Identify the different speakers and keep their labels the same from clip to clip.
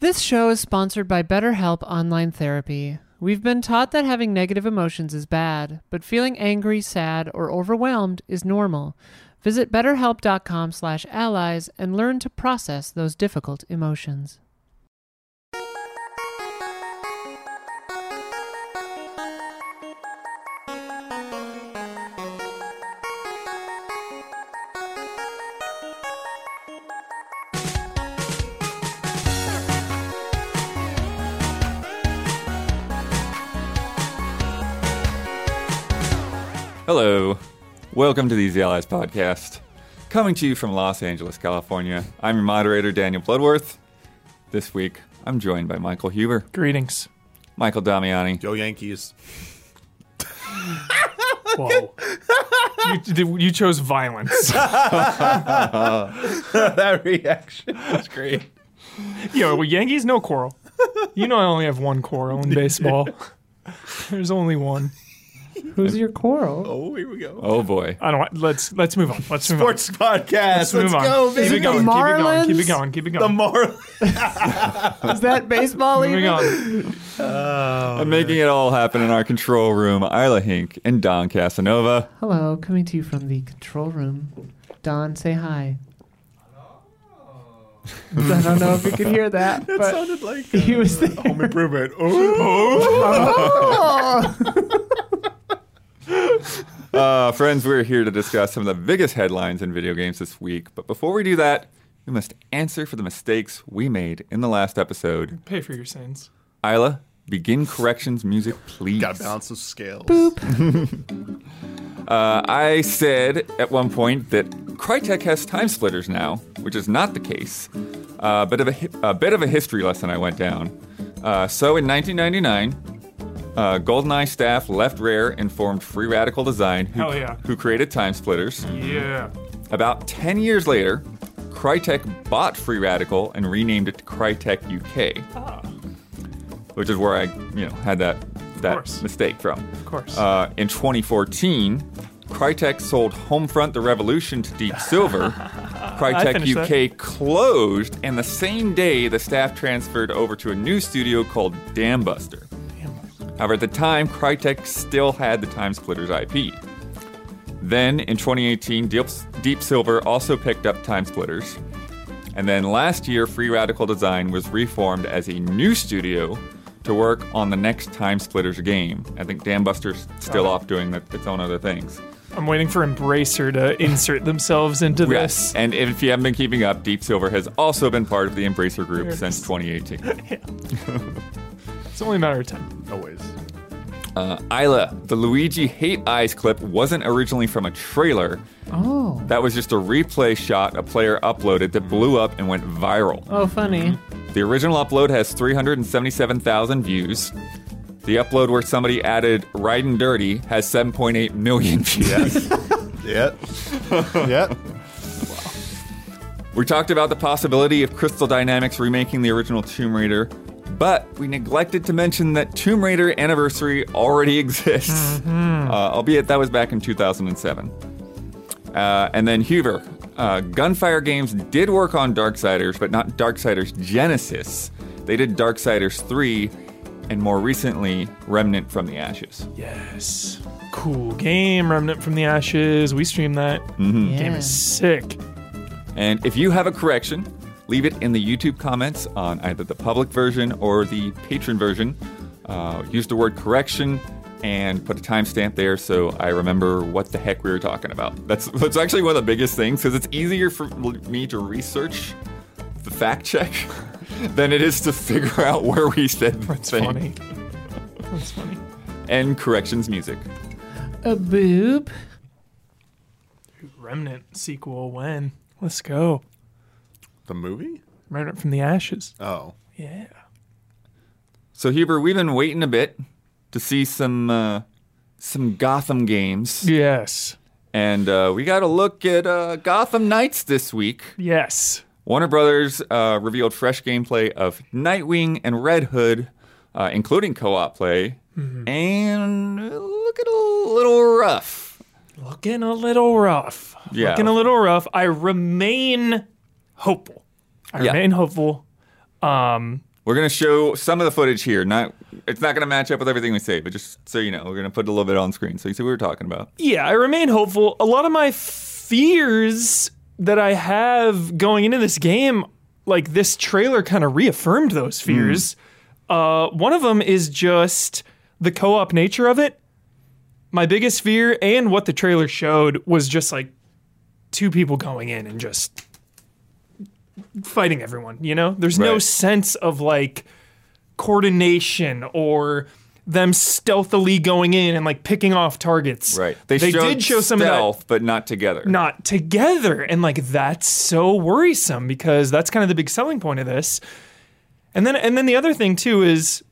Speaker 1: This show is sponsored by BetterHelp Online Therapy. We've been taught that having negative emotions is bad, but feeling angry, sad, or overwhelmed is normal. Visit betterhelp.com slash allies and learn to process those difficult emotions.
Speaker 2: Hello. Welcome to the Easy Allies podcast. Coming to you from Los Angeles, California. I'm your moderator, Daniel Bloodworth. This week, I'm joined by Michael Huber,
Speaker 3: Greetings.
Speaker 2: Michael Damiani,
Speaker 4: Go Yankees.
Speaker 3: Whoa. you, you chose violence.
Speaker 4: that reaction was great.
Speaker 3: Yo, well, Yankees, no quarrel. You know I only have one quarrel in baseball. There's only one.
Speaker 1: Who's your quarrel?
Speaker 4: Oh, here we go.
Speaker 2: oh boy,
Speaker 3: I don't. want- Let's let's move on. Let's move
Speaker 4: Sports podcast. Let's,
Speaker 3: on. Let's move on.
Speaker 4: go,
Speaker 3: keep
Speaker 4: baby.
Speaker 3: it going.
Speaker 1: The
Speaker 3: Keep it going. Keep
Speaker 1: Marlins?
Speaker 3: it going. Keep it
Speaker 4: The
Speaker 3: going.
Speaker 4: Marlins.
Speaker 1: Is that baseball
Speaker 3: Moving
Speaker 1: even?
Speaker 3: on.
Speaker 4: Oh,
Speaker 2: I'm making it all happen in our control room. Isla Hink and Don Casanova.
Speaker 1: Hello, coming to you from the control room. Don, say hi. I don't know if you could hear that, but
Speaker 4: sounded like
Speaker 1: he was there.
Speaker 4: home improvement. Oh,
Speaker 2: Uh, friends, we're here to discuss some of the biggest headlines in video games this week. But before we do that, we must answer for the mistakes we made in the last episode.
Speaker 3: Pay for your sins.
Speaker 2: Isla, begin corrections music, please.
Speaker 4: gotta balance those scales.
Speaker 2: Uh, I said at one point that Crytek has time splitters now, which is not the case. Uh, bit of a, hi- a bit of a history lesson I went down. Uh, so in 1999, uh, GoldenEye staff left Rare and formed Free Radical Design, who,
Speaker 3: Hell yeah.
Speaker 2: who created time splitters.
Speaker 3: Yeah.
Speaker 2: About 10 years later, Crytek bought Free Radical and renamed it to Crytek UK,
Speaker 3: Ah,
Speaker 2: which is where I, you know, had that that
Speaker 3: course.
Speaker 2: mistake from.
Speaker 3: of course.
Speaker 2: Uh, in 2014, Crytek sold Homefront The Revolution to Deep Silver. Crytek
Speaker 3: finished
Speaker 2: UK closed, and the same day, the staff transferred over to a new studio called Dambuster. However, at the time, Crytek still had the Time Splitters IP. Then, in 2018, Deep, Deep Silver also picked up Time Splitters. And then last year, Free Radical Design was reformed as a new studio to work on the next Time Splitters game. I think Dan Buster's still off doing the, its own other things.
Speaker 3: I'm waiting for Embracer to insert themselves into
Speaker 2: Yes.
Speaker 3: this.
Speaker 2: And if you haven't been keeping up, Deep Silver has also been part of the Embracer Group
Speaker 3: Yes.
Speaker 2: since 2018.
Speaker 3: It's only a matter of time.
Speaker 4: Always.
Speaker 2: Uh, Isla, the Luigi Hate Eyes clip wasn't originally from a trailer.
Speaker 1: Oh.
Speaker 2: That was just a replay shot a player uploaded that blew up and went viral.
Speaker 1: Oh, funny.
Speaker 2: The original upload has 377,000 views. The upload where somebody added Riding Dirty has 7.8 million views.
Speaker 4: Yep. yep.
Speaker 2: We talked about the possibility of Crystal Dynamics remaking the original Tomb Raider, but we neglected to mention that Tomb Raider Anniversary already exists, uh, albeit that was back in 2007. Uh, and then Huber. Uh, Gunfire Games did work on Darksiders, but not Darksiders Genesis. They did Darksiders 3, and more recently, Remnant from the Ashes.
Speaker 3: Yes. Cool game. Remnant from the Ashes. We stream that. Game
Speaker 1: Yeah.
Speaker 3: is sick.
Speaker 2: And if you have a correction, leave it in the YouTube comments on either the public version or the patron version. Uh, use the word correction and put a timestamp there so I remember what the heck we were talking about. That's, that's actually one of the biggest things because it's easier for me to research the fact check than it is to figure out where we said the
Speaker 3: It's
Speaker 2: thing.
Speaker 3: funny. That's funny.
Speaker 2: And corrections music.
Speaker 1: A boob.
Speaker 3: Remnant sequel when? Let's go.
Speaker 4: The movie?
Speaker 3: Remnant from the Ashes.
Speaker 4: Oh.
Speaker 3: Yeah.
Speaker 2: So Huber, we've been waiting a bit to see some uh, some Gotham games.
Speaker 3: Yes.
Speaker 2: And uh, we got to look at uh, Gotham Knights this week.
Speaker 3: Yes.
Speaker 2: Warner Brothers uh, revealed fresh gameplay of Nightwing and Red Hood, uh, including co op play.
Speaker 3: Mm-hmm.
Speaker 2: And uh, look at a little rough.
Speaker 3: Looking a little rough.
Speaker 2: Yeah.
Speaker 3: Looking a little rough. I remain hopeful. I
Speaker 2: Yeah.
Speaker 3: remain hopeful. Um,
Speaker 2: We're gonna show some of the footage here. Not it's not gonna match up with everything we say, but just so you know, we're gonna put a little bit on screen so you see what we're talking about.
Speaker 3: Yeah, I remain hopeful. A lot of my fears that I have going into this game, like this trailer kind of reaffirmed those fears. Uh, one of them is just the co op nature of it. My biggest fear and what the trailer showed was just like two people going in and just fighting everyone, you know? There's no
Speaker 2: Right.
Speaker 3: sense of like coordination or them stealthily going in and like picking off targets.
Speaker 2: Right.
Speaker 3: They,
Speaker 2: showed
Speaker 3: did show some
Speaker 2: stealth,
Speaker 3: of
Speaker 2: but not together.
Speaker 3: that not together. And like that's so worrisome because that's kind of the big selling point of this. And then and then the other thing too is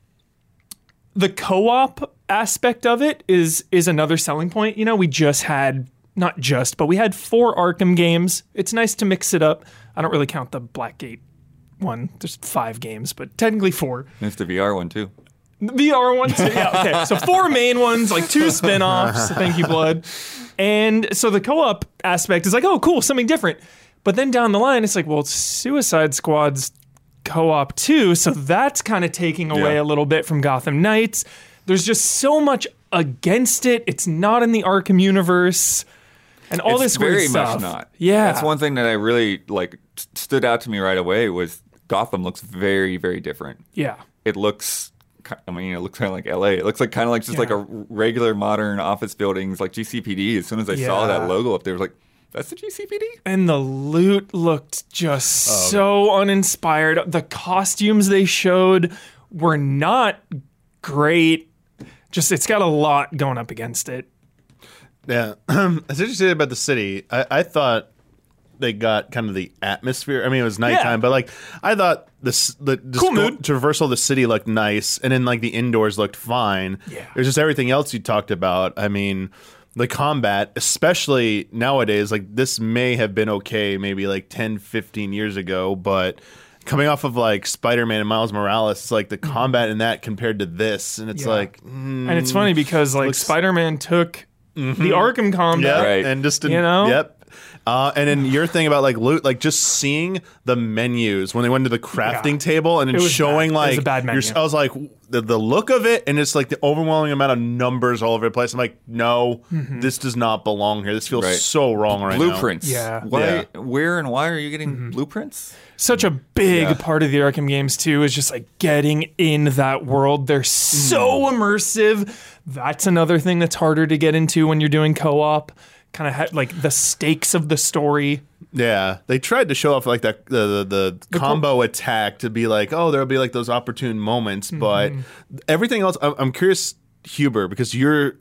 Speaker 3: the co-op aspect of it is is another selling point. You know, we just had not just, but we had four Arkham games. It's nice to mix it up. I don't really count the Blackgate one. There's five games, but technically four.
Speaker 2: It's the VR one too.
Speaker 3: VR one, two. Yeah, okay. So four main ones, like two spin-offs. thank you, Blood. And so the co-op aspect is like, oh, cool, something different. But then down the line, it's like, well, Suicide Squad's co-op too, so that's kind of taking away
Speaker 2: Yeah.
Speaker 3: a little bit from Gotham Knights. There's just so much against it. It's not in the Arkham universe, and all
Speaker 2: it's
Speaker 3: this
Speaker 2: very
Speaker 3: weird stuff.
Speaker 2: much not.
Speaker 3: Yeah,
Speaker 2: that's one thing that I really like s- stood out to me right away was Gotham looks very very different.
Speaker 3: Yeah,
Speaker 2: It looks. ki- I mean, it looks kind of like LA. It looks like kind of like just like a
Speaker 3: Yeah.
Speaker 2: r- regular modern office buildings, like GCPD. As soon as I saw
Speaker 3: Yeah.
Speaker 2: that logo up there, I was like, "That's the GCPD."
Speaker 3: And the loot looked
Speaker 4: Oh,
Speaker 3: just so uninspired. The costumes they showed were not great. Just it's got a lot going up against it.
Speaker 4: Yeah, it's interesting about the city. I, I thought they got kind of the atmosphere. I mean, it was nighttime, but like I thought this the just
Speaker 3: Cool
Speaker 4: go-
Speaker 3: mood.
Speaker 4: traversal of the city looked nice, and then like the indoors looked fine.
Speaker 3: Yeah.
Speaker 4: there's just everything else you talked about. I mean. The combat, especially nowadays, like this may have been okay maybe like 10, 15 years ago, but coming off of like Spider Man and Miles Morales, it's like the combat in that compared to this, and it's
Speaker 3: Mm-hmm. Yeah.
Speaker 4: like, mm,
Speaker 3: And it's funny because like
Speaker 4: Looks- Mm-hmm.
Speaker 3: Spider-Man took the Arkham combat.
Speaker 4: yeah,
Speaker 2: Right.
Speaker 4: and just
Speaker 3: You know?
Speaker 4: yep. Uh, and then your thing about like loot, like just seeing the menus when they went to the crafting
Speaker 3: Yeah.
Speaker 4: table and
Speaker 3: It
Speaker 4: then
Speaker 3: was bad. It
Speaker 4: showing
Speaker 3: was
Speaker 4: like
Speaker 3: a bad
Speaker 4: your-
Speaker 3: menu.
Speaker 4: I was like the, the look of it, and it's like the overwhelming amount of numbers all over the place. I'm like, no,
Speaker 3: Mm-hmm.
Speaker 4: this does not belong here. This feels
Speaker 2: Right.
Speaker 4: so wrong right
Speaker 2: blueprints.
Speaker 3: Yeah. Mm-hmm.
Speaker 2: Why? Where and why are you getting blueprints?
Speaker 3: Such a big
Speaker 2: Yeah.
Speaker 3: part of the Arkham games too is just like getting in that world. They're so
Speaker 4: Mm.
Speaker 3: immersive. That's another thing that's harder to get into when you're doing co-op. Kind of ha- like the stakes of the story.
Speaker 4: now. Yeah, they tried to show off like that the the, the, combo attack to be like, oh, there'll be like those opportune moments,
Speaker 3: Mm-hmm.
Speaker 4: but everything else. I'm, I'm curious, Huber, because you're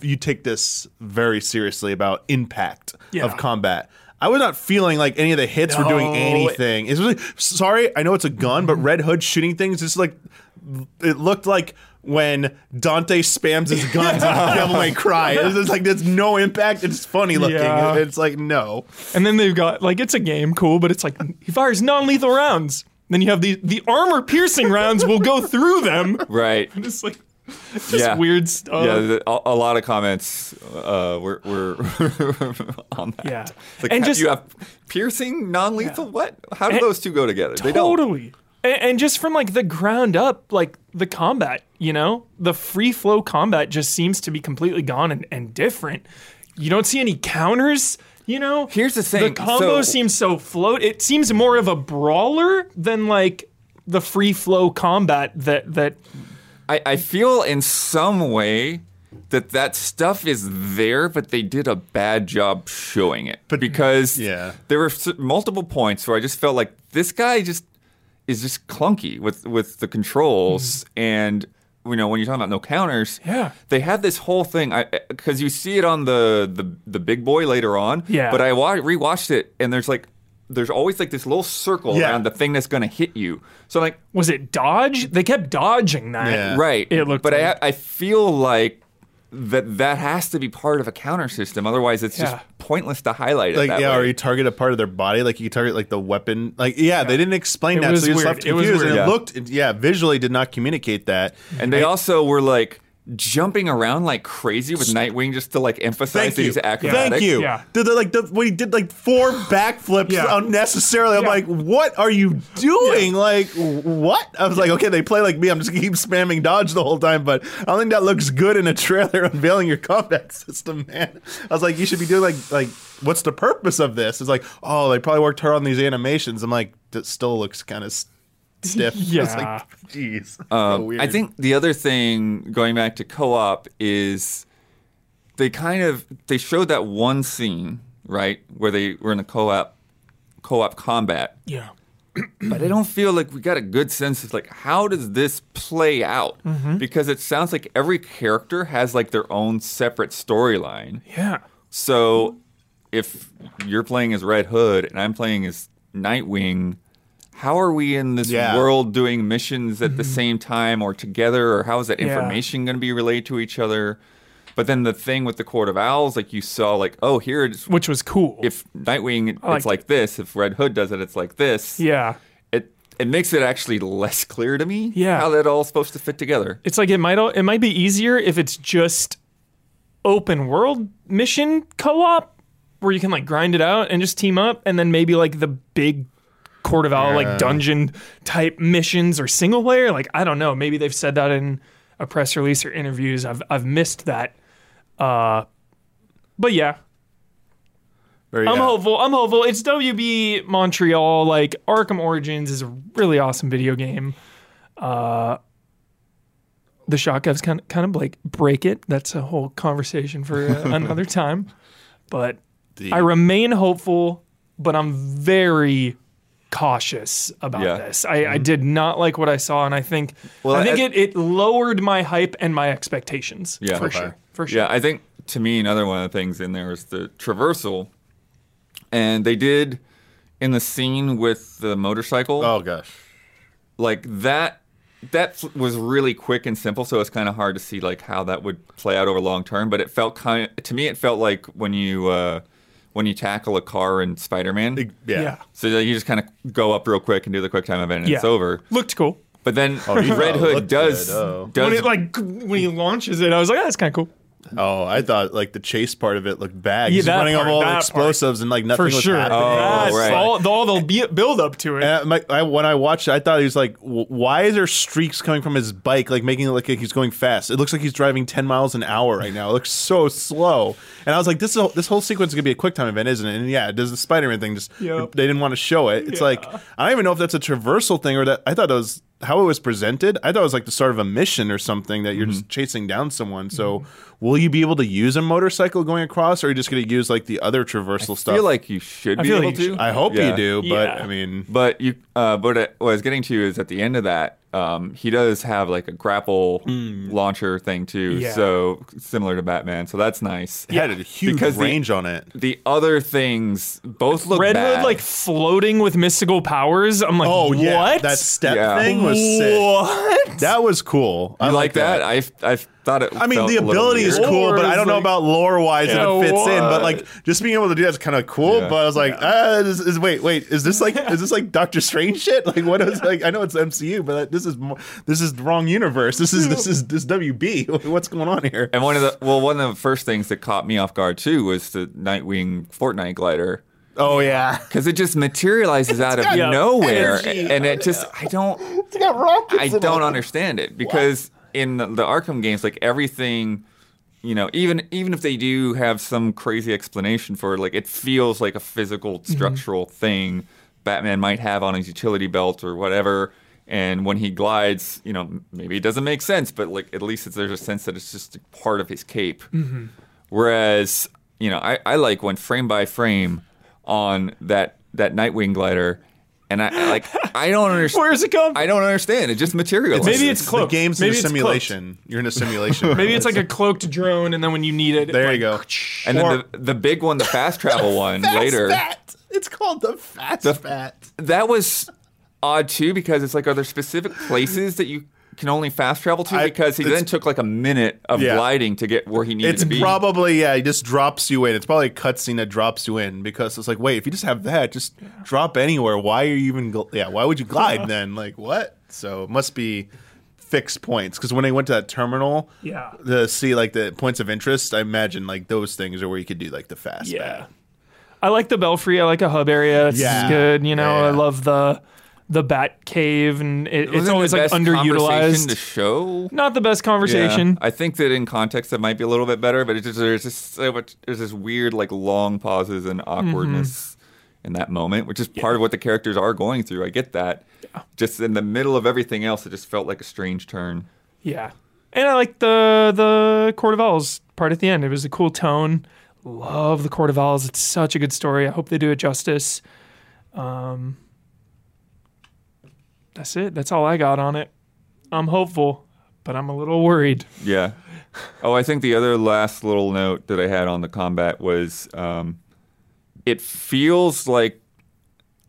Speaker 4: you take this very seriously about impact
Speaker 3: Yeah.
Speaker 4: of combat. I was not feeling like any of the hits were doing
Speaker 3: No. Mm-hmm.
Speaker 4: anything. It's really, sorry, I know it's a gun, but Red Hood shooting things is like it looked like when Dante spams his guns and Devil May Cry. It's just like there's no impact. It's funny looking.
Speaker 3: Yeah.
Speaker 4: It's like no.
Speaker 3: And then they've got like it's a game, cool, but it's like he fires non-lethal rounds. Then you have the the armor piercing rounds will go through them.
Speaker 2: Right.
Speaker 3: It's like just
Speaker 2: Yeah.
Speaker 3: weird stuff.
Speaker 2: yeah, the, a, a lot of comments uh, were, were on that.
Speaker 3: Yeah.
Speaker 2: It's like,
Speaker 3: And
Speaker 2: ha-
Speaker 3: just-
Speaker 2: you have piercing, non-lethal. What? How do
Speaker 3: And-
Speaker 2: those two go together? They don't.
Speaker 3: totally. And, and just from like the ground up, like the combat, you know, the free flow combat just seems to be completely gone and, and different. You don't see any counters. You know,
Speaker 2: Here's the thing,
Speaker 3: the
Speaker 2: so-
Speaker 3: combo seems so float. It seems more of a brawler than like the free flow combat that that
Speaker 2: I, I feel in some way that that stuff is there, but they did a bad job showing it. But because
Speaker 4: Yeah.
Speaker 2: there were s- multiple points where I just felt like this guy just is just clunky with with the controls and. You know, when you're talking about no counters,
Speaker 3: Yeah.
Speaker 2: they had this whole thing because you see it on the, the the big boy later on.
Speaker 3: Yeah.
Speaker 2: but I wa- rewatched it and there's like there's always like this little circle
Speaker 4: Yeah.
Speaker 2: around the thing that's going to hit you. So I'm like,
Speaker 3: was it dodge? They kept dodging that.
Speaker 4: Yeah.
Speaker 2: Right.
Speaker 3: It looked
Speaker 2: But
Speaker 3: like-
Speaker 2: I I feel like that that has to be part of a counter system. Otherwise, it's
Speaker 3: Yeah.
Speaker 2: just pointless to highlight it.
Speaker 4: Like
Speaker 2: that
Speaker 4: yeah,
Speaker 2: way.
Speaker 4: or you target a part of their body, like you target like the weapon. Like yeah, they didn't explain
Speaker 3: It
Speaker 4: that,
Speaker 3: was
Speaker 4: so you just
Speaker 3: weird.
Speaker 4: left
Speaker 3: It was
Speaker 4: confused. and
Speaker 2: weird.
Speaker 4: it looked yeah, visually did not communicate that.
Speaker 2: and they also were like, jumping around like crazy with Nightwing just to like emphasize
Speaker 4: Thank
Speaker 2: that
Speaker 4: you.
Speaker 2: he's acrobatic.
Speaker 4: Thank you.
Speaker 3: Yeah.
Speaker 4: Did the, like the, when he did like four backflips
Speaker 3: Yeah.
Speaker 4: unnecessarily, I'm
Speaker 3: Yeah.
Speaker 4: like, what are you doing? Like what? I was like, okay, they play like me. I'm just gonna keep spamming dodge the whole time, but I don't think that looks good in a trailer unveiling your combat system, man. I was like, you should be doing like like what's the purpose of this? It's like, oh, they probably worked hard on these animations. I'm like, that still looks kind of stiff. I was
Speaker 3: Yeah.
Speaker 4: like, jeez. so
Speaker 2: Um,
Speaker 4: weird.
Speaker 2: I think the other thing going back to co-op is they kind of they showed that one scene right where they were in the co-op co-op combat,
Speaker 3: Yeah.
Speaker 2: but I don't feel like we got a good sense of like how does this play out because it sounds like every character has like their own separate storyline.
Speaker 3: Yeah.
Speaker 2: So if you're playing as Red Hood and I'm playing as Nightwing, how are we in this
Speaker 4: Yeah.
Speaker 2: world doing missions at the same time or together? Or how is that
Speaker 3: Yeah.
Speaker 2: information going to be relayed to each other? But then the thing with the Court of Owls, like you saw, like, oh, here it's.
Speaker 3: Which was cool.
Speaker 2: If Nightwing, it's
Speaker 3: I
Speaker 2: like,
Speaker 3: like
Speaker 2: this. If Red Hood does it, it's like this.
Speaker 3: yeah.
Speaker 2: It it makes it actually less clear to me
Speaker 3: Yeah.
Speaker 2: how that all's supposed to fit together.
Speaker 3: It's like it might al- it might be easier if it's just open world mission co-op where you can like grind it out and just team up and then maybe like the big Court of Owl like dungeon type missions or single player like I don't know maybe they've said that in a press release or interviews I've I've missed that uh but yeah
Speaker 4: Very-
Speaker 3: I'm
Speaker 4: yeah.
Speaker 3: hopeful. I'm hopeful. It's WB Montreal. Like Arkham Origins is a really awesome video game. Uh, the shotguns kind of, kind of like break it. That's a whole conversation for uh, another time. But
Speaker 4: The-
Speaker 3: I remain hopeful, but I'm very cautious about
Speaker 2: Yeah.
Speaker 3: this. I, I did not like what I saw, and I think
Speaker 2: Well,
Speaker 3: I think
Speaker 2: I-
Speaker 3: it it lowered my hype and my expectations.
Speaker 2: Yeah.
Speaker 3: for
Speaker 2: Okay.
Speaker 3: sure. For sure.
Speaker 2: Yeah, I think to me another one of the things in there is the traversal, and they did in the scene with the motorcycle
Speaker 4: Oh gosh.
Speaker 2: like that. That was really quick and simple, so it's kind of hard to see like how that would play out over long term. But it felt kind of to me, it felt like when you uh, when you tackle a car in Spider Man,
Speaker 4: Yeah.
Speaker 3: Yeah.
Speaker 2: so like, you just kind of go up real quick and do the quick time event, and it's
Speaker 3: Yeah.
Speaker 2: over.
Speaker 3: Looked cool.
Speaker 2: But then
Speaker 4: you
Speaker 2: Red
Speaker 4: thought
Speaker 2: Hood
Speaker 4: it Oh, looked
Speaker 2: does
Speaker 4: good, oh.
Speaker 2: does
Speaker 3: When it like when he launches it, I was like, oh, that's kind of cool.
Speaker 4: Oh, I thought like the chase part of it looked bad.
Speaker 3: Yeah,
Speaker 4: He's
Speaker 3: that
Speaker 4: running
Speaker 3: part,
Speaker 4: off all
Speaker 3: that
Speaker 4: the
Speaker 3: part.
Speaker 4: explosives and like nothing
Speaker 3: for
Speaker 4: was
Speaker 3: sure.
Speaker 4: happening.
Speaker 2: Oh, right.
Speaker 3: all, the, all the be- build up to it.
Speaker 4: And I, Uh, my, I, when I watched it, I thought he was like, "W- why is there streaks coming from his bike, like making it look like he's going fast? It looks like he's driving 10 miles an hour right now. It looks so slow. And I was like, this, is, this whole sequence is going to be a quick time event, isn't it? And yeah, it does the Spider Man thing. Just
Speaker 3: Yep.
Speaker 4: They didn't want to show it. It's like, I don't even know if that's a traversal thing or that. I thought that was how it was presented. I thought it was like the start of a mission or something that you're just
Speaker 3: Mm-hmm.
Speaker 4: chasing down someone. So will you be able to use a motorcycle going across or are you just going to use like the other traversal
Speaker 2: I
Speaker 4: stuff?
Speaker 2: feel like you should
Speaker 3: I
Speaker 2: be
Speaker 3: feel
Speaker 2: able
Speaker 3: like you
Speaker 2: to.
Speaker 4: I hope
Speaker 2: Yeah.
Speaker 4: you do, but
Speaker 3: Yeah.
Speaker 4: I mean.
Speaker 2: But you, uh, but uh, what I was getting to is at the end of that, um, he does have like a grapple launcher thing too,
Speaker 3: Mm. Yeah.
Speaker 2: so similar to Batman. So that's nice.
Speaker 4: It had a huge
Speaker 2: Because the-
Speaker 4: range on it.
Speaker 2: The other things both look
Speaker 3: Red
Speaker 2: bad.
Speaker 3: Hood like floating with mystical powers. I'm like,
Speaker 4: Oh
Speaker 3: what?
Speaker 4: yeah, that step
Speaker 2: Yeah.
Speaker 4: thing was sick.
Speaker 3: what?
Speaker 4: That was cool. I
Speaker 2: you like that? I I thought it.
Speaker 4: I mean, the ability is
Speaker 3: weird.
Speaker 4: cool, but I don't know
Speaker 3: Like-
Speaker 4: about lore wise if
Speaker 3: Yeah,
Speaker 4: it fits in. But
Speaker 3: what?
Speaker 4: like, just being able to do that's kind of cool.
Speaker 2: Yeah.
Speaker 4: But I was like, ah, this is, wait, wait, is this like is this like Doctor Strange shit? Like, what is like? I know it's MCU, but this is mo- this is the wrong universe. This is this is this WB. What's going on here?
Speaker 2: And one of the well, one of the first things that caught me off guard too was the Nightwing Fortnite glider.
Speaker 4: Oh yeah,
Speaker 2: Because it just materializes out of
Speaker 4: got
Speaker 2: nowhere,
Speaker 4: energy.
Speaker 2: and it just I don't
Speaker 4: it's got rockets.
Speaker 2: I
Speaker 4: in it.
Speaker 2: don't understand it because in the, the Arkham games, like everything, you know, even even if they do have some crazy explanation for it, like it feels like a physical structural thing Batman might have on his utility belt or whatever. And when he glides, you know, m- maybe it doesn't make sense, but like at least there's a sense that it's just a part of his cape. Whereas, you know, I, I like when frame by frame on that that Nightwing glider, and I- I like I don't understand.
Speaker 3: Where's it come?
Speaker 2: I don't understand. It just materializes.
Speaker 3: Maybe it's
Speaker 4: The
Speaker 3: cloaked.
Speaker 4: game's in
Speaker 3: Maybe
Speaker 4: a
Speaker 3: it's cloaked.
Speaker 4: simulation. You're in a simulation.
Speaker 3: Maybe it's like a cloaked drone, and then when you need it, it,
Speaker 4: There you
Speaker 3: like,
Speaker 4: go.
Speaker 2: and then
Speaker 4: Or-
Speaker 2: the, the big one, the fast travel one later. That.
Speaker 4: Fat. It's called the fat fat.
Speaker 2: was odd too because it's like are there specific places that you can only fast travel to?
Speaker 4: I-
Speaker 2: because he
Speaker 4: it's-
Speaker 2: then took like a minute of
Speaker 4: Yeah.
Speaker 2: gliding to get where he needed
Speaker 4: It's
Speaker 2: to be.
Speaker 4: probably yeah. He just drops you in. It's probably a cutscene that drops you in because it's like, wait, if you just have that, just drop anywhere. Why are you even? Gl- yeah, why would you glide then? Like what? So it must be fixed points because when I went to that terminal,
Speaker 3: Yeah.
Speaker 4: to see like the points of interest, I imagine like those things are where you could do like the fast.
Speaker 3: Yeah. I like the belfry. I like a hub area. It's
Speaker 4: Yeah.
Speaker 3: good. You know,
Speaker 4: Yeah, yeah.
Speaker 3: I love the the bat cave, and it, it's
Speaker 2: Wasn't
Speaker 3: always
Speaker 2: the
Speaker 3: like
Speaker 2: best conversation To
Speaker 3: underutilized.
Speaker 2: show.
Speaker 3: Not the best conversation.
Speaker 2: Yeah. I think that in context that might be a little bit better, but it's just there's just so much there's this weird like long pauses and awkwardness
Speaker 3: Mm-hmm.
Speaker 2: in that moment, which is part of what the characters are going through. I get that. Just in the middle of everything else, it just felt like a strange turn.
Speaker 3: Yeah. And I like the the Court of Owls part at the end. It was a cool tone. Love the Court of Owls. It's such a good story. I hope they do it justice. Um, that's it. That's all I got on it. I'm hopeful, but I'm a little worried.
Speaker 2: Yeah. Oh, I think the other last little note that I had on the combat was um, it feels like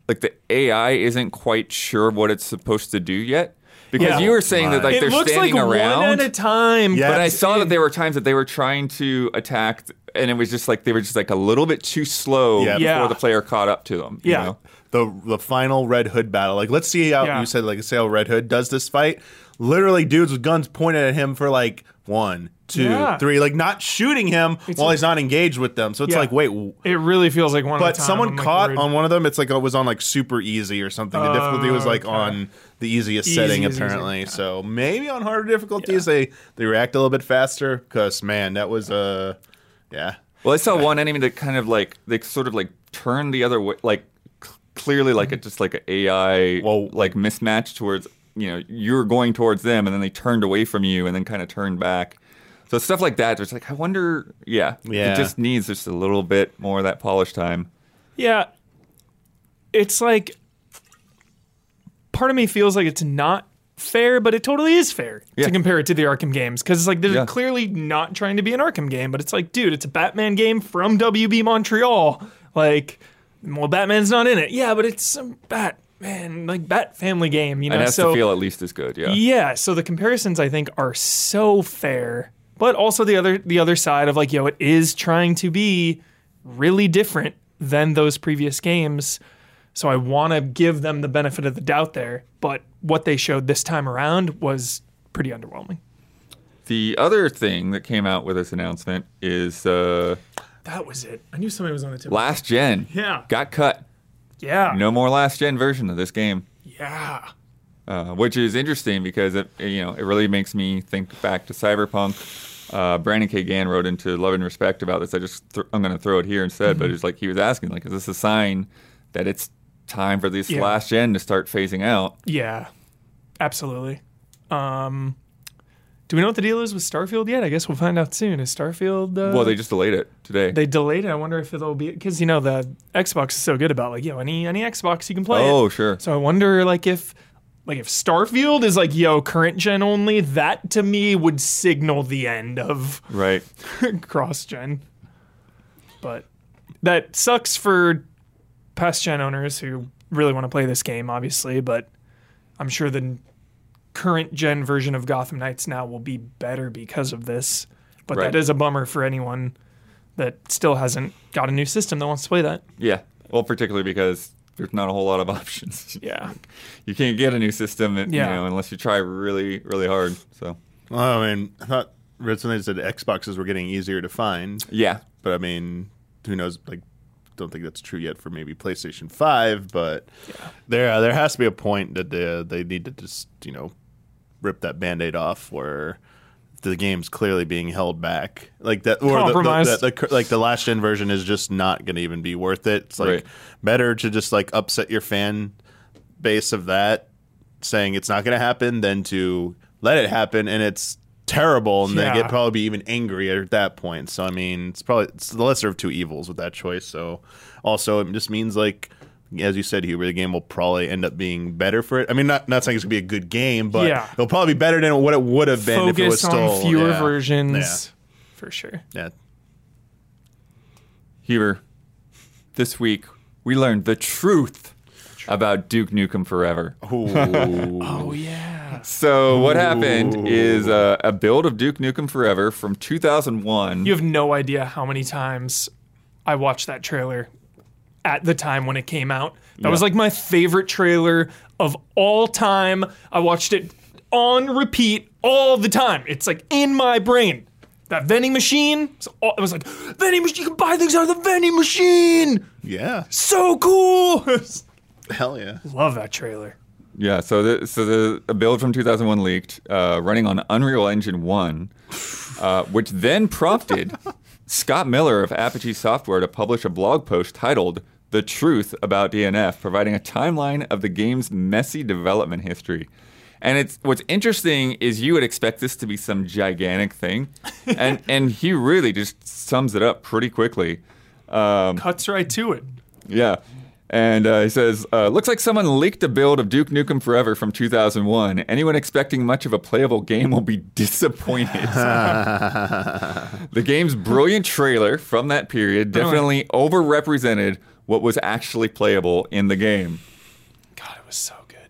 Speaker 2: like the AI isn't quite sure what it's supposed to do yet. Because
Speaker 3: Yeah.
Speaker 2: you were saying that like
Speaker 3: it
Speaker 2: they're
Speaker 3: looks like
Speaker 2: standing around.
Speaker 3: one at a time.
Speaker 4: Yeah.
Speaker 2: But I
Speaker 4: That's
Speaker 2: saw that there were times that they were trying to attack, and it was just like they were just like a little bit too slow
Speaker 4: Yeah.
Speaker 2: before
Speaker 3: Yeah.
Speaker 2: the player caught up to them.
Speaker 3: Yeah.
Speaker 4: The the final Red Hood battle. Like let's see how
Speaker 3: Yeah.
Speaker 4: you said like say how Red Hood does this fight. Literally dudes with guns pointed at him for like one, two, three,
Speaker 3: Yeah.
Speaker 4: like not shooting him while he's not engaged with them. So it's
Speaker 3: Yeah.
Speaker 4: like wait, w-
Speaker 3: It really feels like one at a
Speaker 4: but
Speaker 3: time.
Speaker 4: someone
Speaker 3: I'm, like,
Speaker 4: caught
Speaker 3: worried.
Speaker 4: on one of them. It's like it was on like super easy or something. The difficulty was like on the easiest
Speaker 3: Oh, Easy
Speaker 4: setting
Speaker 3: is easier,
Speaker 4: apparently. So maybe on harder difficulties they they react a little bit faster. Because man, that was uh, yeah.
Speaker 2: Well, I saw one enemy that kind of like they sort of like turned the other way, like cl- clearly like it just like an AI
Speaker 4: Whoa.
Speaker 2: like mismatch towards you know you're going towards them, and then they turned away from you, and then kind of turned back. So stuff like that. There's like I wonder, yeah,
Speaker 4: Yeah.
Speaker 2: It just needs just a little bit more of that polish time.
Speaker 3: Yeah. It's like part of me feels like it's not fair, but it totally is fair
Speaker 2: Yeah.
Speaker 3: to compare it to the Arkham games because it's like they're
Speaker 2: Yeah.
Speaker 3: clearly not trying to be an Arkham game, but it's like, dude, it's a Batman game from WB Montreal. Like, well, Batman's not in it. Yeah, but it's some Batman, like Bat Family game, you know.
Speaker 2: It has
Speaker 3: so
Speaker 2: to feel at least as good. Yeah.
Speaker 3: yeah, so the comparisons I think are so fair, but also the other the other side of like, yo, it is trying to be really different than those previous games. So I want to give them the benefit of the doubt there, but what they showed this time around was pretty underwhelming.
Speaker 2: The other thing that came out with this announcement is uh,
Speaker 3: That was it. I knew somebody was on the tip.
Speaker 2: last gen.
Speaker 3: Yeah.
Speaker 2: Got cut.
Speaker 3: Yeah.
Speaker 2: No more last gen version of this game,
Speaker 3: Yeah.
Speaker 2: uh, which is interesting because it you know it really makes me think back to Cyberpunk. Uh, Brandon K. Gann wrote into Love and Respect about this. I just th- I'm going to throw it here instead,
Speaker 3: Mm-hmm.
Speaker 2: but it's like he was asking like, is this a sign that it's time for this
Speaker 3: Yeah.
Speaker 2: last gen to start phasing out?
Speaker 3: Yeah. Absolutely. Um do we know what the deal is with Starfield yet? I guess we'll find out soon. Is Starfield uh,
Speaker 2: well, they just delayed it today.
Speaker 3: they delayed it. I wonder if it'll be because you know the Xbox is so good about like yo any any Xbox you can play. it.
Speaker 2: oh sure.
Speaker 3: so I wonder like if like if Starfield is like yo current gen only. That to me would signal the end of
Speaker 2: Right.
Speaker 3: cross gen. But that sucks for past gen owners who really want to play this game, obviously. But I'm sure the current gen version of Gotham Knights now will be better because of this. But
Speaker 2: Right.
Speaker 3: that is a bummer for anyone that still hasn't got a new system that wants to play that.
Speaker 2: Yeah. Well, particularly because there's not a whole lot of options.
Speaker 3: Yeah.
Speaker 2: you can't get a new system you
Speaker 3: Yeah.
Speaker 2: know, unless you try really, really hard. So,
Speaker 4: Well, I mean, I thought read something that said Xboxes were getting easier to find,
Speaker 2: yeah.
Speaker 4: but I mean, who knows? Like, don't think that's true yet for maybe PlayStation Five, but there uh, there has to be a point that they uh, they need to just you know rip that Band-Aid off where the game's clearly being held back like that or the,
Speaker 3: Compromised.
Speaker 4: the, the, the, like the last gen version is just not going to even be worth it it's like
Speaker 2: Right.
Speaker 4: better to just like upset your fan base of that saying it's not going to happen than to let it happen and it's terrible and
Speaker 3: Yeah.
Speaker 4: they get probably be even angrier at that point so i mean it's probably it's the lesser of two evils with that choice so also it just means like as you said huber the game will probably end up being better for it i mean not not saying it's gonna be a good game but
Speaker 3: Yeah.
Speaker 4: it'll probably be better than what it would have been if it was
Speaker 3: Focus
Speaker 4: still
Speaker 3: on fewer
Speaker 4: yeah,
Speaker 3: versions for sure.
Speaker 4: yeah, yeah.
Speaker 2: Huber, this week we learned the truth about Duke Nukem Forever.
Speaker 3: Oh yeah.
Speaker 2: So, what happened is uh, a build of Duke Nukem Forever from 2001.
Speaker 3: You have no idea how many times I watched that trailer at the time when it came out. That was like my favorite trailer of all time. I watched it on repeat all the time. It's like in my brain. That vending machine, it's all- it was like, vending machine, you can buy things out of the vending machine.
Speaker 4: Yeah.
Speaker 3: So cool.
Speaker 4: Hell yeah.
Speaker 3: Love that trailer.
Speaker 2: Yeah, so the, so the a build from 2001 leaked, uh, running on Unreal Engine one, uh, which then prompted Scott Miller of Apogee Software to publish a blog post titled "The Truth About DNF," providing a timeline of the game's messy development history. And it's what's interesting is you would expect this to be some gigantic thing, and and he really just sums it up pretty quickly. Um,
Speaker 3: Cuts right to it.
Speaker 2: yeah. And uh, he says, uh, looks like someone leaked a build of Duke Nukem Forever from 2001. Anyone expecting much of a playable game will be disappointed. the game's brilliant trailer from that period definitely overrepresented what was actually playable in the game.
Speaker 3: God, it was so good.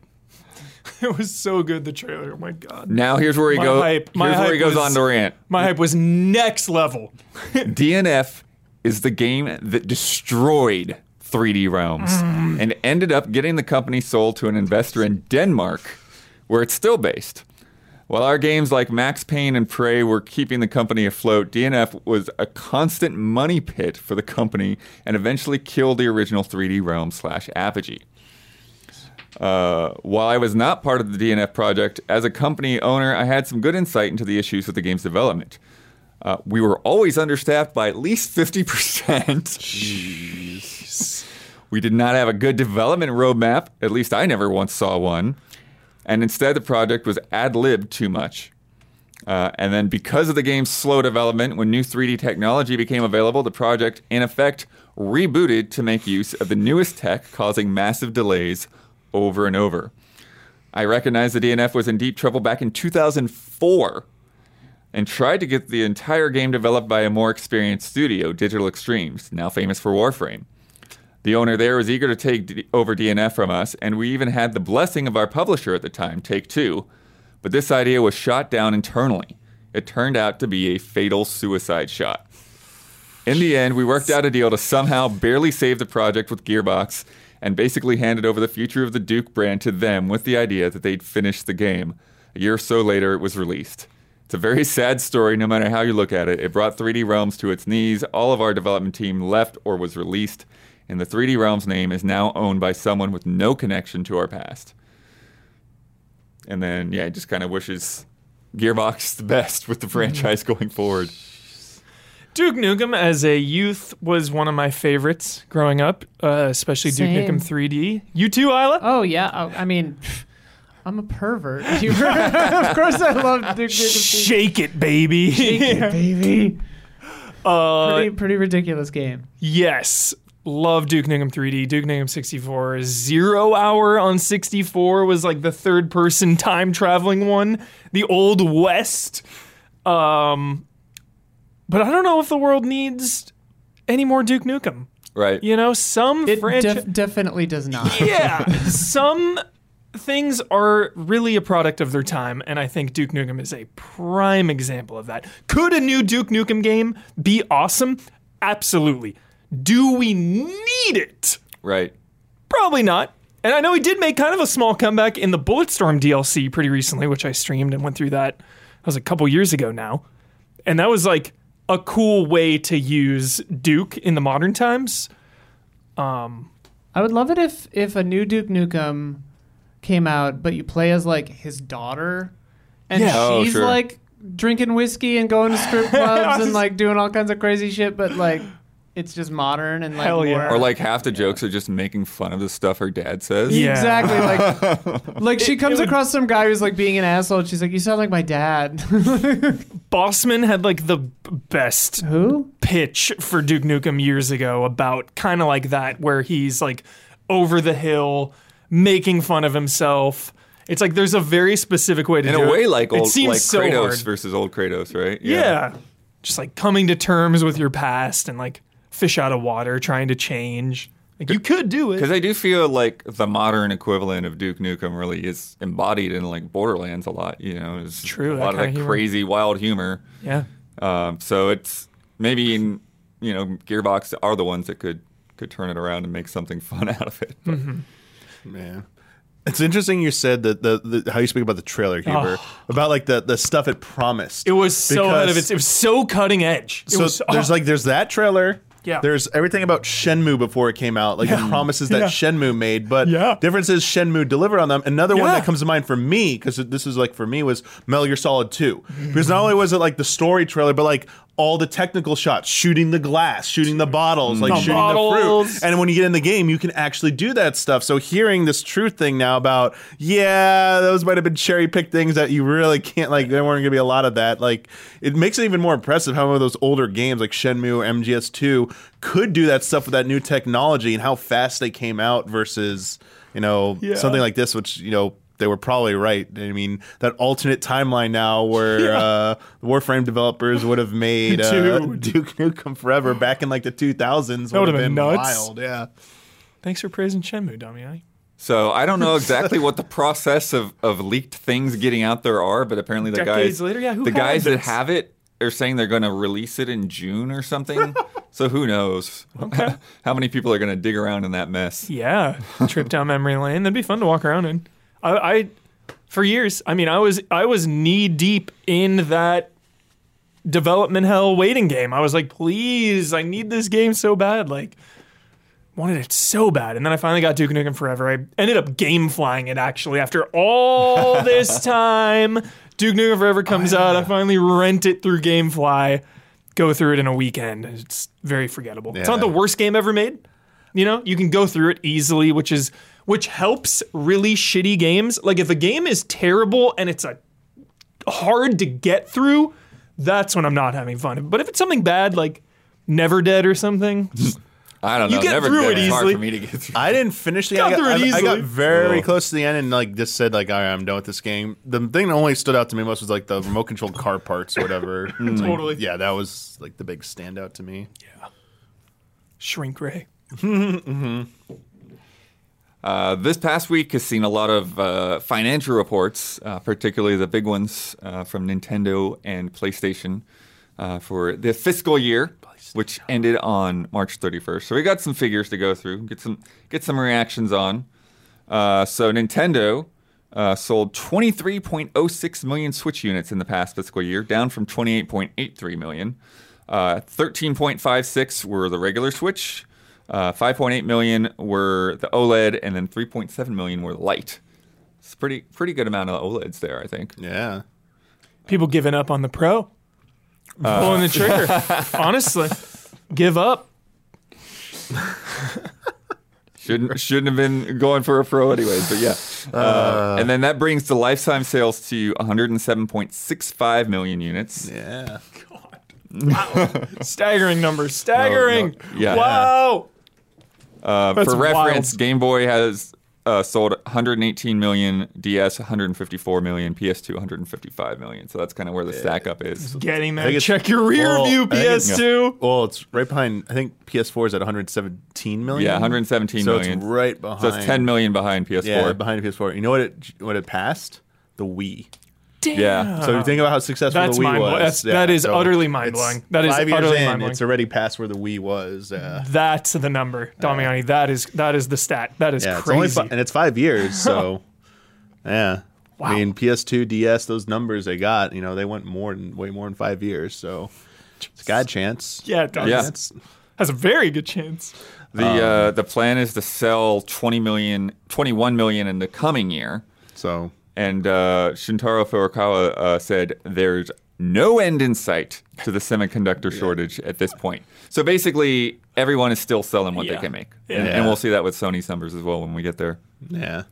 Speaker 3: It was so good, the trailer. Oh my God.
Speaker 2: Now here's where he
Speaker 3: My
Speaker 2: goes.
Speaker 3: hype-
Speaker 2: Here's
Speaker 3: my
Speaker 2: where he
Speaker 3: hype
Speaker 2: goes
Speaker 3: was-
Speaker 2: on to rant.
Speaker 3: My hype was next level.
Speaker 2: DNF is the game that destroyed 3D Realms and ended up getting the company sold to an investor in Denmark, where it's still based. While our games like Max Payne and Prey were keeping the company afloat, DNF was a constant money pit for the company and eventually killed the original 3D Realm slash Apogee. Uh, while I was not part of the DNF project, as a company owner, I had some good insight into the issues with the game's development. Uh, we were always understaffed by at least 50%. We did not have a good development roadmap. At least I never once saw one. And instead, the project was ad libbed too much. Uh, and then, because of the game's slow development, when new 3D technology became available, the project, in effect, rebooted to make use of the newest tech, causing massive delays over and over. I recognized the DNF was in deep trouble back in 2004 and tried to get the entire game developed by a more experienced studio, Digital Extremes, now famous for Warframe. The owner there was eager to take D- over DNF from us, and we even had the blessing of our publisher at the time, Take Two. But this idea was shot down internally. It turned out to be a fatal suicide shot. In the end, we worked out a deal to somehow barely save the project with Gearbox and basically handed over the future of the Duke brand to them with the idea that they'd finish the game. A year or so later, it was released. It's a very sad story, no matter how you look at it. It brought 3D Realms to its knees. All of our development team left or was released, and the 3D Realms name is now owned by someone with no connection to our past. And then, yeah, it just kind of wishes Gearbox the best with the franchise going forward.
Speaker 3: Duke Nukem as a youth was one of my favorites growing up, uh, especially Duke
Speaker 1: Same.
Speaker 3: Nukem 3D. You too, Isla?
Speaker 1: Oh yeah. Oh, I mean, I'm a pervert. You were- of course, I love Duke Nukem.
Speaker 3: Shake it, baby.
Speaker 1: baby.
Speaker 3: Uh,
Speaker 1: Pretty, pretty ridiculous game.
Speaker 3: yes. Love Duke Nukem 3D, Duke Nukem 64. Zero Hour on 64 was like the third person time traveling one, the Old West. Um, but I don't know if the world needs any more Duke Nukem.
Speaker 2: Right.
Speaker 3: You know, some
Speaker 1: It
Speaker 3: franchise.
Speaker 1: def- definitely does not.
Speaker 3: yeah, some things are really a product of their time, and I think Duke Nukem is a prime example of that. Could a new Duke Nukem game be awesome? Absolutely. Do we need it?
Speaker 2: Right.
Speaker 3: Probably not. And I know he did make kind of a small comeback in the Bulletstorm DLC pretty recently, which I streamed and went through that. That was a couple years ago now. And that was like a cool way to use Duke in the modern times.
Speaker 1: I would love it if if a new Duke Nukem came out, but you play as like his daughter, and
Speaker 3: Yeah.
Speaker 2: Oh,
Speaker 1: she's
Speaker 2: sure.
Speaker 1: like drinking whiskey and going to strip clubs and
Speaker 3: was-
Speaker 1: like doing all kinds of crazy shit, but like it's just modern and like
Speaker 3: Hell yeah.
Speaker 1: more-
Speaker 2: Or like half the jokes are just making fun of the stuff her dad says.
Speaker 3: Yeah.
Speaker 1: Exactly. Like, like she comes
Speaker 3: would-
Speaker 1: across some guy who's like being an asshole. And she's like, "You sound like my dad."
Speaker 3: Bossman had like the b- best
Speaker 1: Who?
Speaker 3: pitch for Duke Nukem years ago about kind of like that, where he's like over the hill, making fun of himself. It's like there's a very specific way to
Speaker 2: In
Speaker 3: do
Speaker 2: a way,
Speaker 3: it.
Speaker 2: like old
Speaker 3: it seems
Speaker 2: like
Speaker 3: so
Speaker 2: Kratos
Speaker 3: hard.
Speaker 2: versus old Kratos, right?
Speaker 3: yeah. just like coming to terms with your past and like fish out of water, trying to change. Like you could do
Speaker 2: Because
Speaker 3: it.
Speaker 2: I do feel like the modern equivalent of Duke Nukem really is embodied in like Borderlands a lot. You know, it's
Speaker 3: True,
Speaker 2: A
Speaker 3: that
Speaker 2: lot
Speaker 3: kinda
Speaker 2: of that
Speaker 3: humor.
Speaker 2: crazy, wild humor.
Speaker 3: Yeah,
Speaker 2: Um, so it's maybe in, you know Gearbox are the ones that could could turn it around and make something fun out of it. But
Speaker 4: Man. It's interesting you said that the, the how you speak about the trailer, Huber, about like the the stuff it promised.
Speaker 3: It was so out of
Speaker 4: Because-
Speaker 3: its. It was so cutting edge. It
Speaker 4: so
Speaker 3: was,
Speaker 4: there's
Speaker 3: oh,
Speaker 4: like there's that trailer.
Speaker 3: Yeah.
Speaker 4: There's everything about Shenmue before it came out, like the promises that
Speaker 3: Yeah.
Speaker 4: Shenmue made, but
Speaker 3: Yeah.
Speaker 4: difference is Shenmue delivered on them. Another one
Speaker 3: Yeah.
Speaker 4: that comes to mind for me, because this is like for me, was Metal Gear Solid 2. Because not only was it like the story trailer, but like all the technical shots, shooting the glass, shooting the bottles, like
Speaker 3: The
Speaker 4: shooting the
Speaker 3: bottles.
Speaker 4: fruit. And when you get in the game, you can actually do that stuff. So hearing this truth thing now about, yeah, those might have been cherry picked things that you really can't like. There weren't gonna be a lot of that. Like it makes it even more impressive how many of those older games like Shenmue or MGS2 could do that stuff with that new technology and how fast they came out versus you know
Speaker 3: Yeah.
Speaker 4: something like this, which you know. They were probably right. I mean, that alternate timeline now where uh, the Warframe developers would have made uh,
Speaker 3: Dude.
Speaker 4: Duke Nukem Forever back in like the 2000s. That
Speaker 3: would've been nuts.
Speaker 4: wild, yeah.
Speaker 3: thanks for praising Shenmue, Damiani.
Speaker 2: So I don't know exactly what the process of, of leaked things getting out there are, but apparently the
Speaker 3: Decades
Speaker 2: guys
Speaker 3: later, yeah, who
Speaker 2: the
Speaker 3: had
Speaker 2: guys that
Speaker 3: this?
Speaker 2: have it are saying they're going to release it in June or something. so who knows? How many people are going to dig around in that mess?
Speaker 3: Yeah, trip down memory lane. That'd be fun to walk around in. I, I for years. I mean, I was I was knee deep in that development hell waiting game. I was like, please, I need this game so bad. Like, wanted it so bad. And then I finally got Duke Nukem Forever. I ended up game flying it actually after all this time. Duke Nukem Forever comes out. I finally rent it through GameFly. Go through it in a weekend. It's very forgettable. It's not
Speaker 4: Yeah.
Speaker 3: the worst game ever made. You know, you can go through it easily, which is which helps really shitty games. Like if a game is terrible and it's a hard to get through, that's when I'm not having fun. But if it's something bad like Never Dead or something, just-
Speaker 2: I don't know.
Speaker 3: You get
Speaker 2: Never
Speaker 3: through
Speaker 2: did.
Speaker 3: it
Speaker 2: It's hard
Speaker 3: easily.
Speaker 2: for me to get through.
Speaker 4: I didn't finish the.
Speaker 3: Got
Speaker 4: I,
Speaker 3: through it
Speaker 4: I- I got
Speaker 3: easily.
Speaker 4: very
Speaker 2: Ugh.
Speaker 4: close to the end and like just said like, "All right, I'm done with this game." The thing that only stood out to me most was like the remote control car parts or whatever. Mm, Like,
Speaker 3: Totally.
Speaker 4: yeah, that was like the big standout to me.
Speaker 3: shrink ray.
Speaker 2: Uh, this past week has seen a lot of uh, financial reports, uh, particularly the big ones uh, from Nintendo and PlayStation uh, for the fiscal year, which ended on March 31st. So we got some figures to go through, get some get some reactions on. Uh, so Nintendo uh, sold 23.06 million Switch units in the past fiscal year, down from 28.83 million. Uh, 13.56 were the regular Switch. Uh, 5.8 million were the OLED, and then 3.7 million were light. It's a pretty pretty good amount of OLEDs there, I think.
Speaker 4: Yeah,
Speaker 3: People giving up on the pro, pulling the trigger. Honestly, give up.
Speaker 2: Shouldn't shouldn't have been going for a pro anyways, but yeah. Uh, and then that brings the lifetime sales to 107.65 million units.
Speaker 4: yeah.
Speaker 3: Staggering numbers. Staggering.
Speaker 2: yeah.
Speaker 3: Wow.
Speaker 2: Uh,
Speaker 3: That's
Speaker 2: for
Speaker 3: wild.
Speaker 2: reference, Game Boy has uh, sold 118 million, DS 154 million, PS2 155 million. So that's kind of where the stack up is.
Speaker 3: Getting
Speaker 4: I think
Speaker 3: there.
Speaker 4: it's-
Speaker 3: Check your rear
Speaker 4: well, I
Speaker 3: view,
Speaker 4: think it's-
Speaker 3: PS2.
Speaker 4: Well, it's right behind. I think PS4 is at 117 million.
Speaker 2: Yeah, 117
Speaker 4: so
Speaker 2: million.
Speaker 4: it's right behind.
Speaker 2: So it's 10 million behind PS4.
Speaker 4: Yeah, behind PS4. You know what? It what it passed the Wii.
Speaker 3: Damn.
Speaker 2: Yeah.
Speaker 4: So you think about how successful
Speaker 3: Uh-huh. That's
Speaker 4: the Wii
Speaker 3: mind-blowing. That's-
Speaker 4: was.
Speaker 3: that is
Speaker 4: so
Speaker 3: utterly
Speaker 4: it's
Speaker 3: mind-blowing. That is
Speaker 4: five years
Speaker 3: utterly
Speaker 4: in,
Speaker 3: mind-blowing.
Speaker 4: It's already past where the Wii was. Uh,
Speaker 3: That's the number, Damiani. that is that is the stat. That is
Speaker 4: yeah, it's
Speaker 3: crazy.
Speaker 4: only fi- and it's five years. So yeah, I mean PS2, DS, those numbers they got, you know, they went more than way more than five years. So it's got a chance.
Speaker 3: yeah, it does.
Speaker 2: Yeah.
Speaker 4: That's-
Speaker 3: Has a very good chance.
Speaker 2: The uh,
Speaker 4: Um,
Speaker 2: the plan is to sell 20 million, 21 million in the coming year.
Speaker 4: so
Speaker 2: And uh, Shintaro Furukawa uh, said, "There's no end in sight to the semiconductor shortage at this point." So basically, everyone is still selling what
Speaker 3: Yeah.
Speaker 2: they can make, and,
Speaker 4: Yeah.
Speaker 2: and we'll see that with Sony's numbers as well when we get there.
Speaker 4: yeah.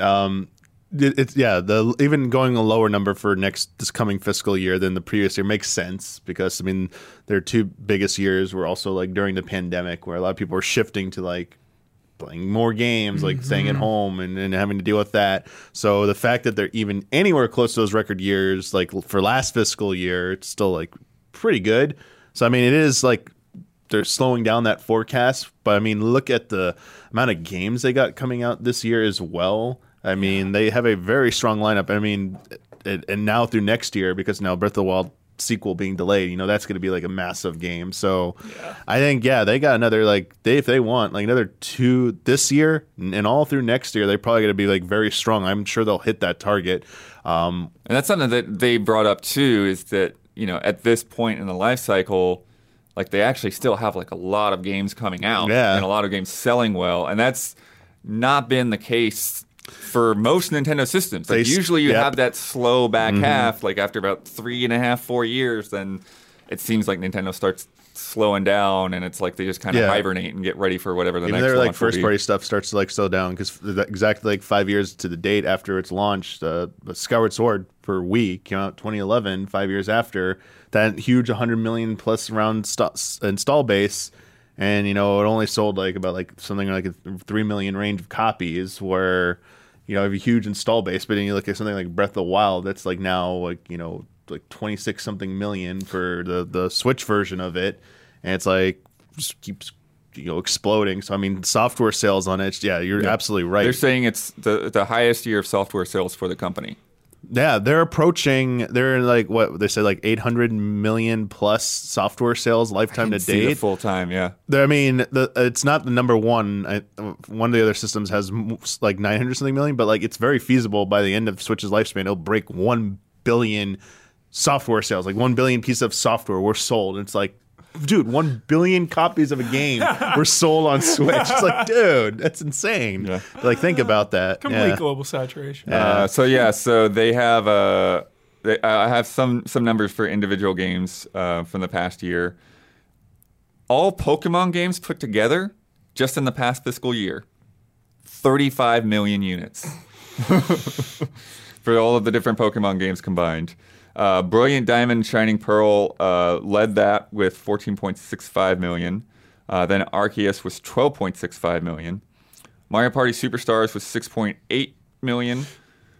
Speaker 4: Um, it- it's yeah the even going a lower number for next this coming fiscal year than the previous year makes sense because I mean their two biggest years were also like during the pandemic where a lot of people were shifting to like playing more games like staying at home and, and having to deal with that so the fact that they're even anywhere close to those record years like l- for last fiscal year it's still like pretty good so I mean it is like they're slowing down that forecast but I mean look at the amount of games they got coming out this year as well I mean, they have a very strong lineup. I mean, it, and now through next year because now Breath of the Wild sequel being delayed. You know, that's going to be like a massive game. So I think, yeah, they got another, like, they, if they want, like another two this year and and all through next year, they're probably going to be like very strong. I'm sure they'll hit that target. Um,
Speaker 2: And that's something that they brought up too is that, you know, at this point in the life cycle, like they actually still have like a lot of games coming out
Speaker 4: Yeah.
Speaker 2: and a lot of games selling well. And that's not been the case for most Nintendo systems. Like
Speaker 4: They s-
Speaker 2: usually you
Speaker 4: yep. Mm-hmm.
Speaker 2: have that slow back half, like after about three and a half, four years, then it seems like Nintendo starts slowing down and it's like they just kind of
Speaker 4: Yeah.
Speaker 2: hibernate and get ready for whatever the
Speaker 4: even
Speaker 2: next
Speaker 4: their like
Speaker 2: launch will
Speaker 4: first
Speaker 2: be.
Speaker 4: party stuff starts to like slow down because exactly like five years to the date after its launch, uh, Skyward Sword for Wii came out 2011. Five years after that huge 100 million plus round st- install base, and you know it only sold like about like something like a three million range of copies. Where you know have a huge install base, but then you look at something like Breath of the Wild that's like now like you know like 26 something million for the the Switch version of it, and it's like just keeps you know exploding. So I mean, software sales on it. Yeah, you're absolutely right.
Speaker 2: They're saying it's the, the highest year of software sales for the company.
Speaker 4: yeah, they're approaching. They're like what they said, like 800 million plus software sales lifetime to date.
Speaker 2: full time, yeah.
Speaker 4: There- I mean, the, it's not the number one. I, one of the other systems has m- like 900 something million, but like it's very feasible by the end of Switch's lifespan. It'll break 1 billion software sales, like 1 billion piece of software were sold. And it's like, dude, 1 billion copies of a game were sold on Switch. It's like, dude, that's insane.
Speaker 2: Yeah.
Speaker 4: Like, think about that.
Speaker 3: Complete
Speaker 4: Yeah.
Speaker 3: global saturation.
Speaker 2: Uh, so yeah, so they have uh, they, I have some some numbers for individual games uh, from the past year. All Pokemon games put together, just in the past fiscal year, thirty-five million units for all of the different Pokemon games combined. Uh, Brilliant Diamond, Shining Pearl uh, led that with 14.65 million. Uh, then Arceus was 12.65 million. Mario Party Superstars was 6.8 million.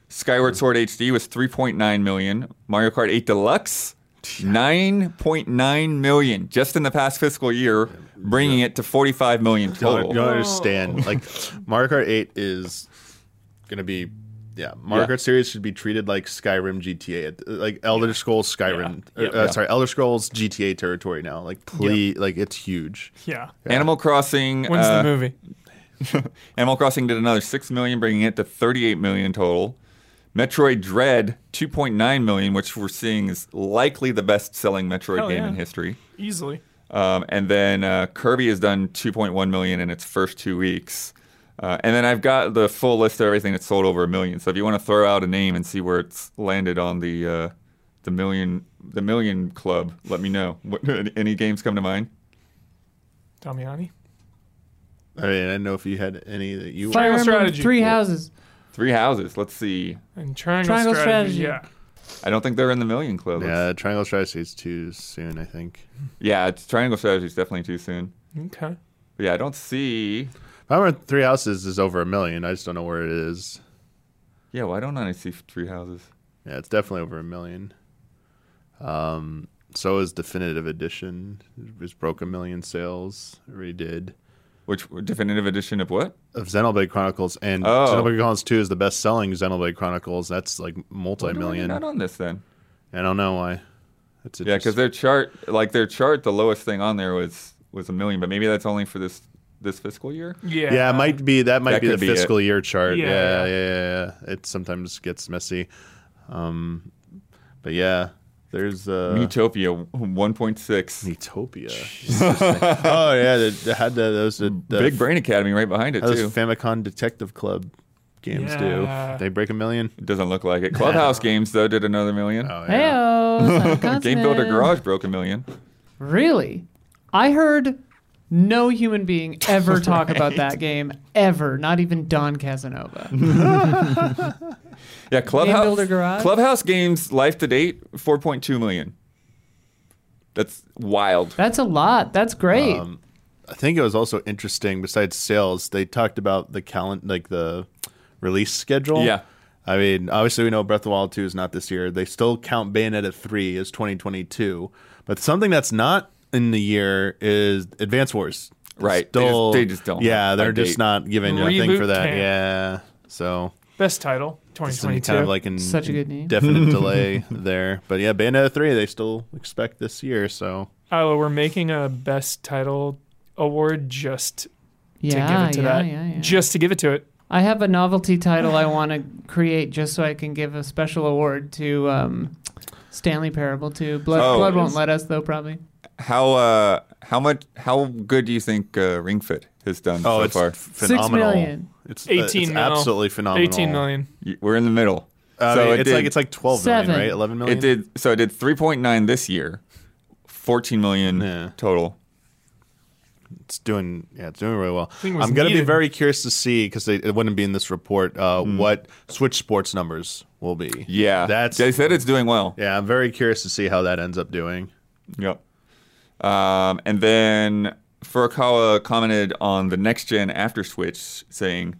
Speaker 2: Skyward Sword HD was 3.9 million. Mario Kart 8 Deluxe 9.9 million just in the past fiscal year, bringing it to 45 million
Speaker 4: don't, you
Speaker 2: total.
Speaker 4: don't understand. Like Mario Kart 8 is gonna be yeah. Mario
Speaker 2: Yeah.
Speaker 4: Kart series should be treated like Skyrim GTA, uh, like Elder Scrolls Skyrim. or, uh, Sorry, Elder Scrolls GTA territory now. Like please, like it's huge.
Speaker 3: Yeah.
Speaker 2: Animal Crossing
Speaker 3: When's
Speaker 2: uh,
Speaker 3: the movie?
Speaker 2: Animal Crossing did another 6 million, bringing it to 38 million total. Metroid Dread 2.9 million, which we're seeing is likely the best-selling Metroid
Speaker 3: Hell
Speaker 2: game
Speaker 3: yeah.
Speaker 2: in history.
Speaker 3: Easily.
Speaker 2: Um, and then uh, Kirby has done 2.1 million in its first two weeks. Uh, and then I've got the full list of everything that's sold over a million. So if you want to throw out a name and see where it's landed on the uh, the million the million club, let me know. What, any games come to mind?
Speaker 3: Damiani.
Speaker 4: I mean, I didn't know if you had any that
Speaker 3: Triangle
Speaker 4: you.
Speaker 1: Fire Emblem
Speaker 3: strategy.
Speaker 1: Three houses.
Speaker 2: Three houses. Let's see.
Speaker 3: And triangle,
Speaker 1: Triangle
Speaker 3: strategy.
Speaker 1: strategy.
Speaker 3: Yeah.
Speaker 2: I don't think they're in the million club.
Speaker 4: Yeah, Triangle Strategy is too soon. I think.
Speaker 2: Yeah, it's Triangle Strategy is definitely too soon.
Speaker 3: Okay.
Speaker 2: But yeah, I don't see.
Speaker 4: Power Three Houses is over a million. I just don't know where it is.
Speaker 2: Yeah, why don't I see Three Houses?
Speaker 4: Yeah, it's definitely over a million. Um, so is Definitive Edition. It was broke a million sales. Already did.
Speaker 2: Which definitive edition of what?
Speaker 4: of Xenoblade Chronicles, and
Speaker 2: Oh.
Speaker 4: Xenoblade Chronicles Two is the best-selling Xenoblade Chronicles. That's like multi-million.
Speaker 2: Why are they Not on this then.
Speaker 4: I don't know why. That's
Speaker 2: Yeah, because
Speaker 4: interesting.
Speaker 2: their chart, like their chart, the lowest thing on there was was a million, but maybe that's only for this this fiscal year.
Speaker 3: Yeah.
Speaker 4: yeah, it might be that might
Speaker 2: That
Speaker 4: be the
Speaker 2: could be it.
Speaker 4: fiscal year chart.
Speaker 3: Yeah,
Speaker 4: Yeah
Speaker 3: yeah.
Speaker 4: yeah, yeah, yeah, It sometimes gets messy, um, but yeah, there's uh,
Speaker 2: Utopia 1.6.
Speaker 4: Utopia. oh yeah, they, they had the, those the, the
Speaker 2: Big Brain Academy right behind it
Speaker 4: how those
Speaker 2: too.
Speaker 4: Famicom Detective Club games
Speaker 3: Yeah.
Speaker 4: do. They break a million.
Speaker 2: it doesn't look like it. Clubhouse Games though did another million.
Speaker 4: Oh yeah.
Speaker 1: Heyo.
Speaker 2: Game Builder Garage broke a million.
Speaker 1: Really? I heard no human being ever talk about that game ever. Not even Don Casanova.
Speaker 2: Yeah, Clubhouse
Speaker 1: Builder Garage?
Speaker 2: Clubhouse Games life to date 4.2 million. That's wild.
Speaker 1: That's a lot. That's great.
Speaker 4: I think it was also interesting. Besides sales, they talked about the calendar, like the release schedule.
Speaker 2: Yeah.
Speaker 4: I mean, obviously, we know Breath of the Wild 2 is not this year. They still count Bayonetta 3 as 2022. But something that's not in the year is Advance Wars. It's
Speaker 2: Right. They just-
Speaker 4: still-
Speaker 2: they just don't
Speaker 4: Yeah,
Speaker 2: have
Speaker 4: they're
Speaker 2: a
Speaker 4: just
Speaker 2: date.
Speaker 4: not giving anything
Speaker 3: Reboot
Speaker 4: for that.
Speaker 3: can't.
Speaker 4: Yeah. So
Speaker 3: Best title,
Speaker 4: Some
Speaker 3: 2022.
Speaker 4: kind of like an
Speaker 1: Such a good name.
Speaker 4: definite delay there. But yeah, Bayonetta 3, they still expect this year. So
Speaker 3: Iowa, we're making a best title award just
Speaker 1: Yeah,
Speaker 3: to give it to
Speaker 1: yeah,
Speaker 3: that.
Speaker 1: yeah, yeah.
Speaker 3: Just to give it to it.
Speaker 1: I have a novelty title I want to create just so I can give a special award to um, Stanley Parable to Blood.
Speaker 2: Oh.
Speaker 1: Blood won't let us though, probably.
Speaker 2: How uh how much how good do you think uh, Ring Fit has done so
Speaker 4: Oh, it's
Speaker 2: far?
Speaker 4: f- phenomenal.
Speaker 1: million.
Speaker 4: It's, uh,
Speaker 3: 18
Speaker 4: it's
Speaker 3: mil.
Speaker 4: absolutely phenomenal.
Speaker 3: 18 million.
Speaker 2: Y- We're in the middle.
Speaker 4: Uh,
Speaker 2: so
Speaker 4: it's
Speaker 2: it did,
Speaker 4: like it's like twelve million,
Speaker 1: Seven.
Speaker 4: right? Eleven million.
Speaker 2: it did so it did 3.9 this year. 14 million
Speaker 4: Yeah.
Speaker 2: total.
Speaker 4: It's doing yeah, it's doing really well.
Speaker 3: Thing was
Speaker 4: I'm gonna be
Speaker 3: needed.
Speaker 4: very curious to see because it wouldn't be in this report uh, what Switch Sports numbers will be.
Speaker 2: Hmm. Yeah.
Speaker 4: that's
Speaker 2: They said it's doing well.
Speaker 4: yeah. I'm very curious to see how that ends up doing.
Speaker 2: Yep. Um, and then Furukawa commented on the next gen after Switch, saying,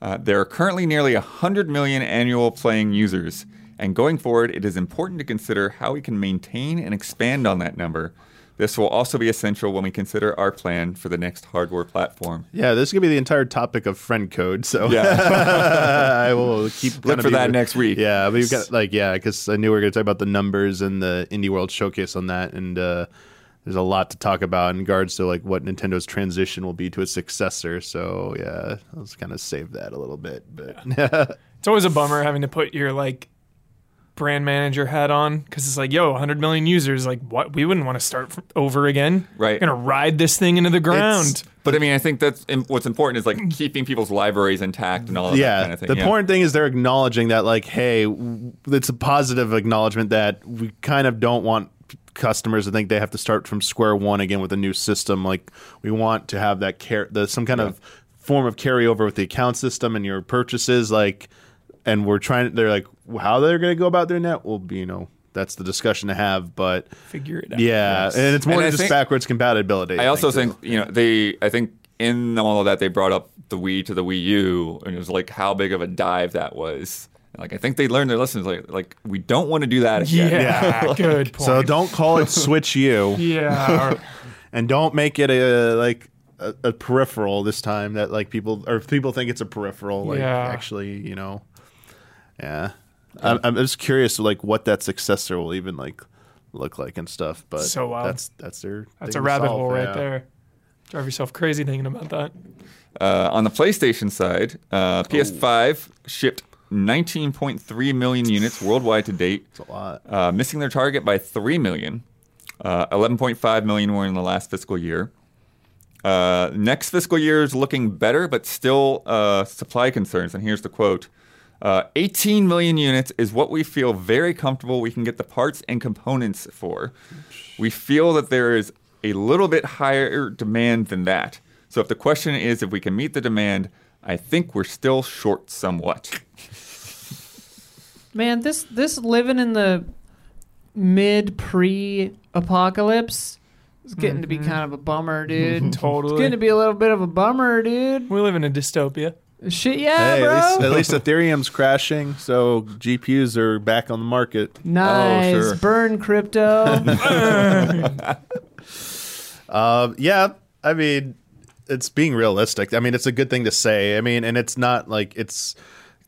Speaker 2: uh, There are currently nearly 100 million annual playing users, and going forward, it is important to consider how we can maintain and expand on that number. This will also be essential when we consider our plan for the next hardware platform.
Speaker 4: Yeah, this is gonna be the entire topic of friend code. So
Speaker 2: Yeah.
Speaker 4: I will keep
Speaker 2: Look
Speaker 4: kinda
Speaker 2: for
Speaker 4: be-
Speaker 2: that next week.
Speaker 4: Yeah, we've got like yeah, because I knew we were gonna talk about the numbers and the indie world showcase on that, and uh, there's a lot to talk about in regards to like what Nintendo's transition will be to its successor. So yeah, let's kind of save that a little bit, but.
Speaker 3: It's always a bummer having to put your like brand manager hat on because it's like, yo, 100 million users. Like, what? We wouldn't want to start from over again.
Speaker 2: Right.
Speaker 3: Gonna ride this thing into the ground.
Speaker 2: But I mean, I think that's im- what's important is like keeping people's libraries intact and all of that
Speaker 4: yeah,
Speaker 2: kind of thing.
Speaker 4: the
Speaker 2: yeah.
Speaker 4: important thing is they're acknowledging that, like, hey, w- it's a positive acknowledgement that we kind of don't want p- customers to think they have to start from square one again with a new system. Like, we want to have that care, the, some kind of form of carryover with the account system and your purchases. Like, and we're trying. They're like, how they're going to go about doing that? Well, you know, that's the discussion to have. But
Speaker 3: Figure it out.
Speaker 4: yeah, and it's more
Speaker 2: And
Speaker 4: than
Speaker 2: I
Speaker 4: just
Speaker 2: think-
Speaker 4: backwards compatibility.
Speaker 2: I also
Speaker 4: too.
Speaker 2: think you know they. I think in all of that they brought up the Wii to the Wii U, and it was like how big of a dive that was. Like I think they learned their lessons. Like like we don't want to do that
Speaker 3: Yeah.
Speaker 2: again.
Speaker 3: Good point.
Speaker 4: so. Don't call it Switch U.
Speaker 3: Yeah. or-
Speaker 4: and don't make it a like a, a peripheral this time that like people or if people think it's a peripheral like
Speaker 3: Yeah.
Speaker 4: actually you know yeah I'm, I'm just curious like what that successor will even like look like and stuff but
Speaker 3: So wild.
Speaker 4: that's that's their
Speaker 3: That's
Speaker 4: thing
Speaker 3: a
Speaker 4: to
Speaker 3: rabbit
Speaker 4: solve,
Speaker 3: hole
Speaker 4: yeah.
Speaker 3: right there. Drive yourself crazy thinking about that.
Speaker 2: Uh, on the PlayStation side, uh, PS5 shipped 19.3 million units worldwide to date,
Speaker 4: it's a lot
Speaker 2: uh, missing their target by 3 million. Uh, 11.5 million were in the last fiscal year. Uh, next fiscal year is looking better, but still uh, supply concerns. And here's the quote uh, 18 million units is what we feel very comfortable we can get the parts and components for. We feel that there is a little bit higher demand than that. So if the question is if we can meet the demand, I think we're still short somewhat.
Speaker 1: Man, this this living in the mid pre apocalypse is getting to be kind of a bummer, dude. It's
Speaker 3: Mm-hmm. Totally.
Speaker 1: getting to be a little bit of a bummer, dude.
Speaker 3: we live in a dystopia.
Speaker 1: Shit, yeah,
Speaker 4: hey, at least, Oh,
Speaker 1: bro.
Speaker 4: at least Ethereum's crashing, so GPUs are back on the market.
Speaker 1: Nice,
Speaker 2: Oh, sure.
Speaker 1: burn crypto.
Speaker 4: Um, yeah, I mean, it's being realistic. I mean, it's a good thing to say. I mean, and it's not like it's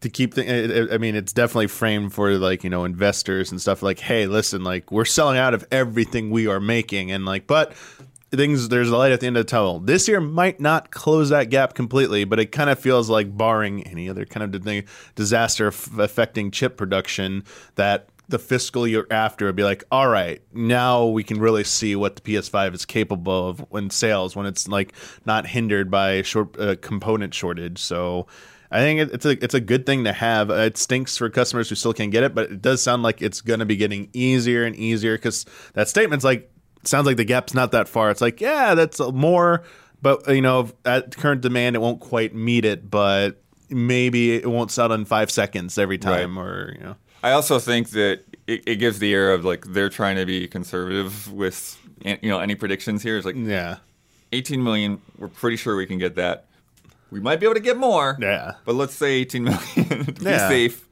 Speaker 4: to keep. The, I I mean, it's definitely framed for like you know investors and stuff. Like, hey, listen, like we're selling out of everything we are making, and like, but things there's a light at the end of the tunnel. This year might not close that gap completely, but it kind of feels like barring any other kind of di- disaster f- affecting chip production that the fiscal year after would be like, all right, now we can really see what the PS5 is capable of when sales, when it's like not hindered by short uh, component shortage. So I think it- it's a it's a good thing to have. Uh, It stinks for customers who still can't get it, but it does sound like it's going to be getting easier and easier because that statement's like sounds like the gap's not that far. It's like yeah, that's more, but you know at current demand it won't quite meet it, but maybe it won't sell in five seconds every time or you know.
Speaker 2: I also think that it, it gives the air of like they're trying to be conservative with an- you know any predictions here. It's like
Speaker 4: Yeah.
Speaker 2: 18 million. We're pretty sure we can get that. We might be able to get more.
Speaker 4: Yeah.
Speaker 2: But let's say 18 million. to
Speaker 4: Yeah.
Speaker 2: Be safe.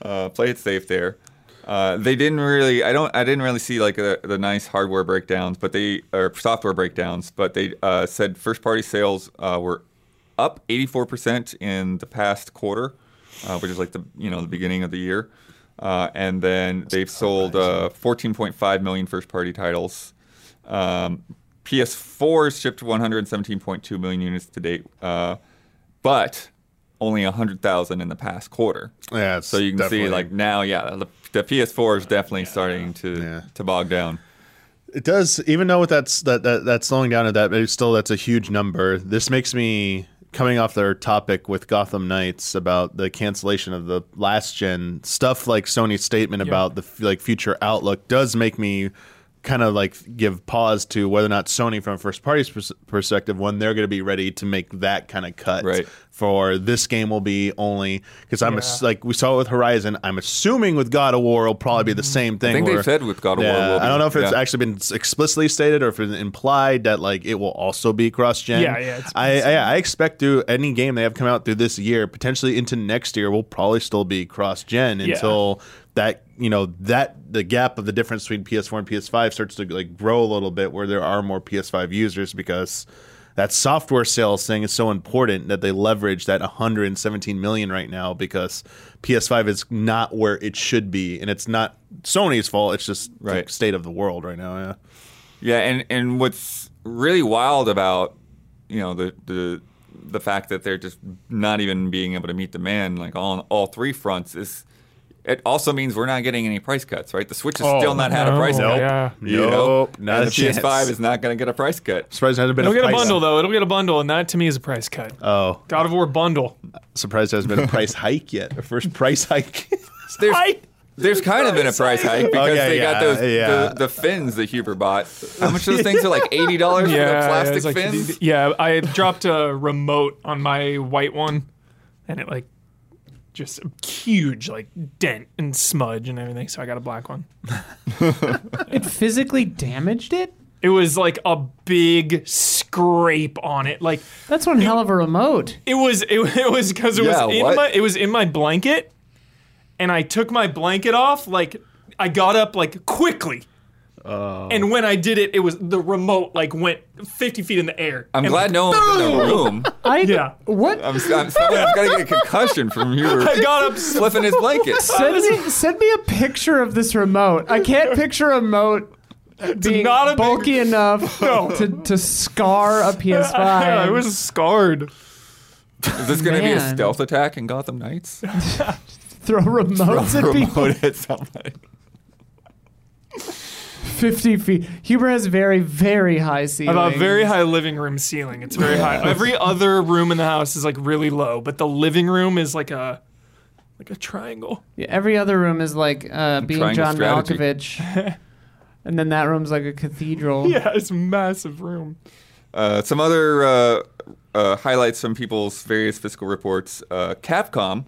Speaker 2: Uh, play it safe there. Uh, they didn't really. I don't. I didn't really see like the the nice hardware breakdowns, but they or software breakdowns. But they uh, said first party sales uh, were up 84 percent in the past quarter. uh, which is like the you know the beginning of the year, uh, and then they've sold uh, 14.5 million first-party titles. Um, PS4 shipped 117.2 million units to date, uh, but only 100,000 in the past quarter.
Speaker 4: Yeah, it's
Speaker 2: So you can
Speaker 4: definitely-
Speaker 2: see, like now, yeah, the, the PS4 is definitely starting to
Speaker 4: Yeah.
Speaker 2: to bog down.
Speaker 4: it does. Even though that's that, that that's slowing down at that, but it's still that's a huge number. This makes me coming off their topic with Gotham Knights about the cancellation of the last gen stuff. Like Sony's statement about the f- like future outlook does make me kind of like give pause to whether or not Sony, from a first party's pers- perspective, when they're going to be ready to make that kind of cut
Speaker 2: Right.
Speaker 4: for this game will be only because I'm ass- like we saw it with Horizon. I'm assuming with God of War will probably be the same thing.
Speaker 2: Mm-hmm. I think they've
Speaker 4: where-
Speaker 2: said with God of War
Speaker 4: yeah,
Speaker 2: will be-
Speaker 4: I don't know if it's
Speaker 2: yeah.
Speaker 4: actually been explicitly stated or if it's implied that like it will also be cross gen.
Speaker 3: Yeah, yeah, it's-
Speaker 4: I, I I expect through any game they have come out through this year, potentially into next year, will probably still be cross gen
Speaker 3: Yeah.
Speaker 4: until that you know that the gap of the difference between PS4 and PS5 starts to like grow a little bit, where there are more PS5 users because. That software sales thing is so important that they leverage that 117 million right now because PS5 is not where it should be, and it's not Sony's fault. It's just the
Speaker 2: Right.
Speaker 4: state of the world right now. Yeah.
Speaker 2: Yeah, and and what's really wild about you know the the the fact that they're just not even being able to meet demand like on all three fronts is it also means we're not getting any price cuts, right? The Switch has
Speaker 4: Oh,
Speaker 2: still not had a
Speaker 3: no.
Speaker 2: price cut.
Speaker 3: Yeah.
Speaker 2: You know?
Speaker 4: Nope, not
Speaker 2: and the
Speaker 4: a
Speaker 2: PS5
Speaker 4: chance.
Speaker 2: is not going to get a price cut.
Speaker 4: Surprised it hasn't been
Speaker 3: It'll
Speaker 4: a
Speaker 3: get a
Speaker 4: price.
Speaker 3: bundle though. It'll get a bundle, and that to me is a price cut.
Speaker 4: Oh,
Speaker 3: God of War bundle.
Speaker 4: surprised there hasn't been a price hike yet. A first price hike.
Speaker 2: There's,
Speaker 3: I
Speaker 2: there's kind of been a price hike because
Speaker 4: Okay,
Speaker 2: they
Speaker 4: yeah,
Speaker 2: got those
Speaker 4: yeah.
Speaker 2: the, the fins that Huber bought. How much those things are like eighty dollars for the
Speaker 3: yeah,
Speaker 2: plastic
Speaker 3: it's like-
Speaker 2: fins?
Speaker 3: yeah. I dropped a remote on my white one, and it like just a huge like dent and smudge and everything. So I got a black one.
Speaker 5: It physically damaged it?
Speaker 3: It was like a big scrape on it. Like
Speaker 5: That's one hell of a remote.
Speaker 3: it was it, it was because it
Speaker 2: Yeah,
Speaker 3: was in
Speaker 2: what?
Speaker 3: my it was in my blanket, and I took my blanket off. Like I got up like quickly.
Speaker 2: Oh.
Speaker 3: And when I did it, it was the remote like went 50 feet in the air.
Speaker 2: I'm
Speaker 3: and
Speaker 2: glad no one was in the room.
Speaker 5: I
Speaker 3: Yeah.
Speaker 5: What?
Speaker 2: I'm, I'm, I'm gonna get a concussion from Huber
Speaker 3: I got up so
Speaker 2: flipping his blankets.
Speaker 5: Send me, send me a picture of this remote. I can't picture a remote being
Speaker 3: not a big-
Speaker 5: bulky enough to, to scar a PS5.
Speaker 3: Yeah, I was scarred.
Speaker 2: Is this going to be a
Speaker 1: Man.
Speaker 2: stealth attack in Gotham Knights?
Speaker 5: Throw remotes at people
Speaker 2: Remote at somebody.
Speaker 5: 50 feet. Huber has very, very high ceilings.
Speaker 3: I have a very high living room ceiling. It's very high. Every other room in the house is like really low, but the living room is like a like a triangle.
Speaker 5: Yeah, every other room is like uh, being
Speaker 2: triangle
Speaker 5: John
Speaker 2: strategy.
Speaker 5: Malkovich. and then that room's like a cathedral.
Speaker 3: Yeah, it's a massive room.
Speaker 2: Uh, some other uh, uh, highlights from people's various fiscal reports. Uh, Capcom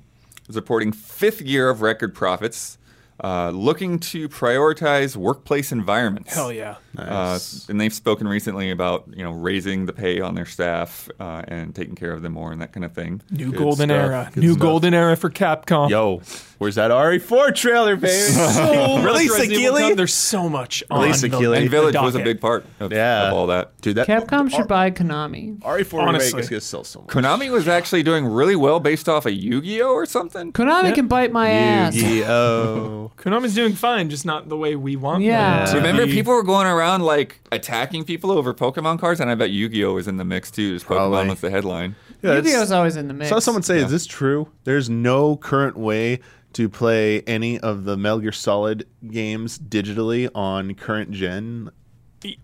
Speaker 2: is reporting fifth year of record profits, uh, looking to prioritize workplace environments.
Speaker 3: Hell yeah.
Speaker 2: Uh, and they've spoken recently about you know raising the pay on their staff uh, and taking care of them more and that kind of thing.
Speaker 3: New
Speaker 4: Good
Speaker 3: golden
Speaker 4: stuff,
Speaker 3: era.
Speaker 4: good
Speaker 3: New
Speaker 4: stuff.
Speaker 3: golden era for Capcom.
Speaker 4: Yo, where's that RE4 trailer, baby?
Speaker 3: So much
Speaker 4: Release
Speaker 3: Resident Evil
Speaker 4: Achille?
Speaker 3: come. There's so much on
Speaker 4: Release
Speaker 3: the-
Speaker 4: Achille.
Speaker 2: And
Speaker 3: the
Speaker 2: Village was a
Speaker 3: docket.
Speaker 2: big part of,
Speaker 4: Yeah.
Speaker 2: of all that.
Speaker 4: Dude, that
Speaker 5: Capcom should buy Konami.
Speaker 4: RE4
Speaker 3: Honestly.
Speaker 4: remake is gonna sell so much.
Speaker 2: Konami was actually doing really well based off of Yu-Gi-Oh or something.
Speaker 5: Konami can bite my ass.
Speaker 4: Yu-Gi-Oh.
Speaker 3: Konami's doing fine, just not the way we want.
Speaker 5: Yeah.
Speaker 3: them to
Speaker 2: Remember,
Speaker 3: be.
Speaker 2: people were going around like attacking people over Pokemon cards, and I bet Yu-Gi-Oh was in the mix too. Just
Speaker 4: Probably.
Speaker 2: Pokemon was the headline.
Speaker 4: Yeah, it's-
Speaker 5: Yu-Gi-Oh's always in the mix.
Speaker 4: Saw someone say, "Is this true? There's no current way to play any of the Metal Gear Solid games digitally on current gen."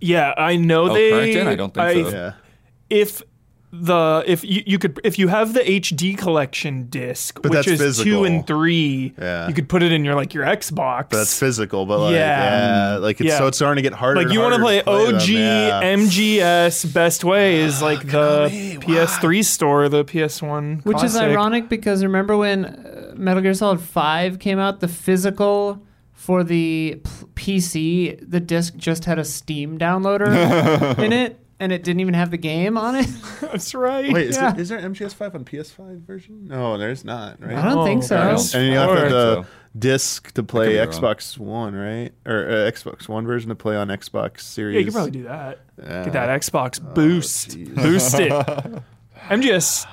Speaker 3: Yeah, I know
Speaker 2: Oh,
Speaker 3: they.
Speaker 2: current gen? I don't think so.
Speaker 4: Yeah,
Speaker 3: if the if you, you could if you have the HD collection disc, which
Speaker 4: that's
Speaker 3: is
Speaker 4: physical.
Speaker 3: two and three,
Speaker 4: Yeah.
Speaker 3: you could put it in your like your Xbox.
Speaker 4: but that's physical. But like, yeah,
Speaker 3: Yeah.
Speaker 4: like it's
Speaker 3: Yeah.
Speaker 4: so it's starting to get harder.
Speaker 3: like you
Speaker 4: want to
Speaker 3: play,
Speaker 4: them,
Speaker 3: OG
Speaker 4: yeah. Ah,
Speaker 3: MGS best way is like the PS3 store, the PS1,
Speaker 5: Which is
Speaker 3: classic.
Speaker 5: ironic because remember when uh, Metal Gear Solid 5 came out, the physical for the p- PC, the disc just had a Steam downloader in it, and it didn't even have the game on it.
Speaker 3: That's right.
Speaker 4: Wait, is,
Speaker 5: Yeah.
Speaker 4: there, is there MGS five on PS five version? No, there's not. Right.
Speaker 5: I don't
Speaker 3: Oh,
Speaker 5: think so.
Speaker 2: I
Speaker 4: And you have to
Speaker 3: Or-
Speaker 4: have the
Speaker 2: So-
Speaker 4: disc to play
Speaker 2: be wrong.
Speaker 4: Xbox One, right? Or uh, Xbox One version to play on Xbox Series.
Speaker 3: Yeah, you could probably do that.
Speaker 4: Yeah. Oh,
Speaker 3: Get that Xbox boost, boost it. MGS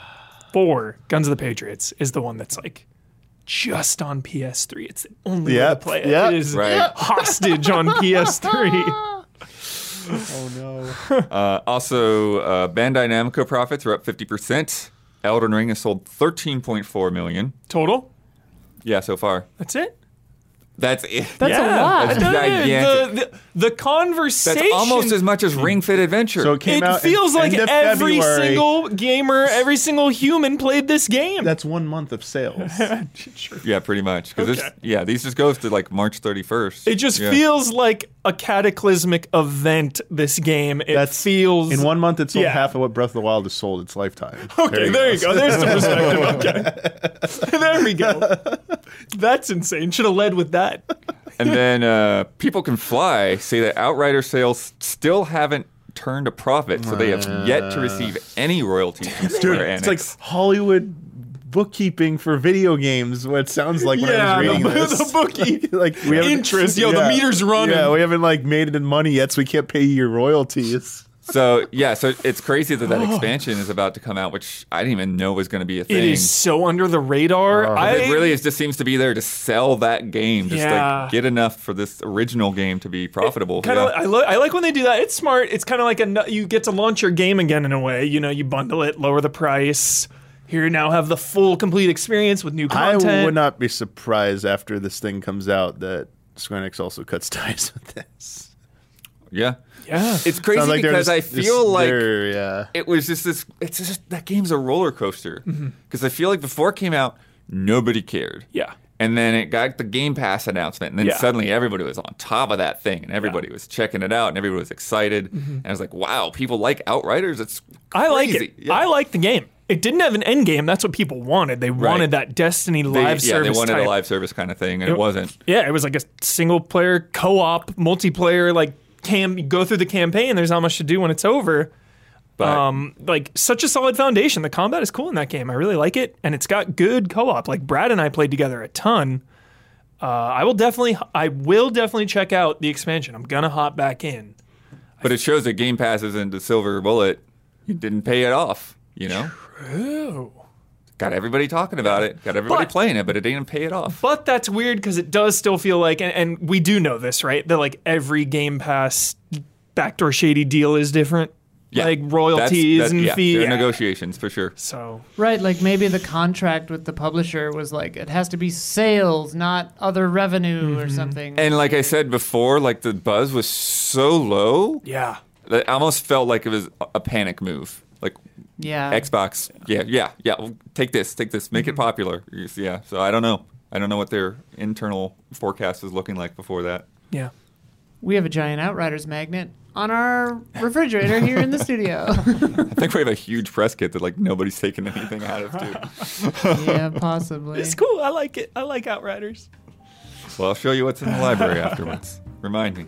Speaker 3: four, Guns of the Patriots is the one that's like just on PS3. It's the only way
Speaker 4: Yep,
Speaker 3: to play it.
Speaker 4: yep.
Speaker 3: It is
Speaker 2: Right.
Speaker 3: hostage on PS3. Oh,
Speaker 2: Uh, also, uh, Bandai Namco profits are up 50%. Elden Ring has sold 13.4 million.
Speaker 3: Total?
Speaker 2: Yeah, so far.
Speaker 3: That's it?
Speaker 2: That's it.
Speaker 1: That's
Speaker 3: yeah.
Speaker 1: a lot.
Speaker 2: That's
Speaker 3: No, no, no,
Speaker 2: gigantic.
Speaker 3: The, the, the conversation.
Speaker 2: That's almost as much as Ring Fit Adventure.
Speaker 4: So it
Speaker 3: It
Speaker 4: came out. in-
Speaker 3: feels like
Speaker 4: end of
Speaker 3: every
Speaker 4: February.
Speaker 3: single gamer, every single human played this game.
Speaker 4: That's one month of sales.
Speaker 2: yeah, pretty much. 'Cause this-
Speaker 3: Okay.
Speaker 2: yeah, these just goes to like March 31st.
Speaker 3: It just
Speaker 2: Yeah.
Speaker 3: feels like a cataclysmic event. This game. It
Speaker 4: That's-
Speaker 3: feels
Speaker 4: In one month, it sold
Speaker 3: Yeah.
Speaker 4: half of what Breath of the Wild has sold its lifetime.
Speaker 3: Okay, there you go. There's some perspective. Okay, there we go. That's insane. Should have led with that.
Speaker 2: And then uh, people can fly say that Outrider sales still haven't turned a profit, so they have yet to receive any royalties from Square Enix.
Speaker 4: It's like Hollywood bookkeeping for video games. What it sounds like when I was reading
Speaker 3: the,
Speaker 4: this.
Speaker 3: the bookie.
Speaker 4: like we haven't-
Speaker 3: interest, yo, the meter's running.
Speaker 4: Yeah, we haven't like made it in money yet, so we can't pay you your royalties.
Speaker 2: so yeah, so it's crazy that that expansion is about to come out, which I didn't even know was going to be a thing.
Speaker 3: It is so under the radar. I
Speaker 2: It really is, just seems to be there to sell that game, just
Speaker 3: Yeah.
Speaker 2: like get enough for this original game to be profitable.
Speaker 3: Kind of,
Speaker 2: Yeah.
Speaker 3: I, lo- I like when they do that. It's smart. It's kind of like a nu- you get to launch your game again in a way. You know, you bundle it, lower the price. Here you now have the full complete experience with new content.
Speaker 4: I would not be surprised after this thing comes out that Square Enix also cuts ties with this.
Speaker 2: yeah,
Speaker 3: Yeah.
Speaker 2: it's crazy
Speaker 4: Sounds like they're
Speaker 2: because
Speaker 4: just-
Speaker 2: I
Speaker 4: just-
Speaker 2: feel like
Speaker 4: they're, yeah.
Speaker 2: it was just this. It's just that game's a roller coaster because
Speaker 3: Mm-hmm.
Speaker 2: I feel like before it came out, nobody cared.
Speaker 3: Yeah.
Speaker 2: And then it got the Game Pass announcement, and then
Speaker 3: Yeah.
Speaker 2: suddenly everybody was on top of that thing, and everybody was checking it out, and everybody was excited. And I was like, "Wow, people like Outriders. It's
Speaker 3: Mm-hmm. I like it.
Speaker 2: crazy." Yeah.
Speaker 3: I like the game. It didn't have an end game. That's what people wanted. They wanted that Destiny
Speaker 2: They-
Speaker 3: live
Speaker 2: yeah,
Speaker 3: service
Speaker 2: they wanted
Speaker 3: type.
Speaker 2: a live service kind of thing, and it wasn't.
Speaker 3: Yeah, it was like a single player co-op multiplayer like cam you go through the campaign, there's not much to do when it's over.
Speaker 2: But
Speaker 3: Um like such a solid foundation. The combat is cool in that game. I really like it and it's got good co-op. Like Brad and I played together a ton. Uh, I will definitely I will definitely check out the expansion. I'm going to hop back in.
Speaker 2: But it shows that Game Pass isn't the silver bullet. You didn't pay it off, you know?
Speaker 3: True.
Speaker 2: Got everybody talking about it, got everybody
Speaker 3: But-
Speaker 2: playing it, but it didn't pay it off.
Speaker 3: But that's weird because it does still feel like, and, and we do know this, right? That like every Game Pass backdoor shady deal is different,
Speaker 2: Yeah,
Speaker 3: like
Speaker 2: that's-
Speaker 3: royalties
Speaker 2: that's-
Speaker 3: and
Speaker 2: yeah,
Speaker 3: fees.
Speaker 2: there are
Speaker 3: Yeah.
Speaker 2: negotiations for sure.
Speaker 3: So
Speaker 5: Right, like maybe the contract with the publisher was like it has to be sales, not other revenue or something.
Speaker 2: And like I said before, like the buzz was so low
Speaker 3: yeah,
Speaker 2: that it almost felt like it was a- a panic move. Like
Speaker 3: Uh,
Speaker 5: yeah.
Speaker 2: Xbox, yeah, yeah, yeah. well, take this, take this, make
Speaker 3: Mm-hmm.
Speaker 2: it popular. Yeah. So I don't know. I don't know what their internal forecast was looking like before that.
Speaker 3: yeah.
Speaker 5: we have a giant Outriders magnet on our refrigerator here in the studio.
Speaker 2: I think we have a huge press kit that like nobody's taken anything out of too.
Speaker 5: yeah, possibly.
Speaker 3: It's cool. I like it. I like Outriders.
Speaker 2: Well, I'll show you what's in the library afterwards. Remind me.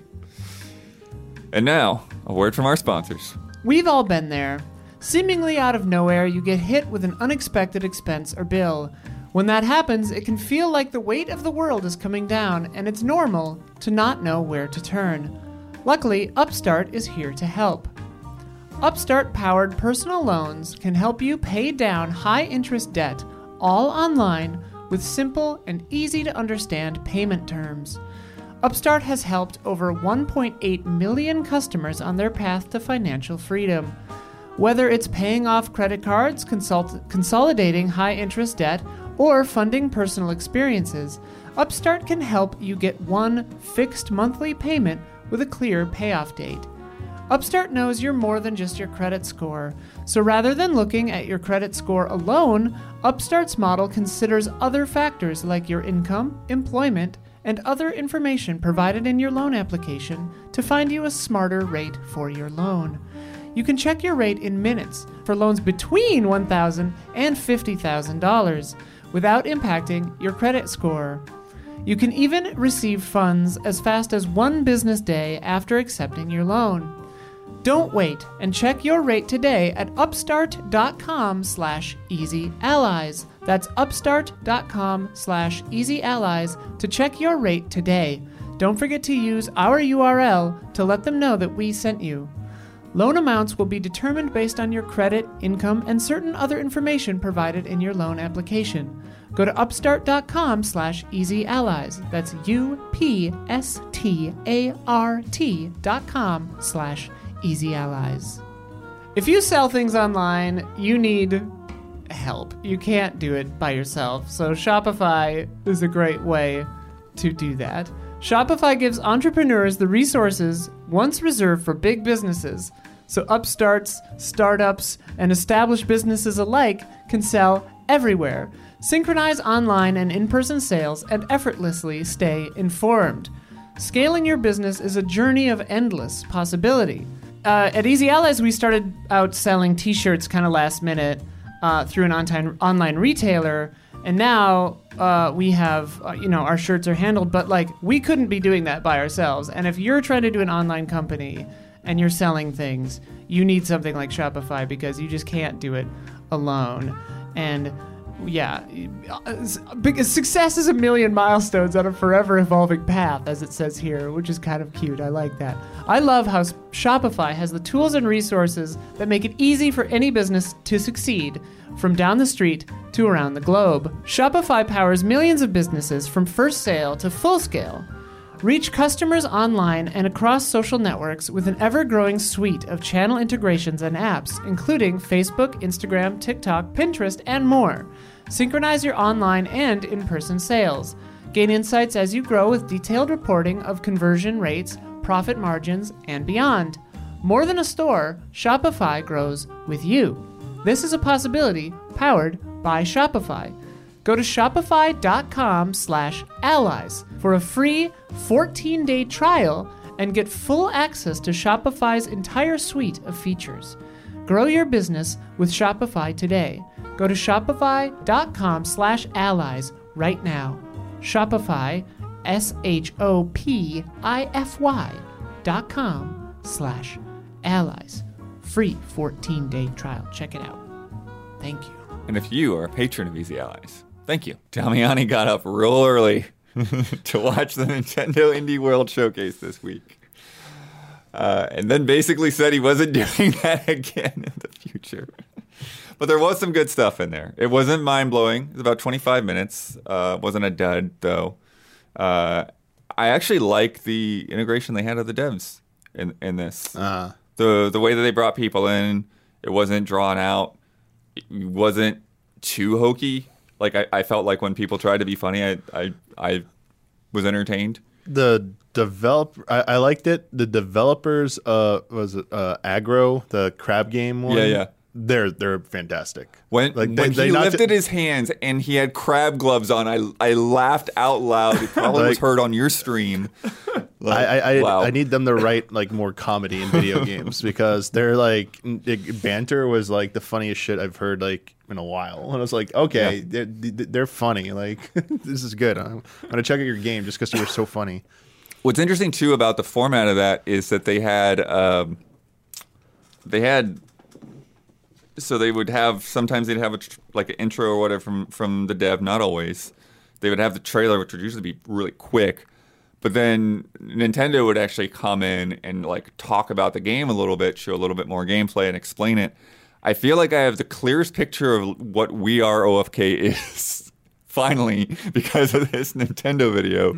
Speaker 2: And now, a word from our sponsors.
Speaker 5: We've all been there. Seemingly out of nowhere, you get hit with an unexpected expense or bill. When that happens, it can feel like the weight of the world is coming down, and it's normal to not know where to turn. Luckily, Upstart is here to help. Upstart powered personal loans can help you pay down high interest debt all online with simple and easy to understand payment terms. Upstart has helped over 1.8 million customers on their path to financial freedom. Whether it's paying off credit cards, consult- consolidating high interest debt, or funding personal experiences, Upstart can help you get one fixed monthly payment with a clear payoff date. Upstart knows you're more than just your credit score. So rather than looking at your credit score alone, Upstart's model considers other factors like your income, employment, and other information provided in your loan application to find you a smarter rate for your loan. You can check your rate in minutes for loans between $1,000 and $50,000 without impacting your credit score. You can even receive funds as fast as one business day after accepting your loan. Don't wait and check your rate today at upstart.com slash easy allies. That's upstart.com slash easy allies to check your rate today. Don't forget to use our URL to let them know that we sent you. Loan amounts will be determined based on your credit, income, and certain other information provided in your loan application. Go to upstart.com slash easy allies. That's U-P-S-T-A-R-T dot com slash easy allies. If you sell things online, you need help. You can't do it by yourself. So Shopify is a great way to do that. Shopify gives entrepreneurs the resources once reserved for big businesses. So upstarts, startups, and established businesses alike can sell everywhere. Synchronize online and in-person sales and effortlessly stay informed. Scaling your business is a journey of endless possibility. Uh, at Easy Allies, we started out selling t-shirts kind of last minute uh, through an on- online retailer, and now uh, we have uh, you know our shirts are handled, but like we couldn't be doing that by ourselves. And if you're trying to do an online company and you're selling things, you need something like Shopify because you just can't do it alone. And yeah, s- big- success is a million milestones on a forever evolving path, as it says here, which is kind of cute. I like that. I love how S- Shopify has the tools and resources that make it easy for any business to succeed from down the street to around the globe. Shopify powers millions of businesses from first sale to full scale. Reach customers online and across social networks with an ever growing suite of channel integrations and apps, including Facebook, Instagram, TikTok, Pinterest, and more. Synchronize your online and in person sales. Gain insights as you grow with detailed reporting of conversion rates, profit margins, and beyond. More than a store, Shopify grows with you. This is a possibility powered by Shopify. Go to shopify.com slash allies for a free 14-day trial and get full access to Shopify's entire suite of features. Grow your business with Shopify today. Go to shopify.com slash allies right now. Shopify, S-H-O-P-I-F-Y dot com slash allies. Free 14-day trial. Check it out. Thank you.
Speaker 2: And if you are a patron of Easy Allies, thank you. Damiani got up real early to watch the Nintendo Indie World Showcase this week. Uh, and then basically said he wasn't doing that again in the future. But there was some good stuff in there. It wasn't mind blowing. It was about 25 minutes. Uh, wasn't a dud, though. Uh, I actually like the integration they had of the devs in, in this.
Speaker 4: Uh,
Speaker 2: the the way that they brought people in, it wasn't drawn out. It wasn't too hokey. Like I, I felt like when people tried to be funny, I I, I was entertained.
Speaker 4: the develop I, I liked it. The developers uh was it uh aggro, the crab game one.
Speaker 2: Yeah, yeah.
Speaker 4: They're they're fantastic.
Speaker 2: When, when he
Speaker 4: knocked
Speaker 2: lifted
Speaker 4: it-
Speaker 2: his hands and he had crab gloves on, I I laughed out loud. It probably was
Speaker 4: Like-
Speaker 2: heard on your stream.
Speaker 4: I I, I,
Speaker 2: wow.
Speaker 4: I need them to write like more comedy in video games because they're like n- it- banter was like the funniest shit I've heard like in a while, and I was like, okay, they're, they're funny. Like this is good. I'm, I'm gonna check out your game just because you were so funny.
Speaker 2: What's interesting too about the format of that is that they had um, they had so they would have sometimes they'd have a tr- like an intro or whatever from from the dev, not always. They would have the trailer, which would usually be really quick, but then Nintendo would actually come in and like talk about the game a little bit, show a little bit more gameplay, and explain it. I feel like I have the clearest picture of what We Are OFK is finally because of this Nintendo video.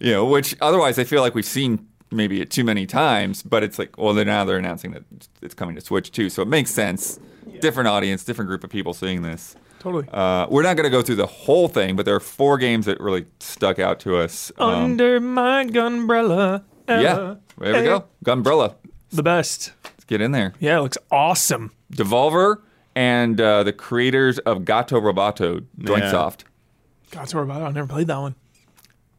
Speaker 2: You know, which otherwise I feel like we've seen maybe it too many times, but it's like, well, they're now they're announcing that it's coming to Switch too, so it makes sense. Different audience, different group of people seeing this.
Speaker 3: Totally.
Speaker 2: Uh, we're not going to go through the whole thing, but there are four games that really stuck out to us.
Speaker 3: Oh,
Speaker 2: Um,
Speaker 3: Under my umbrella.
Speaker 2: yeah, there we go. Gumbrella,
Speaker 3: The best.
Speaker 2: let's get in there.
Speaker 3: Yeah, it looks awesome.
Speaker 2: Devolver and uh, the creators of Gato Roboto, Joint
Speaker 4: Yeah.
Speaker 2: Soft.
Speaker 3: God, sorry about it. I never played that one.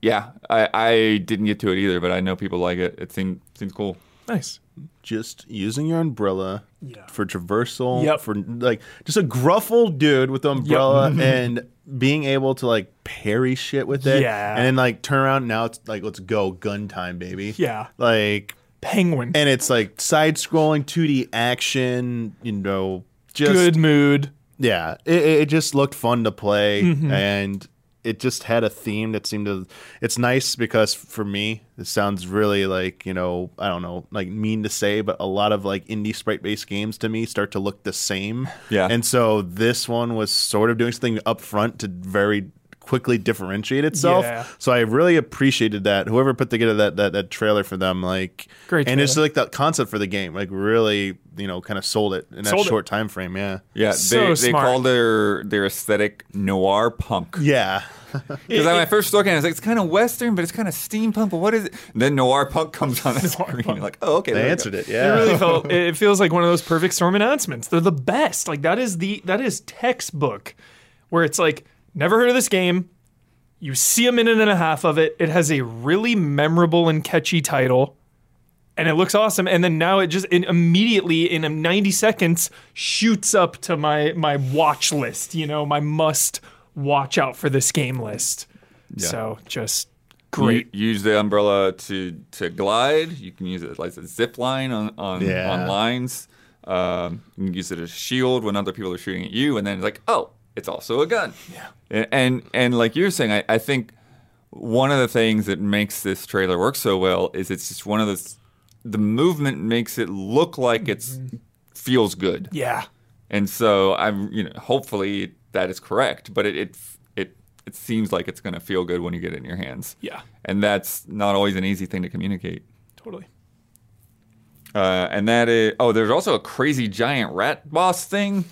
Speaker 2: Yeah, I, I didn't get to it either, but I know people like it. It seemed seems cool.
Speaker 3: Nice.
Speaker 4: Just using your umbrella
Speaker 3: Yeah.
Speaker 4: for traversal.
Speaker 3: Yep.
Speaker 4: For like just a gruff old dude with the umbrella and being able to like parry shit with it.
Speaker 3: Yeah.
Speaker 4: And then like turn around. Now it's like let's go gun time, baby.
Speaker 3: Yeah.
Speaker 4: Like
Speaker 3: Penguin.
Speaker 4: and it's like side scrolling 2D action, you know, just
Speaker 3: Good mood. Mm-hmm.
Speaker 4: yeah, it, it it just looked fun to play and it just had a theme that seemed to. It's nice because for me, it sounds really like you know I don't know like mean to say, but a lot of like indie sprite based games to me start to look the same.
Speaker 2: Yeah.
Speaker 4: and so this one was sort of doing something up front to very quickly differentiate itself.
Speaker 3: Yeah.
Speaker 4: So I really appreciated that. Whoever put together that that, that trailer for them, like
Speaker 3: Great
Speaker 4: and it's
Speaker 3: trailer.
Speaker 4: like that concept for the game, like really, you know, kind of sold it in that
Speaker 3: Sold it.
Speaker 4: short time frame. Yeah,
Speaker 2: Yeah, they,
Speaker 3: So
Speaker 2: they
Speaker 3: smart.
Speaker 2: call their their aesthetic noir punk.
Speaker 4: yeah,
Speaker 2: Because when I first looked at it, I was like, it's kind of Western, but it's kind of steampunk, but what is it? And then noir punk comes on the screen. You're like, oh, okay.
Speaker 4: they
Speaker 2: there we
Speaker 4: answered
Speaker 2: go.
Speaker 4: it.
Speaker 3: It
Speaker 4: Yeah,
Speaker 3: really felt. It feels like one of those perfect storm announcements. They're the best. Like that is the that is textbook, where it's like never heard of this game. You see a minute and a half of it. It has a really memorable and catchy title, and it looks awesome. And then now it just it immediately in 90 seconds shoots up to my my watch list. You know, my must watch out for this game list. So just great.
Speaker 2: You use the umbrella to to glide. You can use it like a zip line on on,
Speaker 4: Yeah.
Speaker 2: on lines. Um, you can use it as a shield when other people are shooting at you, and then it's like, oh, it's also a gun. Yeah. And and, and like you're saying, I, I think one of the things that makes this trailer work so well is it's just one of those. The movement makes it look like it's feels good.
Speaker 3: yeah.
Speaker 2: And so I'm, you know, hopefully that is correct, but it it it, it seems like it's going to feel good when you get it in your hands.
Speaker 3: Yeah.
Speaker 2: And that's not always an easy thing to communicate.
Speaker 3: Totally.
Speaker 2: Uh, and that is, oh, there's also a crazy giant rat boss thing.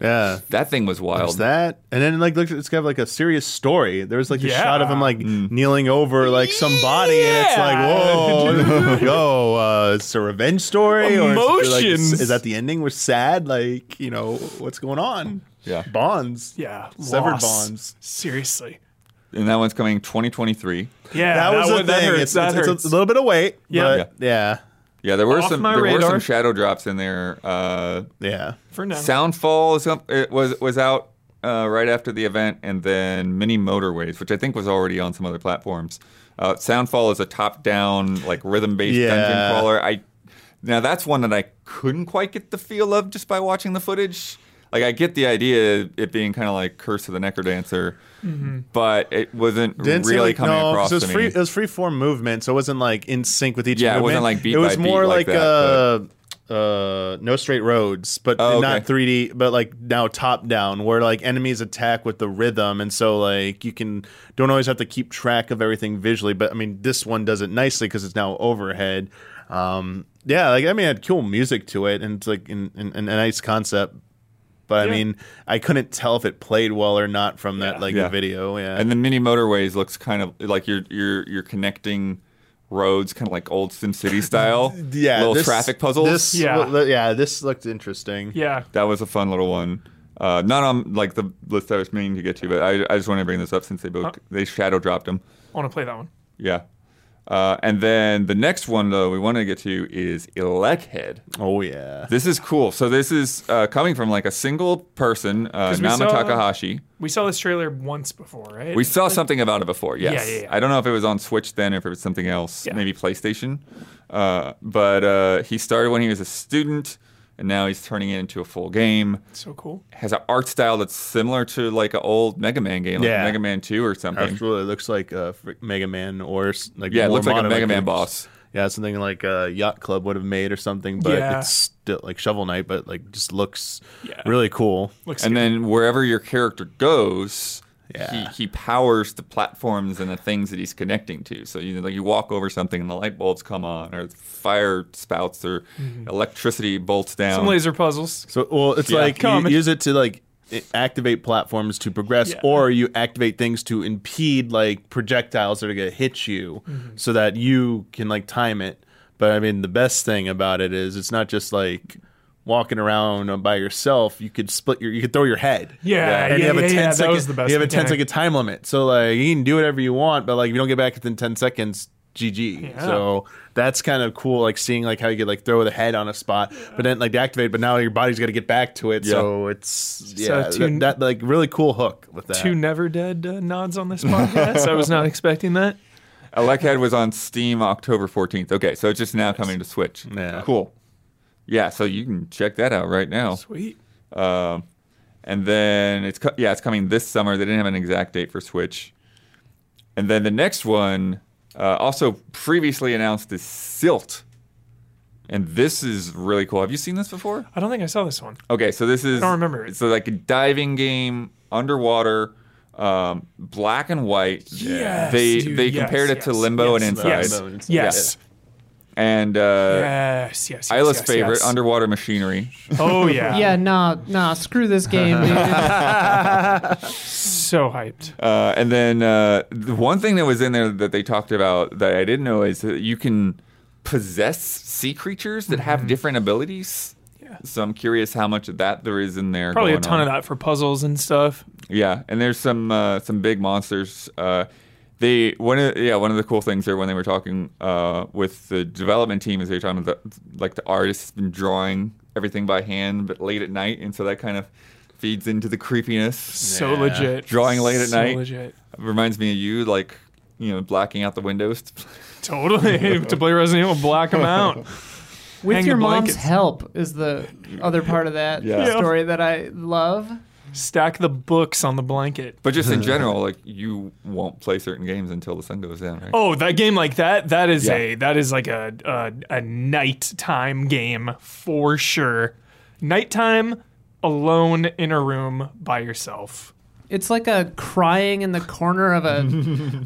Speaker 4: yeah.
Speaker 2: That thing was wild.
Speaker 4: There's that, and then like look, it's got like a serious story. There was like a
Speaker 3: Yeah.
Speaker 4: shot of him like kneeling over like some body, and it's like,
Speaker 3: Yeah.
Speaker 4: whoa, yo, uh, it's a revenge story. Or is, it, like,
Speaker 3: Emotions.
Speaker 4: is that the ending? We're sad, like you know what's going on?
Speaker 2: Yeah.
Speaker 4: bonds.
Speaker 3: Yeah.
Speaker 4: Severed
Speaker 3: loss.
Speaker 4: bonds.
Speaker 3: Seriously.
Speaker 2: And that one's coming 2023.
Speaker 3: Yeah,
Speaker 4: that was
Speaker 3: one-
Speaker 4: a thing.
Speaker 3: hurts,
Speaker 4: it's,
Speaker 3: that
Speaker 4: it's-
Speaker 3: hurts.
Speaker 4: it's a little bit of weight,
Speaker 3: Yeah.
Speaker 4: but yeah,
Speaker 2: Yeah, there were
Speaker 3: Off
Speaker 2: some
Speaker 3: my
Speaker 2: there were
Speaker 3: radar.
Speaker 2: some shadow drops in there. Uh,
Speaker 4: yeah.
Speaker 3: for now.
Speaker 2: Soundfall is up, it was was out uh, right after the event, and then Mini Motorways, which I think was already on some other platforms. Uh, Soundfall is a top-down like rhythm-based
Speaker 4: Yeah.
Speaker 2: dungeon crawler. I now that's one that I couldn't quite get the feel of just by watching the footage. Like I get the idea of it being kind of like Curse of the Necrodancer, but it wasn't
Speaker 4: Didn't seem
Speaker 2: really
Speaker 4: like,
Speaker 2: coming
Speaker 4: no, 'cause
Speaker 2: across
Speaker 4: it was
Speaker 2: to
Speaker 4: free,
Speaker 2: me.
Speaker 4: It was free form movement, so it wasn't like in sync with each.
Speaker 2: Yeah, it wasn't,
Speaker 4: movement.
Speaker 2: like, beat
Speaker 4: It was
Speaker 2: by beat
Speaker 4: more
Speaker 2: like
Speaker 4: like,
Speaker 2: that,
Speaker 4: uh, uh, no straight roads, but
Speaker 2: Oh, okay.
Speaker 4: not 3D, but like now top down, where like enemies attack with the rhythm, and so like you can don't always have to keep track of everything visually. But I mean, this one does it nicely because it's now overhead. Um, yeah, like I mean, it had cool music to it, and it's like an, an, an- a nice concept. But
Speaker 3: Yeah.
Speaker 4: I mean, I couldn't tell if it played well or not from that like
Speaker 2: Yeah.
Speaker 4: video. Yeah,
Speaker 2: And then mini motorways looks kind of like you're you're you're connecting roads, kind of like old Sim City style.
Speaker 4: yeah,
Speaker 2: little
Speaker 4: this-
Speaker 2: traffic puzzles.
Speaker 4: This,
Speaker 3: Yeah.
Speaker 4: well, th- yeah, this looked interesting.
Speaker 3: Yeah.
Speaker 2: that was a fun little one. Uh, not on like the list I was meaning to get to, but I, I just wanted to bring this up since they both they shadow dropped them.
Speaker 3: I want to play that one.
Speaker 2: Yeah. Uh, and then the next one though we want to get to is Electhead.
Speaker 4: Oh yeah,
Speaker 2: This is cool. So this is uh, coming from like a single person, uh,
Speaker 3: 'Cause we
Speaker 2: Nama
Speaker 3: saw-
Speaker 2: Takahashi.
Speaker 3: We saw this trailer once before, right?
Speaker 2: We saw something about it before. Yes.
Speaker 3: yeah, yeah.
Speaker 2: I don't know if it was on Switch then, or if it was something else,
Speaker 3: Yeah.
Speaker 2: maybe PlayStation. Uh, but uh, he started when he was a student, and now he's turning it into a full game.
Speaker 3: so cool.
Speaker 2: Has an art style that's similar to like an old Mega Man game, like
Speaker 4: Yeah.
Speaker 2: Mega Man Two or something.
Speaker 4: absolutely. It looks like uh, fr- Mega Man or s- like
Speaker 2: Yeah, it
Speaker 4: more
Speaker 2: looks like a
Speaker 4: modern,
Speaker 2: Mega Man
Speaker 4: it's-
Speaker 2: boss.
Speaker 4: Yeah, something like uh, Yacht Club would have made or something, but
Speaker 3: Yeah.
Speaker 4: it's still like Shovel Knight, but like just looks
Speaker 3: Yeah.
Speaker 4: really cool.
Speaker 3: Looks
Speaker 2: And
Speaker 3: good.
Speaker 2: then wherever your character goes,
Speaker 4: Yeah.
Speaker 2: he, he powers the platforms and the things that he's connecting to. So you like you walk over something and the light bulbs come on, or fire spouts, or electricity bolts down.
Speaker 3: Mm-hmm. some laser puzzles.
Speaker 4: So well, it's like you
Speaker 3: Common.
Speaker 4: use it to like i- activate platforms to progress,
Speaker 3: Yeah.
Speaker 4: or you activate things to impede like projectiles that are gonna hit you,
Speaker 3: Mm-hmm.
Speaker 4: so that you can like time it. But I mean, the best thing about it is it's not just like walking around by yourself. You could split your, you could throw your head.
Speaker 3: Yeah, yeah,
Speaker 4: and
Speaker 3: yeah,
Speaker 4: you have a
Speaker 3: yeah,
Speaker 4: 10
Speaker 3: that
Speaker 4: second-
Speaker 3: was the best
Speaker 4: You have a
Speaker 3: mechanic.
Speaker 4: 10 second time limit, so like you can do whatever you want, but like if you don't get back within ten seconds, GG.
Speaker 3: Yeah.
Speaker 4: So that's kind of cool, like seeing like how you could like throw the head on a spot, but then like deactivate, but now your body's got to get back to it. So it's
Speaker 3: So
Speaker 4: yeah,
Speaker 3: two-
Speaker 4: that, that, like really cool hook with that.
Speaker 3: Two never dead uh, nods on this podcast. I was not expecting that.
Speaker 2: Electhead was on Steam October 14th. Okay, so it's just now coming to Switch.
Speaker 4: Yeah.
Speaker 2: Cool. Yeah, so you can check that out right now.
Speaker 3: Sweet.
Speaker 2: Um, And then it's co- yeah, it's coming this summer. They didn't have an exact date for Switch. And then the next one, uh, also previously announced, is Silt. And this is really cool. Have you seen this before?
Speaker 3: I don't think I saw this one.
Speaker 2: Okay, so this is
Speaker 3: don't remember it.
Speaker 2: It's like a diving game underwater, um, black and white.
Speaker 3: Yes,
Speaker 2: they
Speaker 3: dude,
Speaker 2: they
Speaker 3: yes,
Speaker 2: compared it to
Speaker 3: yes,
Speaker 2: Limbo and Inside,
Speaker 3: Yes.
Speaker 4: Limbo and Inside.
Speaker 3: Yes.
Speaker 2: and uh,
Speaker 3: Yes. Yes.
Speaker 2: Isla's
Speaker 3: yes,
Speaker 2: favorite,
Speaker 3: yes.
Speaker 2: Underwater Machinery.
Speaker 3: Oh yeah.
Speaker 5: Yeah, nah, nah, screw this game, dude.
Speaker 3: So hyped.
Speaker 2: Uh, and then uh, the one thing that was in there that they talked about that I didn't know is that you can possess sea creatures that
Speaker 3: Mm-hmm.
Speaker 2: have different abilities. Yeah. So I'm curious how much of that there is in there.
Speaker 3: Probably a
Speaker 2: going
Speaker 3: ton
Speaker 2: on.
Speaker 3: of that for puzzles and stuff.
Speaker 2: Yeah, and there's some uh, some big monsters. Uh, they one of yeah one of the cool things there when they were talking uh, with the development team is they were talking about the, like the artist's been drawing everything by hand but late at night, and so that kind of feeds into the creepiness.
Speaker 3: So
Speaker 4: Yeah.
Speaker 3: legit.
Speaker 2: Drawing late at
Speaker 3: so
Speaker 2: night.
Speaker 3: Legit.
Speaker 2: Reminds me of you like you know blacking out the windows.
Speaker 3: Totally. to play Resident Evil, black them out.
Speaker 5: With
Speaker 3: Hang
Speaker 5: your
Speaker 3: the
Speaker 5: mom's
Speaker 3: blankets.
Speaker 5: help is the other part of that
Speaker 2: Yeah. Yeah.
Speaker 5: story that I love.
Speaker 3: Stack the books on the blanket.
Speaker 2: but just in general, like you won't play certain games until the sun goes down, right?
Speaker 3: Oh, that game like that. That is
Speaker 2: Yeah.
Speaker 3: a that is like a a, a nighttime game for sure. Nighttime alone in a room by yourself.
Speaker 5: It's like a crying in the corner of a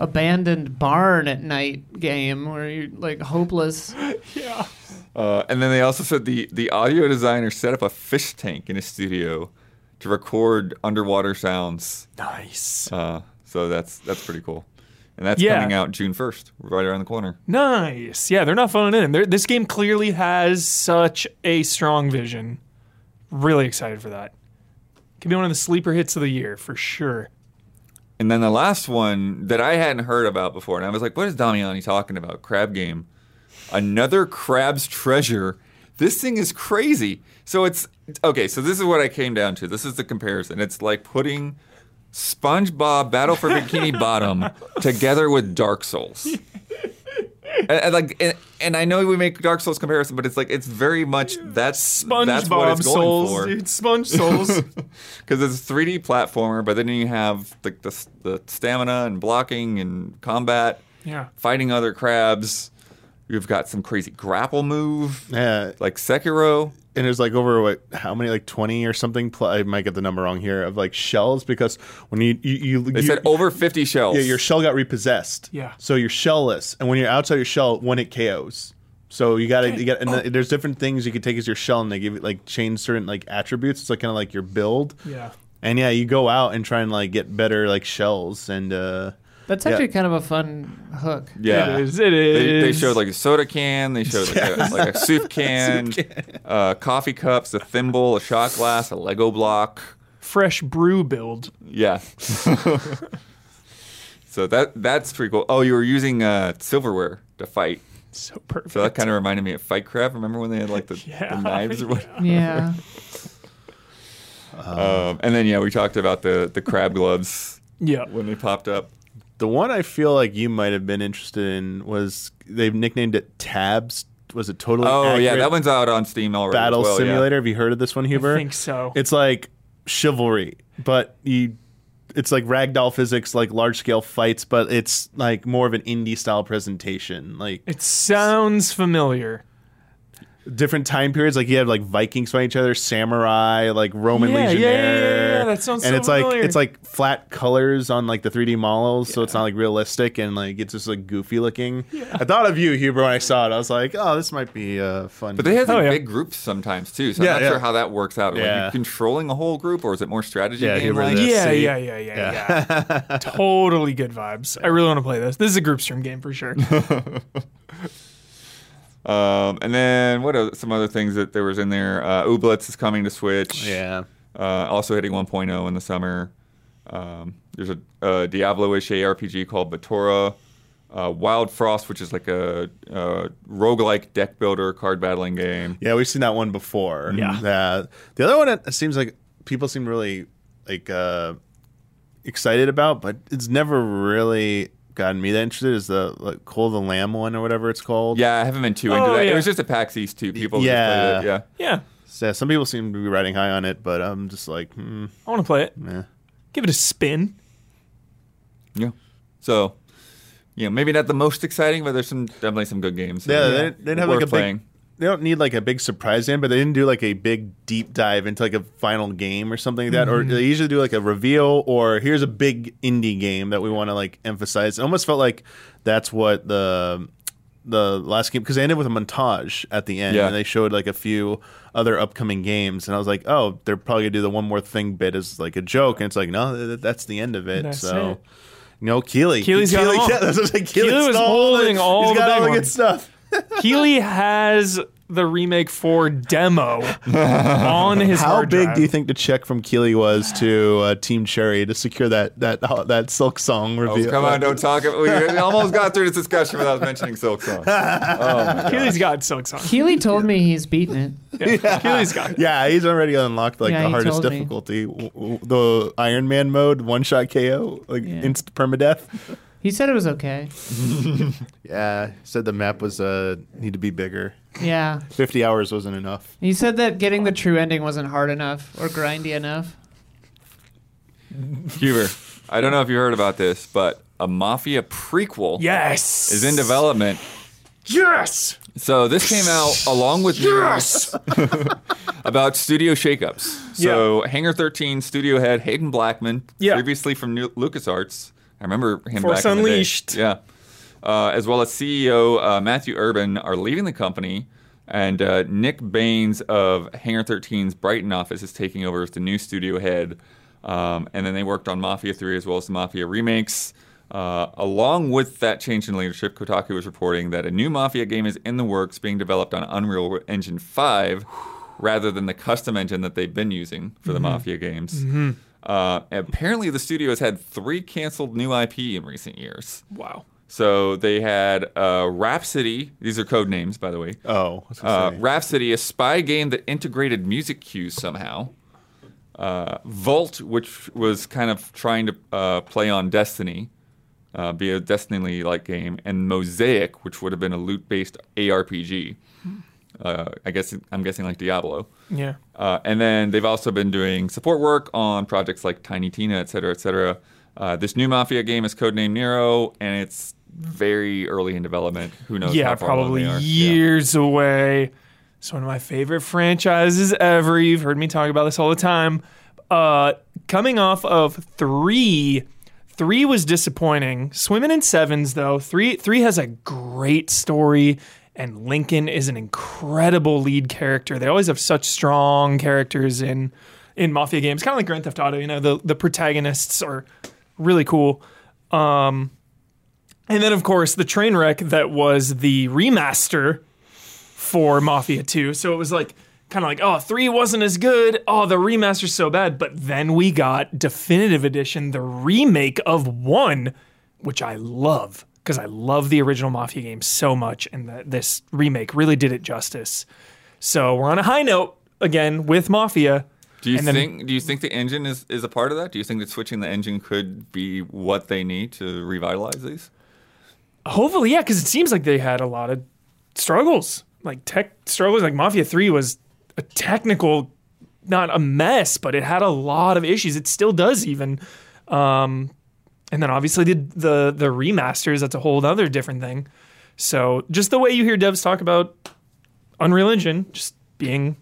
Speaker 5: abandoned barn at night game where you're like hopeless.
Speaker 3: Yeah.
Speaker 2: Uh, and then they also said the, the audio designer set up a fish tank in his studio to record underwater sounds.
Speaker 3: Nice.
Speaker 2: Uh, so that's that's pretty cool. And that's
Speaker 3: Yeah.
Speaker 2: coming out June 1st, right around the corner.
Speaker 3: Nice. Yeah, they're not phoning in. They're, this game clearly has such a strong vision. Really excited for that. Could be one of the sleeper hits of the year for sure.
Speaker 2: And then the last one that I hadn't heard about before, and I was like, what is Damiani talking about? Crab game. Another crab's treasure. This thing is crazy. So it's okay, so this is what I came down to. This is the comparison. It's like putting SpongeBob Battle for Bikini Bottom together with Dark Souls. And, and like and, and I know we make Dark Souls comparison, but it's like it's very much that's that's what
Speaker 3: SpongeBob
Speaker 2: it's going
Speaker 3: Souls,
Speaker 2: for
Speaker 3: dude. Sponge Souls.
Speaker 2: because it's a 3D platformer, but then you have like the, the stamina and blocking and combat,
Speaker 3: yeah.
Speaker 2: fighting other crabs. You've got some crazy grapple move,
Speaker 4: Yeah,
Speaker 2: like Sekiro.
Speaker 4: and there's like over what how many like 20 or something pl- i might get the number wrong here of like shells because when you you, you
Speaker 2: They
Speaker 4: you-
Speaker 2: said over 50 shells.
Speaker 4: yeah your shell got repossessed
Speaker 3: Yeah.
Speaker 4: so you're shellless and when you're outside your shell one it ko's so you gotta you got and
Speaker 3: Oh.
Speaker 4: the- there's different things you could take as your shell and they give it like change certain like attributes it's like kind of like your build
Speaker 3: Yeah.
Speaker 4: and yeah you go out and try and like get better like shells and uh
Speaker 5: That's
Speaker 4: Yeah.
Speaker 5: actually kind of a fun hook.
Speaker 2: yeah.
Speaker 3: It is. It
Speaker 2: They,
Speaker 3: is.
Speaker 2: they showed like a soda can. They showed like, a, like a soup can, Uh, coffee cups, a thimble, a shot glass, a Lego block.
Speaker 3: fresh brew build.
Speaker 2: Yeah. so that that's pretty cool. Oh, you were using uh, silverware to fight.
Speaker 3: So perfect.
Speaker 2: So that kind of reminded me of Fight Crab. Remember when they had like the,
Speaker 3: Yeah.
Speaker 2: the knives or whatever?
Speaker 5: Yeah.
Speaker 2: Um, and then yeah, we talked about the the crab gloves
Speaker 3: yeah.
Speaker 2: when they popped up.
Speaker 4: the one i feel like you might have been interested in was they've nicknamed it tabs was it totally
Speaker 2: Oh yeah,
Speaker 4: Accurate
Speaker 2: that one's out on Steam already. as
Speaker 4: battle
Speaker 2: well, yeah.
Speaker 4: simulator have you heard of this one huber
Speaker 3: I think so.
Speaker 4: It's like chivalry, but you it's like ragdoll physics, like large scale fights, but it's like more of an indie style presentation. Like
Speaker 3: it sounds familiar.
Speaker 4: different time periods, like you have like Vikings fighting each other, samurai, like Roman
Speaker 3: Yeah, yeah, yeah,
Speaker 4: legionnaire.
Speaker 3: yeah, yeah, that sounds
Speaker 4: And
Speaker 3: so
Speaker 4: it's like
Speaker 3: familiar.
Speaker 4: it's like flat colors on like the 3D models, so it's not like realistic and like it's just like goofy looking. I thought of you, Huber, when I saw it. I was like, oh, this might be uh, fun.
Speaker 2: But they have like,
Speaker 3: Oh, yeah.
Speaker 2: big groups sometimes too, so I'm
Speaker 4: Yeah,
Speaker 2: not
Speaker 4: yeah.
Speaker 2: sure how that works out. Are you
Speaker 4: Yeah.
Speaker 2: controlling a whole group, or is it more strategy?
Speaker 4: Yeah,
Speaker 2: game
Speaker 4: you're
Speaker 2: like?
Speaker 4: really-
Speaker 3: Yeah,
Speaker 4: see?
Speaker 3: yeah, yeah, yeah, yeah. totally good vibes. I really want to play this. This is a group stream game for sure.
Speaker 2: Um, and then what are some other things that there was in there? Uh, Ooblets is coming to Switch.
Speaker 4: yeah.
Speaker 2: Uh, also hitting 1.0 in the summer. Um, there's a, a Diablo-ish ARPG called Batora. Uh, Wild Frost, which is like a, uh roguelike deck builder card battling game.
Speaker 4: Yeah, we've seen that one before.
Speaker 3: Yeah.
Speaker 4: Uh, the other one it seems like people seem really like uh, excited about, but it's never really gotten me that interested. Is the like, Call of the Lamb one or whatever it's called?
Speaker 2: Yeah, I haven't been too into
Speaker 3: Oh,
Speaker 2: that.
Speaker 3: yeah.
Speaker 2: It was just a PAX East too. People
Speaker 4: Yeah.
Speaker 2: just played it.
Speaker 3: yeah.
Speaker 4: So, yeah, some people seem to be riding high on it, but I'm just like, hmm,
Speaker 3: I want to play it.
Speaker 4: meh.
Speaker 3: Give it a spin.
Speaker 2: Yeah. So, you know, maybe not the most exciting, but there's some definitely some good games.
Speaker 4: Yeah,
Speaker 2: here
Speaker 4: they didn't- they didn't have
Speaker 2: worth
Speaker 4: like a
Speaker 2: playing.
Speaker 4: big. They don't need like a big surprise end, but they didn't do like a big deep dive into like a final game or something like that.
Speaker 3: Mm-hmm.
Speaker 4: Or they usually do like a reveal or here's a big indie game that we want to like emphasize. It almost felt like that's what the the last game because they ended with a montage at the end
Speaker 2: Yeah.
Speaker 4: and they showed like a few other upcoming games and I was like, oh, they're probably gonna do the one more thing bit as like a joke and it's like no, th- th- that's the end of it.
Speaker 3: That's
Speaker 4: so.
Speaker 3: it.
Speaker 4: No, Keely.
Speaker 3: Keely's got
Speaker 4: Keely,
Speaker 3: them all.
Speaker 4: yeah, that's what I said. Keely's
Speaker 3: Keely was
Speaker 4: got all the-
Speaker 3: holding all
Speaker 4: He's
Speaker 3: the
Speaker 4: got
Speaker 3: big
Speaker 4: all the good
Speaker 3: ones.
Speaker 4: stuff.
Speaker 3: Keely has the remake for demo on his
Speaker 4: How
Speaker 3: hard
Speaker 4: big
Speaker 3: drive.
Speaker 4: do you think the check from Keely was to uh, Team Cherry to secure that that uh, that Silk Song
Speaker 2: Oh,
Speaker 4: review?
Speaker 2: come on, don't talk. about- We almost got through this discussion without mentioning Silk Song. Oh
Speaker 3: Keely's got Silk Song.
Speaker 5: Keely told me he's beaten it.
Speaker 3: Yeah. Keely's got it.
Speaker 4: Yeah, he's already unlocked like
Speaker 5: Yeah,
Speaker 4: the
Speaker 5: he
Speaker 4: hardest
Speaker 5: told me.
Speaker 4: difficulty, W- w- the Iron Man mode, one shot KO, like instant permadeath.
Speaker 5: He said it was okay.
Speaker 4: Yeah, said the map was uh need to be bigger.
Speaker 5: Yeah.
Speaker 4: Fifty hours wasn't enough.
Speaker 5: He said that getting the true ending wasn't hard enough or grindy enough.
Speaker 2: Huber, I don't know if you heard about this, but a Mafia prequel
Speaker 3: Yes.
Speaker 2: is in development.
Speaker 3: Yes.
Speaker 2: So this came out along with news
Speaker 3: Yes.
Speaker 2: about studio shakeups. So Hangar 13 studio head Hayden Blackman,
Speaker 3: Yeah.
Speaker 2: previously from New- LucasArts. I remember him
Speaker 3: Force
Speaker 2: back in the day.
Speaker 3: Unleashed.
Speaker 2: Yeah. Uh, as well as CEO uh, Matthew Urban are leaving the company. And uh, Nick Baines of Hangar 13's Brighton office is taking over as the new studio head. Um, and then they worked on Mafia 3 as well as the Mafia remakes. Uh, along with that change in leadership, Kotaku was reporting that a new Mafia game is in the works being developed on Unreal Engine 5 rather than the custom engine that they've been using for the
Speaker 3: Mm-hmm.
Speaker 2: Mafia games. Uh, apparently, the studio has had three canceled new IP in recent years.
Speaker 3: wow.
Speaker 2: So they had uh, Rhapsody. These are code names, by the way.
Speaker 4: Oh, what's it
Speaker 2: Uh,
Speaker 4: say?
Speaker 2: Rhapsody, a spy game that integrated music cues somehow. Uh, Vault, which was kind of trying to uh, play on Destiny, uh, be a Destiny-like game, and Mosaic, which would have been a loot-based ARPG. Uh, I guess I'm guessing like Diablo.
Speaker 3: Yeah.
Speaker 2: Uh, and then they've also been doing support work on projects like Tiny Tina, et cetera, et cetera. Uh, this new Mafia game is codenamed Nero, and it's very early in development. Who knows?
Speaker 3: yeah,
Speaker 2: how far along
Speaker 3: probably
Speaker 2: they are. Yeah.
Speaker 3: years away. It's one of my favorite franchises ever. You've heard me talk about this all the time. Uh, coming off of three, three was disappointing. Swimming in sevens though, three three has a great story, and Lincoln is an incredible lead character. They always have such strong characters in in mafia games, kind of like Grand Theft Auto. You know, the the protagonists are really cool. And then, of course, the train wreck that was the remaster for Mafia 2. So it was like, kind of like, oh, 3 wasn't as good. Oh, the remaster's so bad. But then we got Definitive Edition, the remake of 1, which I love because I love the original Mafia game so much. And the, this remake really did it justice. So we're on a high note again with Mafia.
Speaker 2: Do you
Speaker 3: And then-
Speaker 2: think? Do you think the engine is, is a part of that? Do you think that switching the engine could be what they need to revitalize these?
Speaker 3: Hopefully, yeah, because it seems like they had a lot of struggles, like tech struggles. Like Mafia Three was a technical, not a mess, but it had a lot of issues. It still does, even. Um, and then obviously the, the the remasters. That's a whole other different thing. So just the way you hear devs talk about Unreal Engine just being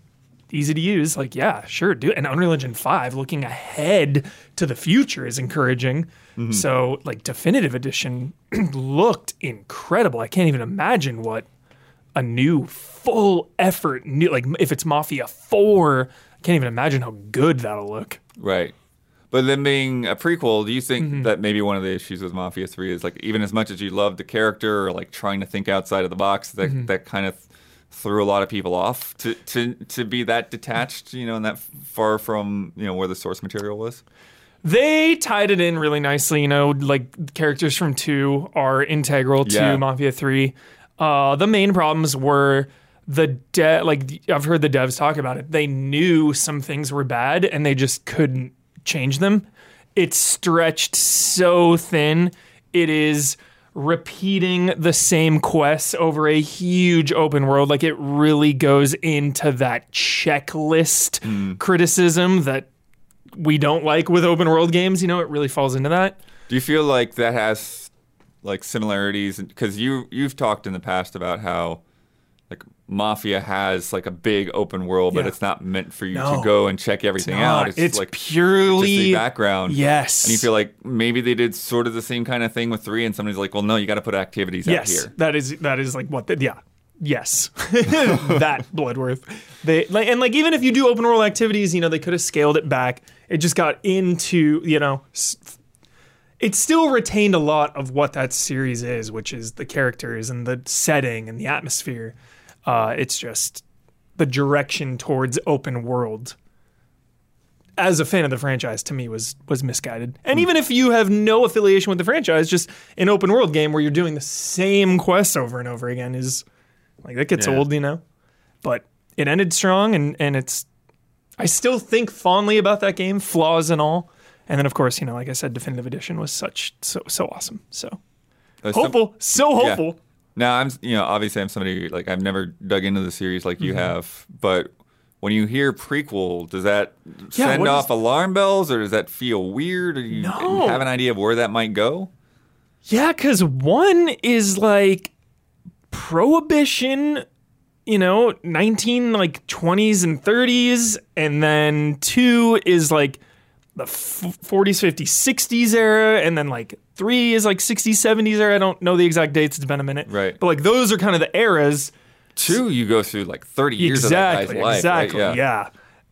Speaker 3: easy to use, like yeah, sure, do it. And Unreal Engine Five, looking ahead to the future, is encouraging. So like Definitive Edition looked incredible. I can't even imagine what a new full effort, new like if it's Mafia Four, I can't even imagine how good that'll look.
Speaker 2: Right. But then being a prequel, do you think
Speaker 3: Mm-hmm.
Speaker 2: that maybe one of the issues with Mafia 3 is like even as much as you love the character or like trying to think outside of the box, that
Speaker 3: Mm-hmm.
Speaker 2: that kind of threw a lot of people off to, to to be that detached, you know, and that far from, you know, where the source material was?
Speaker 3: They tied it in really nicely, you know, like characters from 2 are integral to
Speaker 2: Yeah.
Speaker 3: Mafia 3. Uh, the main problems were the de- like I've heard the devs talk about it. They knew some things were bad and they just couldn't change them. It's stretched so thin. It is repeating the same quests over a huge open world. Like it really goes into that checklist criticism that we don't like with open world games. You know, it really falls into that.
Speaker 2: Do you feel like that has like similarities? Because you you've talked in the past about how like Mafia has like a big open world, but
Speaker 3: Yeah.
Speaker 2: it's not meant for you
Speaker 3: No.
Speaker 2: to go and check everything
Speaker 3: not.
Speaker 2: out. It's,
Speaker 3: Uh, It's
Speaker 2: like
Speaker 3: purely-
Speaker 2: just the background.
Speaker 3: Yes.
Speaker 2: and you feel like maybe they did sort of the same kind of thing with three, and somebody's like, "Well, no, you got to put activities out
Speaker 3: yes,
Speaker 2: here."
Speaker 3: that is that is like what the yeah. Yes, that Bloodworth. They like, and like even if you do open world activities, you know they could have scaled it back. It just got into you know, s- it still retained a lot of what that series is, which is the characters and the setting and the atmosphere. Uh, it's just the direction towards open world. As a fan of the franchise, to me was was misguided. And even if you have no affiliation with the franchise, just an open world game where you're doing the same quests over and over again is like that gets
Speaker 4: Yeah.
Speaker 3: old, you know. But it ended strong, and and it's I still think fondly about that game, flaws and all. And then of course, you know, like I said, definitive edition was such so so awesome. So
Speaker 2: Uh, some-
Speaker 3: hopeful, so
Speaker 2: yeah.
Speaker 3: hopeful.
Speaker 2: Now I'm, you know, obviously I'm somebody who, like I've never dug into the series like
Speaker 3: Mm-hmm.
Speaker 2: you have, but when you hear prequel, does that send
Speaker 3: what
Speaker 2: off
Speaker 3: is-
Speaker 2: alarm bells, or does that feel weird, or do you
Speaker 3: No.
Speaker 2: have an idea of where that might go?
Speaker 3: Yeah, because one is like prohibition, you know, nineteen like twenties and thirties, and then two is like the forties, fifties, sixties era, and then like three is like sixties, seventies era. I don't know the exact dates; it's been a minute,
Speaker 2: Right.
Speaker 3: But like those are kind of the eras.
Speaker 2: Two, you go through like 30 years of that
Speaker 3: exactly,
Speaker 2: guy's life,
Speaker 3: exactly,
Speaker 2: right?
Speaker 3: yeah.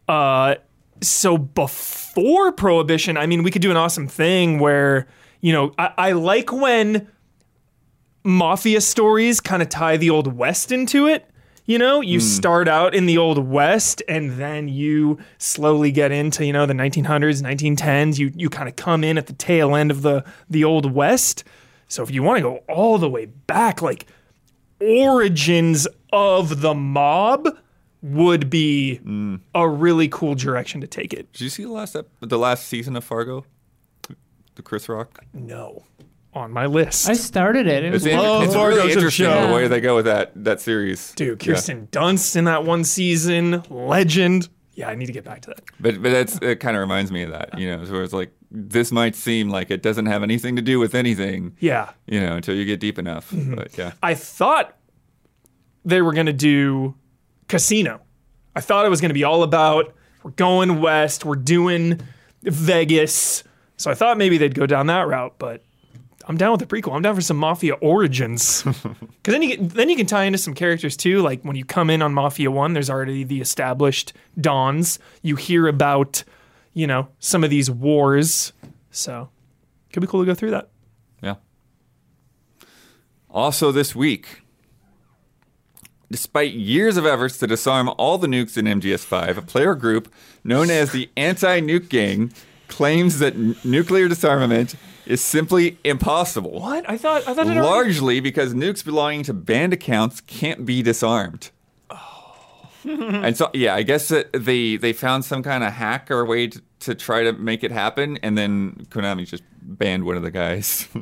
Speaker 3: Uh, so before prohibition, I mean, we could do an awesome thing where you know I, I like when mafia stories kind of tie the old west into it. You know,
Speaker 2: Hmm.
Speaker 3: you start out in the old west, and then you slowly get into you know the 1900s, 1910s. You you kind of come in at the tail end of the the old west. So if you want to go all the way back, like origins of the mob would be a really cool direction to take it.
Speaker 2: Did you see the last ep- the last season of Fargo? The Chris Rock.
Speaker 3: No. On my list.
Speaker 5: I started it. It was
Speaker 2: It's, in-
Speaker 4: Whoa,
Speaker 2: it's
Speaker 4: Fargo's
Speaker 2: really
Speaker 4: a
Speaker 2: interesting
Speaker 4: show.
Speaker 2: the way they go with that that series.
Speaker 3: Dude,
Speaker 2: Yeah.
Speaker 3: Kirsten Dunst in that one season, legend. Yeah, I need to get back to that.
Speaker 2: But but that's it. Kind of reminds me of that, you know, where it's like this might seem like it doesn't have anything to do with anything,
Speaker 3: Yeah.
Speaker 2: you know, until you get deep enough. But yeah.
Speaker 3: I thought they were going to do Casino. I thought it was going to be all about we're going west, we're doing Vegas. So I thought maybe they'd go down that route, but I'm down with the prequel. I'm down for some Mafia origins. Cuz then you get, then you can tie into some characters too, like when you come in on Mafia 1, there's already the established dons. You hear about, you know, some of these wars. So could be cool to go through that.
Speaker 2: Yeah. Also, this week, despite years of efforts to disarm all the nukes in MGS5, a player group known as the Anti Nuke Gang claims that n- nuclear disarmament is simply impossible.
Speaker 3: What? I thought I thought it already-
Speaker 2: Largely because nukes belonging to banned accounts can't be disarmed. and so, yeah, I guess that they they found some kind of hack or way to, to try to make it happen, and then Konami just banned one of the guys.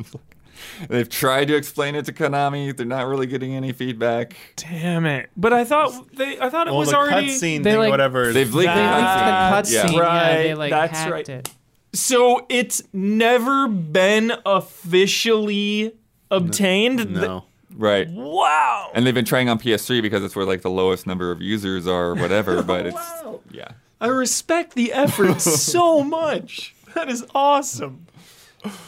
Speaker 2: They've tried to explain it to Konami. They're not really getting any feedback.
Speaker 3: Damn it! But I thought they, I thought it
Speaker 4: Well,
Speaker 3: was
Speaker 4: the
Speaker 3: already
Speaker 4: cutscene
Speaker 5: They,
Speaker 4: thing,
Speaker 5: like-
Speaker 4: whatever.
Speaker 2: They've leaked
Speaker 5: They leaked
Speaker 2: the
Speaker 3: Ah,
Speaker 5: the cutscene.
Speaker 2: Yeah.
Speaker 5: Yeah. they
Speaker 3: Right,
Speaker 5: like
Speaker 3: that's
Speaker 5: hacked
Speaker 3: right.
Speaker 5: it.
Speaker 3: so it's never been officially obtained. Th-
Speaker 4: no.
Speaker 2: Right.
Speaker 3: Wow.
Speaker 2: And they've been trying on PS3 because it's where like the lowest number of users are or whatever, but it's yeah.
Speaker 3: I respect the effort so much. That is awesome.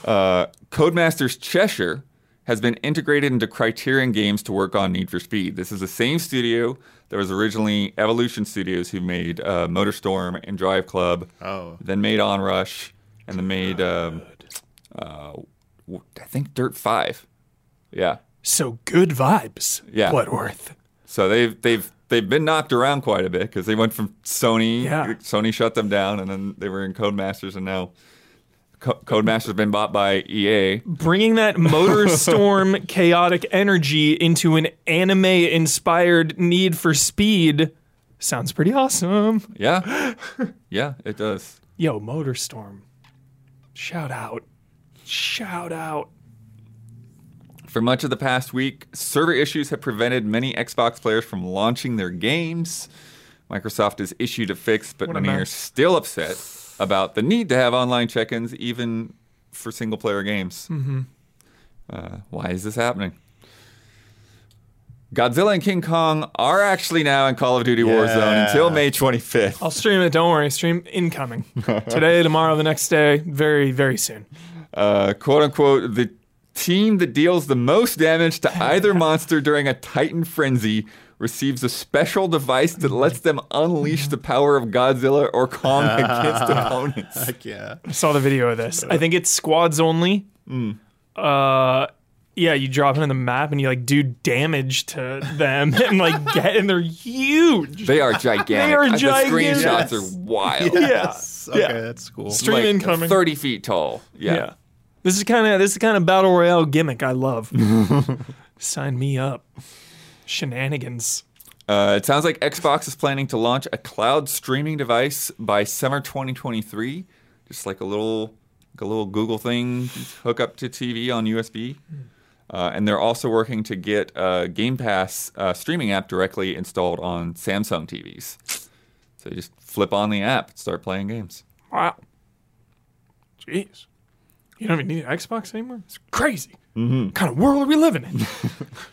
Speaker 2: Uh, Codemasters Cheshire has been integrated into Criterion Games to work on Need for Speed. This is the same studio that was originally Evolution Studios, who made uh, MotorStorm and Drive Club,
Speaker 4: Oh.
Speaker 2: then made Onrush, and then made um, uh, w- I think Dirt Five. Yeah,
Speaker 3: So good vibes.
Speaker 2: Yeah.
Speaker 3: Bloodworth.
Speaker 2: so they've they've they've been knocked around quite a bit because they went from Sony.
Speaker 3: Yeah.
Speaker 2: Sony shut them down, and then they were in Codemasters, and now Co- Codemasters has been bought by E EA.
Speaker 3: Bringing that motor storm chaotic energy into an anime inspired Need for Speed sounds pretty awesome.
Speaker 2: Yeah, yeah, it does.
Speaker 3: Yo, motor storm. Shout out. Shout out.
Speaker 2: For much of the past week, server issues have prevented many Xbox players from launching their games. Microsoft has issued a fix, but
Speaker 3: a
Speaker 2: many are
Speaker 3: mess.
Speaker 2: still upset about the need to have online check ins, even for single player games.
Speaker 3: Mm-hmm.
Speaker 2: Uh, why is this happening? Godzilla and King Kong are actually now in Call of Duty Warzone
Speaker 4: Yeah.
Speaker 2: until May 25th.
Speaker 3: I'll stream it. Don't worry. Stream incoming. Today, tomorrow, the next day. Very, very soon.
Speaker 2: uh, quote unquote, the team that deals the most damage to either monster during a Titan frenzy receives a special device that lets them unleash the power of Godzilla or Kong against opponents.
Speaker 4: Heck yeah.
Speaker 3: I saw the video of this. I think it's squads only.
Speaker 4: Mm.
Speaker 3: Uh, yeah, you drop into the map and you like do damage to them and like get, and they're huge.
Speaker 2: They are gigantic.
Speaker 3: are
Speaker 2: Uh,
Speaker 3: gigantic.
Speaker 2: The screenshots
Speaker 3: Yes.
Speaker 2: are wild.
Speaker 4: Yes. Okay,
Speaker 3: Yeah.
Speaker 4: that's cool.
Speaker 3: Stream
Speaker 2: Like,
Speaker 3: incoming.
Speaker 2: 30 feet tall.
Speaker 3: yeah.
Speaker 2: Yeah.
Speaker 3: this is kind of this is kind of battle royale gimmick I love. Sign me up. Shenanigans.
Speaker 2: Uh, it sounds like Xbox is planning to launch a cloud streaming device by summer 2023. Just like a little, like a little Google thing, hook up to TV on USB. Uh, and they're also working to get uh, Game Pass uh, streaming app directly installed on Samsung TVs. So you just flip on the app, and start playing games.
Speaker 3: Wow. Jeez. You don't even need an Xbox anymore. It's crazy. What kind of world are we living in?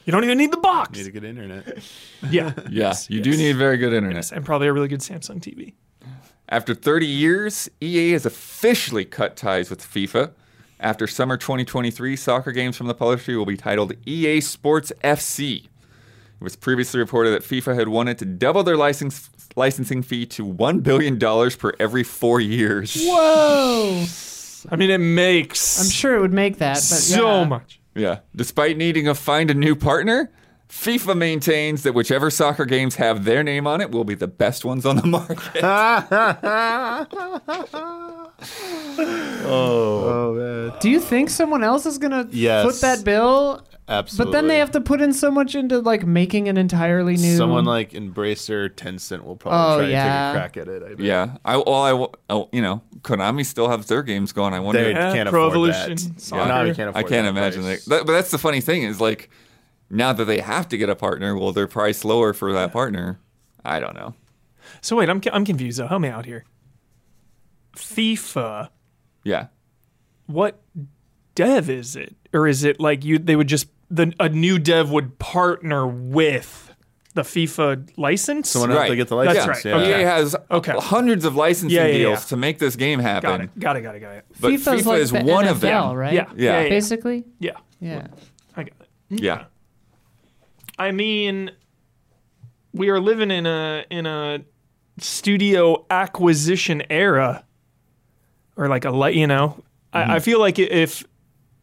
Speaker 3: you don't even need the box.
Speaker 4: Need a good internet.
Speaker 3: Yeah.
Speaker 2: Yes, you do need very good internet.
Speaker 3: and probably a really good Samsung TV.
Speaker 2: After 30 years, EA has officially cut ties with FIFA. After summer 2023, soccer games from the publisher will be titled EA Sports FC. It was previously reported that FIFA had wanted to double their license, licensing fee to $1 billion per every four years.
Speaker 5: Whoa!
Speaker 3: I mean, it makes
Speaker 5: I'm sure it would make that, but
Speaker 3: so
Speaker 5: yeah.
Speaker 3: much.
Speaker 2: Yeah. Despite needing to find a new partner, FIFA maintains that whichever soccer games have their name on it will be the best ones on the market.
Speaker 4: Oh man.
Speaker 5: Do you think someone else is gonna
Speaker 4: Yes.
Speaker 5: foot that bill? But
Speaker 4: Absolutely.
Speaker 5: then they have to put in so much into like making an entirely new.
Speaker 4: someone like Embracer Tencent will probably
Speaker 5: Oh,
Speaker 4: try
Speaker 5: yeah.
Speaker 4: to take a crack at it. I bet.
Speaker 2: yeah. I, well, I, w- oh, you know, Konami still has their games going. I wonder.
Speaker 4: They
Speaker 3: Yeah,
Speaker 4: can't
Speaker 3: Pro
Speaker 4: afford
Speaker 3: Evolution
Speaker 4: that.
Speaker 3: Soccer.
Speaker 4: No, they can't afford
Speaker 2: I can't
Speaker 4: that
Speaker 2: imagine
Speaker 4: price.
Speaker 2: that. That- But that's the funny thing is like now that they have to get a partner, will their price lower for that partner? I don't know.
Speaker 3: So wait, I'm I'm confused. Though. Help me out here. FIFA,
Speaker 2: Yeah.
Speaker 3: what dev is it, or is it like you? They would just the a new dev would partner with the FIFA license.
Speaker 4: Someone else to
Speaker 2: Right.
Speaker 4: get the
Speaker 3: That's
Speaker 4: license.
Speaker 3: right.
Speaker 4: Yeah.
Speaker 2: EA has
Speaker 3: Okay.
Speaker 2: hundreds of licensing
Speaker 3: Yeah, yeah,
Speaker 2: deals
Speaker 3: yeah.
Speaker 2: to make this game happen.
Speaker 3: got it. Got it. Got it. Got it.
Speaker 2: But
Speaker 5: FIFA's
Speaker 2: FIFA
Speaker 5: like
Speaker 2: is
Speaker 5: the
Speaker 2: one
Speaker 5: NFL,
Speaker 2: of them.
Speaker 5: right?
Speaker 3: Yeah.
Speaker 2: Yeah.
Speaker 3: Yeah. Yeah.
Speaker 5: Basically,
Speaker 3: yeah.
Speaker 5: yeah.
Speaker 3: I got it.
Speaker 2: Yeah.
Speaker 3: I mean, we are living in a in a studio acquisition era, or like a light. You know,
Speaker 2: Mm-hmm.
Speaker 3: I, I feel like i- if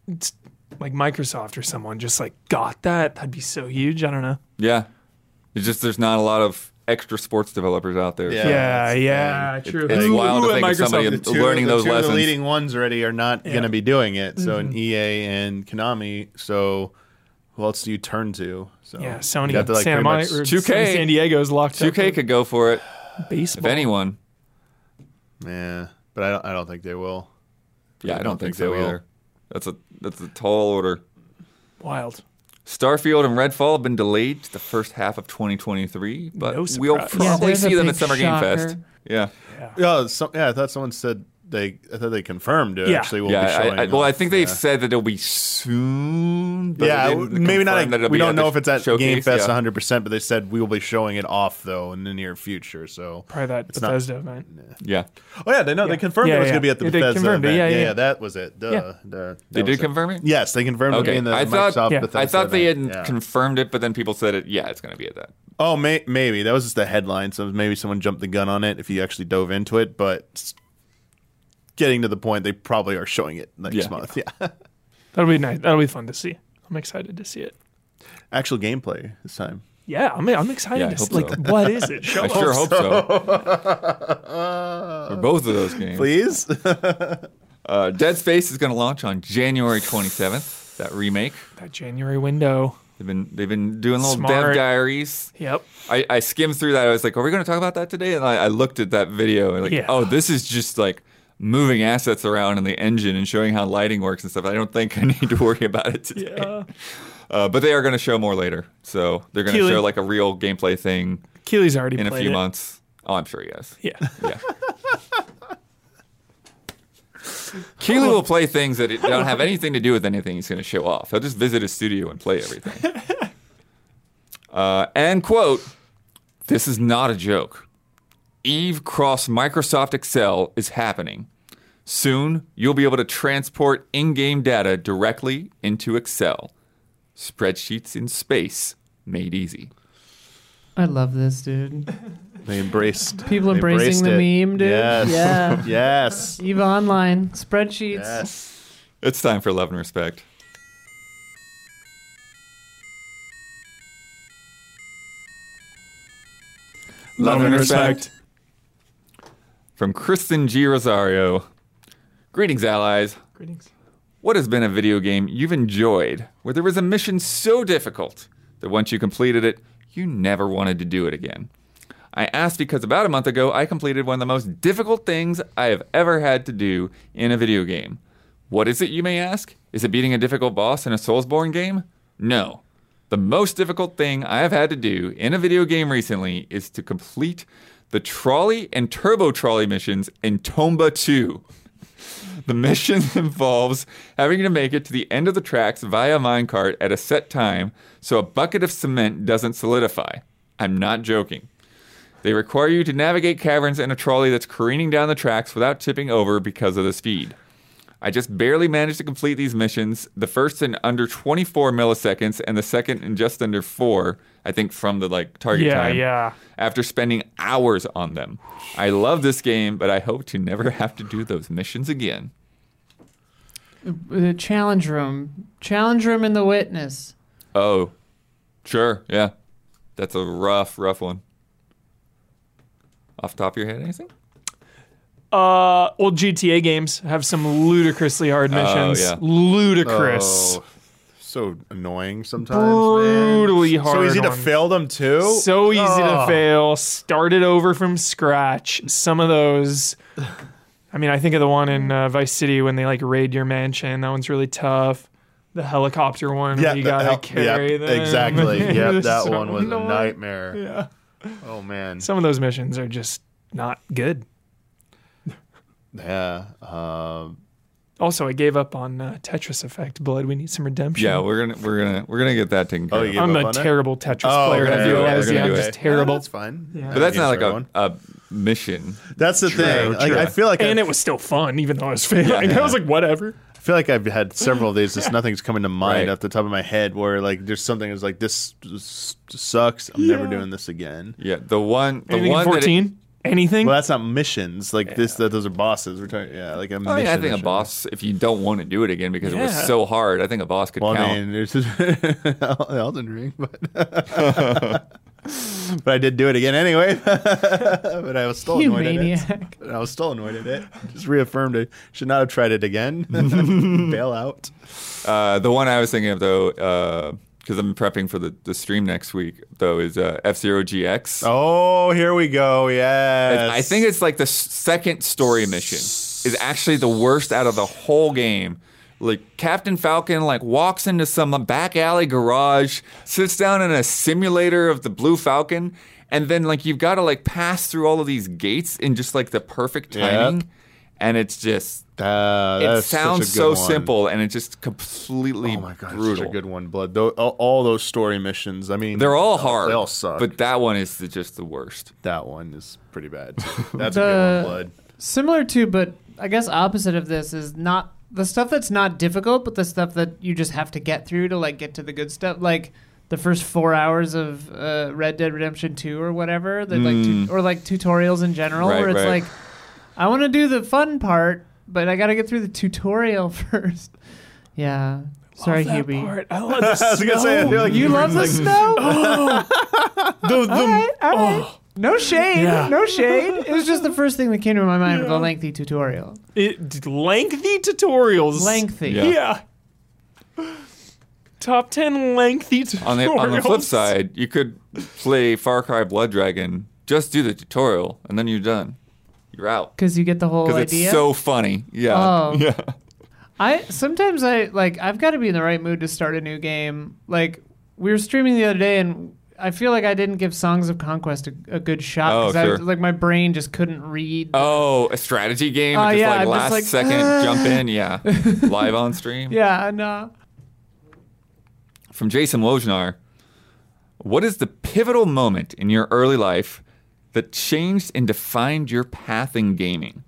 Speaker 3: it's like Microsoft or someone just like got that, that'd be so huge. I don't know.
Speaker 2: Yeah. It's just there's not a lot of extra sports developers out there.
Speaker 4: Yeah.
Speaker 2: So
Speaker 3: Yeah,
Speaker 4: that's the
Speaker 3: yeah, true.
Speaker 2: it's
Speaker 3: Who-
Speaker 2: wild to
Speaker 3: who at
Speaker 2: think of somebody
Speaker 3: Microsoft-
Speaker 2: in- learning
Speaker 4: the
Speaker 2: those
Speaker 4: two
Speaker 2: lessons.
Speaker 4: Of the leading ones already are not going to be doing it. So
Speaker 5: Mm-hmm.
Speaker 4: an EA and Konami. So who else do you turn to? So
Speaker 3: Yeah,
Speaker 4: you
Speaker 3: Sony,
Speaker 4: have to, like,
Speaker 3: Santa
Speaker 4: pretty much-
Speaker 3: Monica, or
Speaker 2: 2K.
Speaker 3: San Diego is locked up.
Speaker 2: 2K could go for it if
Speaker 3: baseball.
Speaker 2: anyone.
Speaker 4: Yeah, but I don't. I don't think they will.
Speaker 2: Yeah, I don't, think, so
Speaker 4: think they will.
Speaker 2: either. That's a that's a tall order.
Speaker 3: Wild.
Speaker 2: Starfield and Redfall have been delayed to the first half of 2023, but
Speaker 3: No
Speaker 2: we'll
Speaker 3: surprise.
Speaker 5: Yeah,
Speaker 2: probably
Speaker 5: there's a
Speaker 2: see them
Speaker 5: big
Speaker 2: at Summer Game Fest.
Speaker 5: shocker.
Speaker 2: Yeah,
Speaker 4: Yeah, some, yeah. I thought someone said they. I thought they confirmed it.
Speaker 3: Yeah.
Speaker 4: Actually, will
Speaker 2: yeah.
Speaker 4: be showing.
Speaker 2: I, I, well, I
Speaker 4: off,
Speaker 2: think they've
Speaker 4: yeah.
Speaker 2: said that it'll be soon. But
Speaker 4: yeah,
Speaker 2: they
Speaker 4: I-
Speaker 2: didn't
Speaker 4: maybe not.
Speaker 2: confirm that it'll
Speaker 4: we
Speaker 2: be
Speaker 4: don't
Speaker 2: the
Speaker 4: know if it's at
Speaker 2: showcase,
Speaker 4: Game Fest
Speaker 2: yeah.
Speaker 4: 100, percent but they said we will be showing it off though in the near future. So
Speaker 3: Probably that
Speaker 4: It's not-
Speaker 3: Bethesda event.
Speaker 2: Yeah,
Speaker 4: Oh yeah, they know they confirmed
Speaker 3: Yeah,
Speaker 4: it was
Speaker 3: yeah.
Speaker 4: going to be at the
Speaker 3: Yeah, they
Speaker 4: Bethesda
Speaker 3: confirmed it.
Speaker 4: event.
Speaker 3: Yeah, yeah,
Speaker 4: yeah,
Speaker 3: yeah.
Speaker 4: that was it. Duh,
Speaker 3: Yeah.
Speaker 4: duh, that
Speaker 2: they
Speaker 4: was
Speaker 2: did
Speaker 4: it.
Speaker 2: confirm it.
Speaker 4: Yes, they confirmed it
Speaker 2: Okay,
Speaker 4: in the
Speaker 2: I thought
Speaker 4: Microsoft
Speaker 3: Yeah. I
Speaker 4: Bethesda
Speaker 2: I thought they had
Speaker 4: event. Yeah.
Speaker 2: confirmed it, but then people said it. Yeah, it's gonna be at that.
Speaker 4: oh, may- maybe that was just the headline. So maybe someone jumped the gun on it if you actually dove into it. But s- getting to the point, they probably are showing it next
Speaker 2: Yeah.
Speaker 4: month. Yeah,
Speaker 3: That'll be nice. That'll be fun to see. I'm excited to see it.
Speaker 4: actual gameplay this time.
Speaker 3: Yeah, I'm, I'm excited
Speaker 2: Yeah, I
Speaker 3: to see.
Speaker 2: hope
Speaker 3: Like, what is it? Show
Speaker 2: I
Speaker 3: us.
Speaker 2: sure hope so. for both of those games.
Speaker 4: Please,
Speaker 2: Uh, Dead Space is gonna launch on January 27th. That remake.
Speaker 3: That January window.
Speaker 2: They've been they've been doing little
Speaker 3: Smart.
Speaker 2: dev diaries.
Speaker 3: Yep.
Speaker 2: I, I skimmed through that. I was like, "Are we going to talk about that today?" And I, I looked at that video and like,
Speaker 3: Yeah.
Speaker 2: "Oh, this is just like moving assets around in the engine and showing how lighting works and stuff." I don't think I need to worry about it today.
Speaker 3: Yeah.
Speaker 2: Uh, but they are going to show more later. So they're going to
Speaker 3: Keely-
Speaker 2: show like a real gameplay thing
Speaker 3: Keely's already
Speaker 2: in a
Speaker 3: played
Speaker 2: few
Speaker 3: it.
Speaker 2: months. Oh, I'm sure he has.
Speaker 3: Yeah.
Speaker 2: Yeah. Keely will play things that it- don't have anything to do with anything he's going to show off. He'll just visit his studio and play everything. Uh, and quote, this is not a joke. Eve cross Microsoft Excel is happening. Soon, you'll be able to transport in game data directly into Excel. Spreadsheets in space made easy.
Speaker 5: I love this, dude.
Speaker 4: They embraced
Speaker 5: People
Speaker 4: they
Speaker 5: embracing
Speaker 4: embraced
Speaker 5: the
Speaker 4: it.
Speaker 5: meme, dude.
Speaker 4: Yes.
Speaker 5: Yeah.
Speaker 4: Yes.
Speaker 5: Eve Online spreadsheets.
Speaker 4: yes.
Speaker 2: It's time for love and respect.
Speaker 3: Love and respect.
Speaker 2: From Kristen G. Rosario. Greetings, allies.
Speaker 3: Greetings.
Speaker 2: What has been a video game you've enjoyed where there was a mission so difficult that once you completed it, you never wanted to do it again? I asked because about a month ago, I completed one of the most difficult things I have ever had to do in a video game. What is it, you may ask? Is it beating a difficult boss in a Soulsborne game? No. The most difficult thing I have had to do in a video game recently is to complete the trolley and turbo trolley missions in Tomba 2. The mission involves having to make it to the end of the tracks via minecart at a set time so a bucket of cement doesn't solidify. I'm not joking. They require you to navigate caverns in a trolley that's careening down the tracks without tipping over because of the speed. I just barely managed to complete these missions, the first in under 24 milliseconds and the second in just under 4, I think from the like target
Speaker 3: Yeah,
Speaker 2: time
Speaker 3: yeah.
Speaker 2: after spending hours on them. I love this game, but I hope to never have to do those missions again.
Speaker 5: Uh, challenge room. Challenge room and the witness.
Speaker 2: Oh, sure, yeah. That's a rough, rough one. Off the top of your head, anything?
Speaker 3: Uh, well, GTA games have some ludicrously hard missions.
Speaker 2: Oh, yeah.
Speaker 3: Ludicrous.
Speaker 4: Oh, so annoying sometimes.
Speaker 3: Brutally
Speaker 4: man. So
Speaker 3: hard
Speaker 4: easy to
Speaker 3: one.
Speaker 4: fail them too.
Speaker 3: So easy to
Speaker 4: Oh.
Speaker 3: fail. Started over from scratch. Some of those. I mean, I think of the one in uh, Vice City when they like raid your mansion. That one's really tough. The helicopter one. where
Speaker 4: Yeah,
Speaker 3: you
Speaker 4: the
Speaker 3: gotta
Speaker 4: hell-
Speaker 3: carry
Speaker 4: yeah,
Speaker 3: them.
Speaker 4: Exactly. Yeah,
Speaker 3: It's
Speaker 4: that
Speaker 3: so
Speaker 4: one was
Speaker 3: annoying.
Speaker 4: a nightmare.
Speaker 3: Yeah.
Speaker 4: Oh man.
Speaker 3: Some of those missions are just not good.
Speaker 4: Yeah. Uh,
Speaker 3: Also, I gave up on uh, Tetris Effect. Blood. We need some redemption.
Speaker 2: Yeah, we're gonna we're gonna we're gonna get that taken care
Speaker 4: Oh,
Speaker 2: of.
Speaker 4: yeah.
Speaker 3: I'm
Speaker 4: Give up
Speaker 3: a
Speaker 4: on it?
Speaker 3: terrible Tetris
Speaker 4: oh,
Speaker 3: player.
Speaker 2: okay,
Speaker 3: I
Speaker 2: okay,
Speaker 3: realize,
Speaker 2: okay,
Speaker 3: yeah, I'm
Speaker 2: okay.
Speaker 3: just terrible.
Speaker 4: Yeah, that's fine.
Speaker 3: Yeah.
Speaker 2: But that's not like
Speaker 4: Everyone's
Speaker 2: a,
Speaker 4: got
Speaker 2: a mission.
Speaker 4: That's the thing. Like I feel like I,
Speaker 3: and it was still fun, even though I was failing. I was like, whatever.
Speaker 4: I feel like I've had several of these. Just nothing's coming to mind
Speaker 2: Right.
Speaker 4: off the top of my head. Where like there's something that's like this s- sucks. I'm never doing this again.
Speaker 2: Yeah, the one the
Speaker 3: Anything
Speaker 2: one that it-
Speaker 3: 14? Anything?
Speaker 4: Well, that's not missions. Like this, that those are bosses. We're talking. Yeah, like a
Speaker 2: Oh, I, mean,
Speaker 4: mission.
Speaker 2: I think a
Speaker 4: mission.
Speaker 2: boss, if you don't want to do it again because it
Speaker 3: Yeah.
Speaker 2: was so hard, I think a boss could
Speaker 4: Well,
Speaker 2: count.
Speaker 4: I mean, there's Elden Ring, but but I did do it again anyway. but I was still
Speaker 5: You
Speaker 4: annoyed at
Speaker 5: maniac.
Speaker 4: it. I was still annoyed at it. Just reaffirmed it. Should not have tried it again. Bail out.
Speaker 2: Uh, the one I was thinking of though, because I'm prepping for the, the stream next week though, is uh, F Zero GX.
Speaker 4: Oh, here we go. Yes.
Speaker 2: I think it's like the s- second story mission is actually the worst out of the whole game. Like Captain Falcon, like walks into some back alley garage, sits down in a simulator of the Blue Falcon, and then like you've got to like pass through all of these gates in just like the perfect
Speaker 4: Yep.
Speaker 2: timing, and it's just
Speaker 4: Ah,
Speaker 2: it
Speaker 4: that's such a
Speaker 2: sounds
Speaker 4: good
Speaker 2: so
Speaker 4: one.
Speaker 2: simple, and it's just completely
Speaker 4: Oh my god,
Speaker 2: brutal.
Speaker 4: such a good one. Blood. Tho- all, all those story missions. I mean,
Speaker 2: They're all hard.
Speaker 4: They all suck.
Speaker 2: But that one is the, just the worst.
Speaker 4: that one is pretty bad. That's
Speaker 5: The-
Speaker 4: a good one. Blood.
Speaker 5: Similar to, but I guess opposite of this is not the stuff that's not difficult, but the stuff that you just have to get through to like get to the good stuff. Like the first four hours of uh, Red Dead Redemption Two or whatever, that like tu- or like tutorials in general,
Speaker 2: Mm. Right,
Speaker 5: where it's
Speaker 2: right.
Speaker 5: like I want to do the fun part, but I got to get through the tutorial first. Yeah, sorry,
Speaker 3: That
Speaker 5: Hubie.
Speaker 3: part. Oh. I love the snow.
Speaker 4: I was gonna say, I feel like
Speaker 5: You love the snow?
Speaker 3: the, the,
Speaker 5: All right.
Speaker 3: oh,
Speaker 5: No shade.
Speaker 3: Yeah.
Speaker 5: No shade. It was just the first thing that came to my mind with a lengthy tutorial.
Speaker 3: it, lengthy tutorials.
Speaker 5: Lengthy.
Speaker 2: Yeah.
Speaker 3: Yeah. Top 10 lengthy tutorials.
Speaker 2: On the on the flip side, you could play Far Cry Blood Dragon, just do the tutorial, and then you're done. You're out
Speaker 5: Because you get the whole
Speaker 2: because it's
Speaker 5: idea.
Speaker 2: so funny. Yeah,
Speaker 5: Oh.
Speaker 2: yeah.
Speaker 5: I sometimes I like I've got to be in the right mood to start a new game. Like we were streaming the other day, and I feel like I didn't give Songs of Conquest a, a good shot.
Speaker 2: Oh,
Speaker 5: 'cause I-
Speaker 2: sure.
Speaker 5: like my brain just couldn't read.
Speaker 2: Oh, a strategy game?
Speaker 5: Oh,
Speaker 2: just
Speaker 5: yeah,
Speaker 2: like
Speaker 5: I'm just
Speaker 2: last
Speaker 5: like,
Speaker 2: second jump in? Yeah. Live on stream?
Speaker 5: Yeah, and uh,
Speaker 2: From Jason Wojnar What is the pivotal moment in your early life that changed and defined your path in gaming?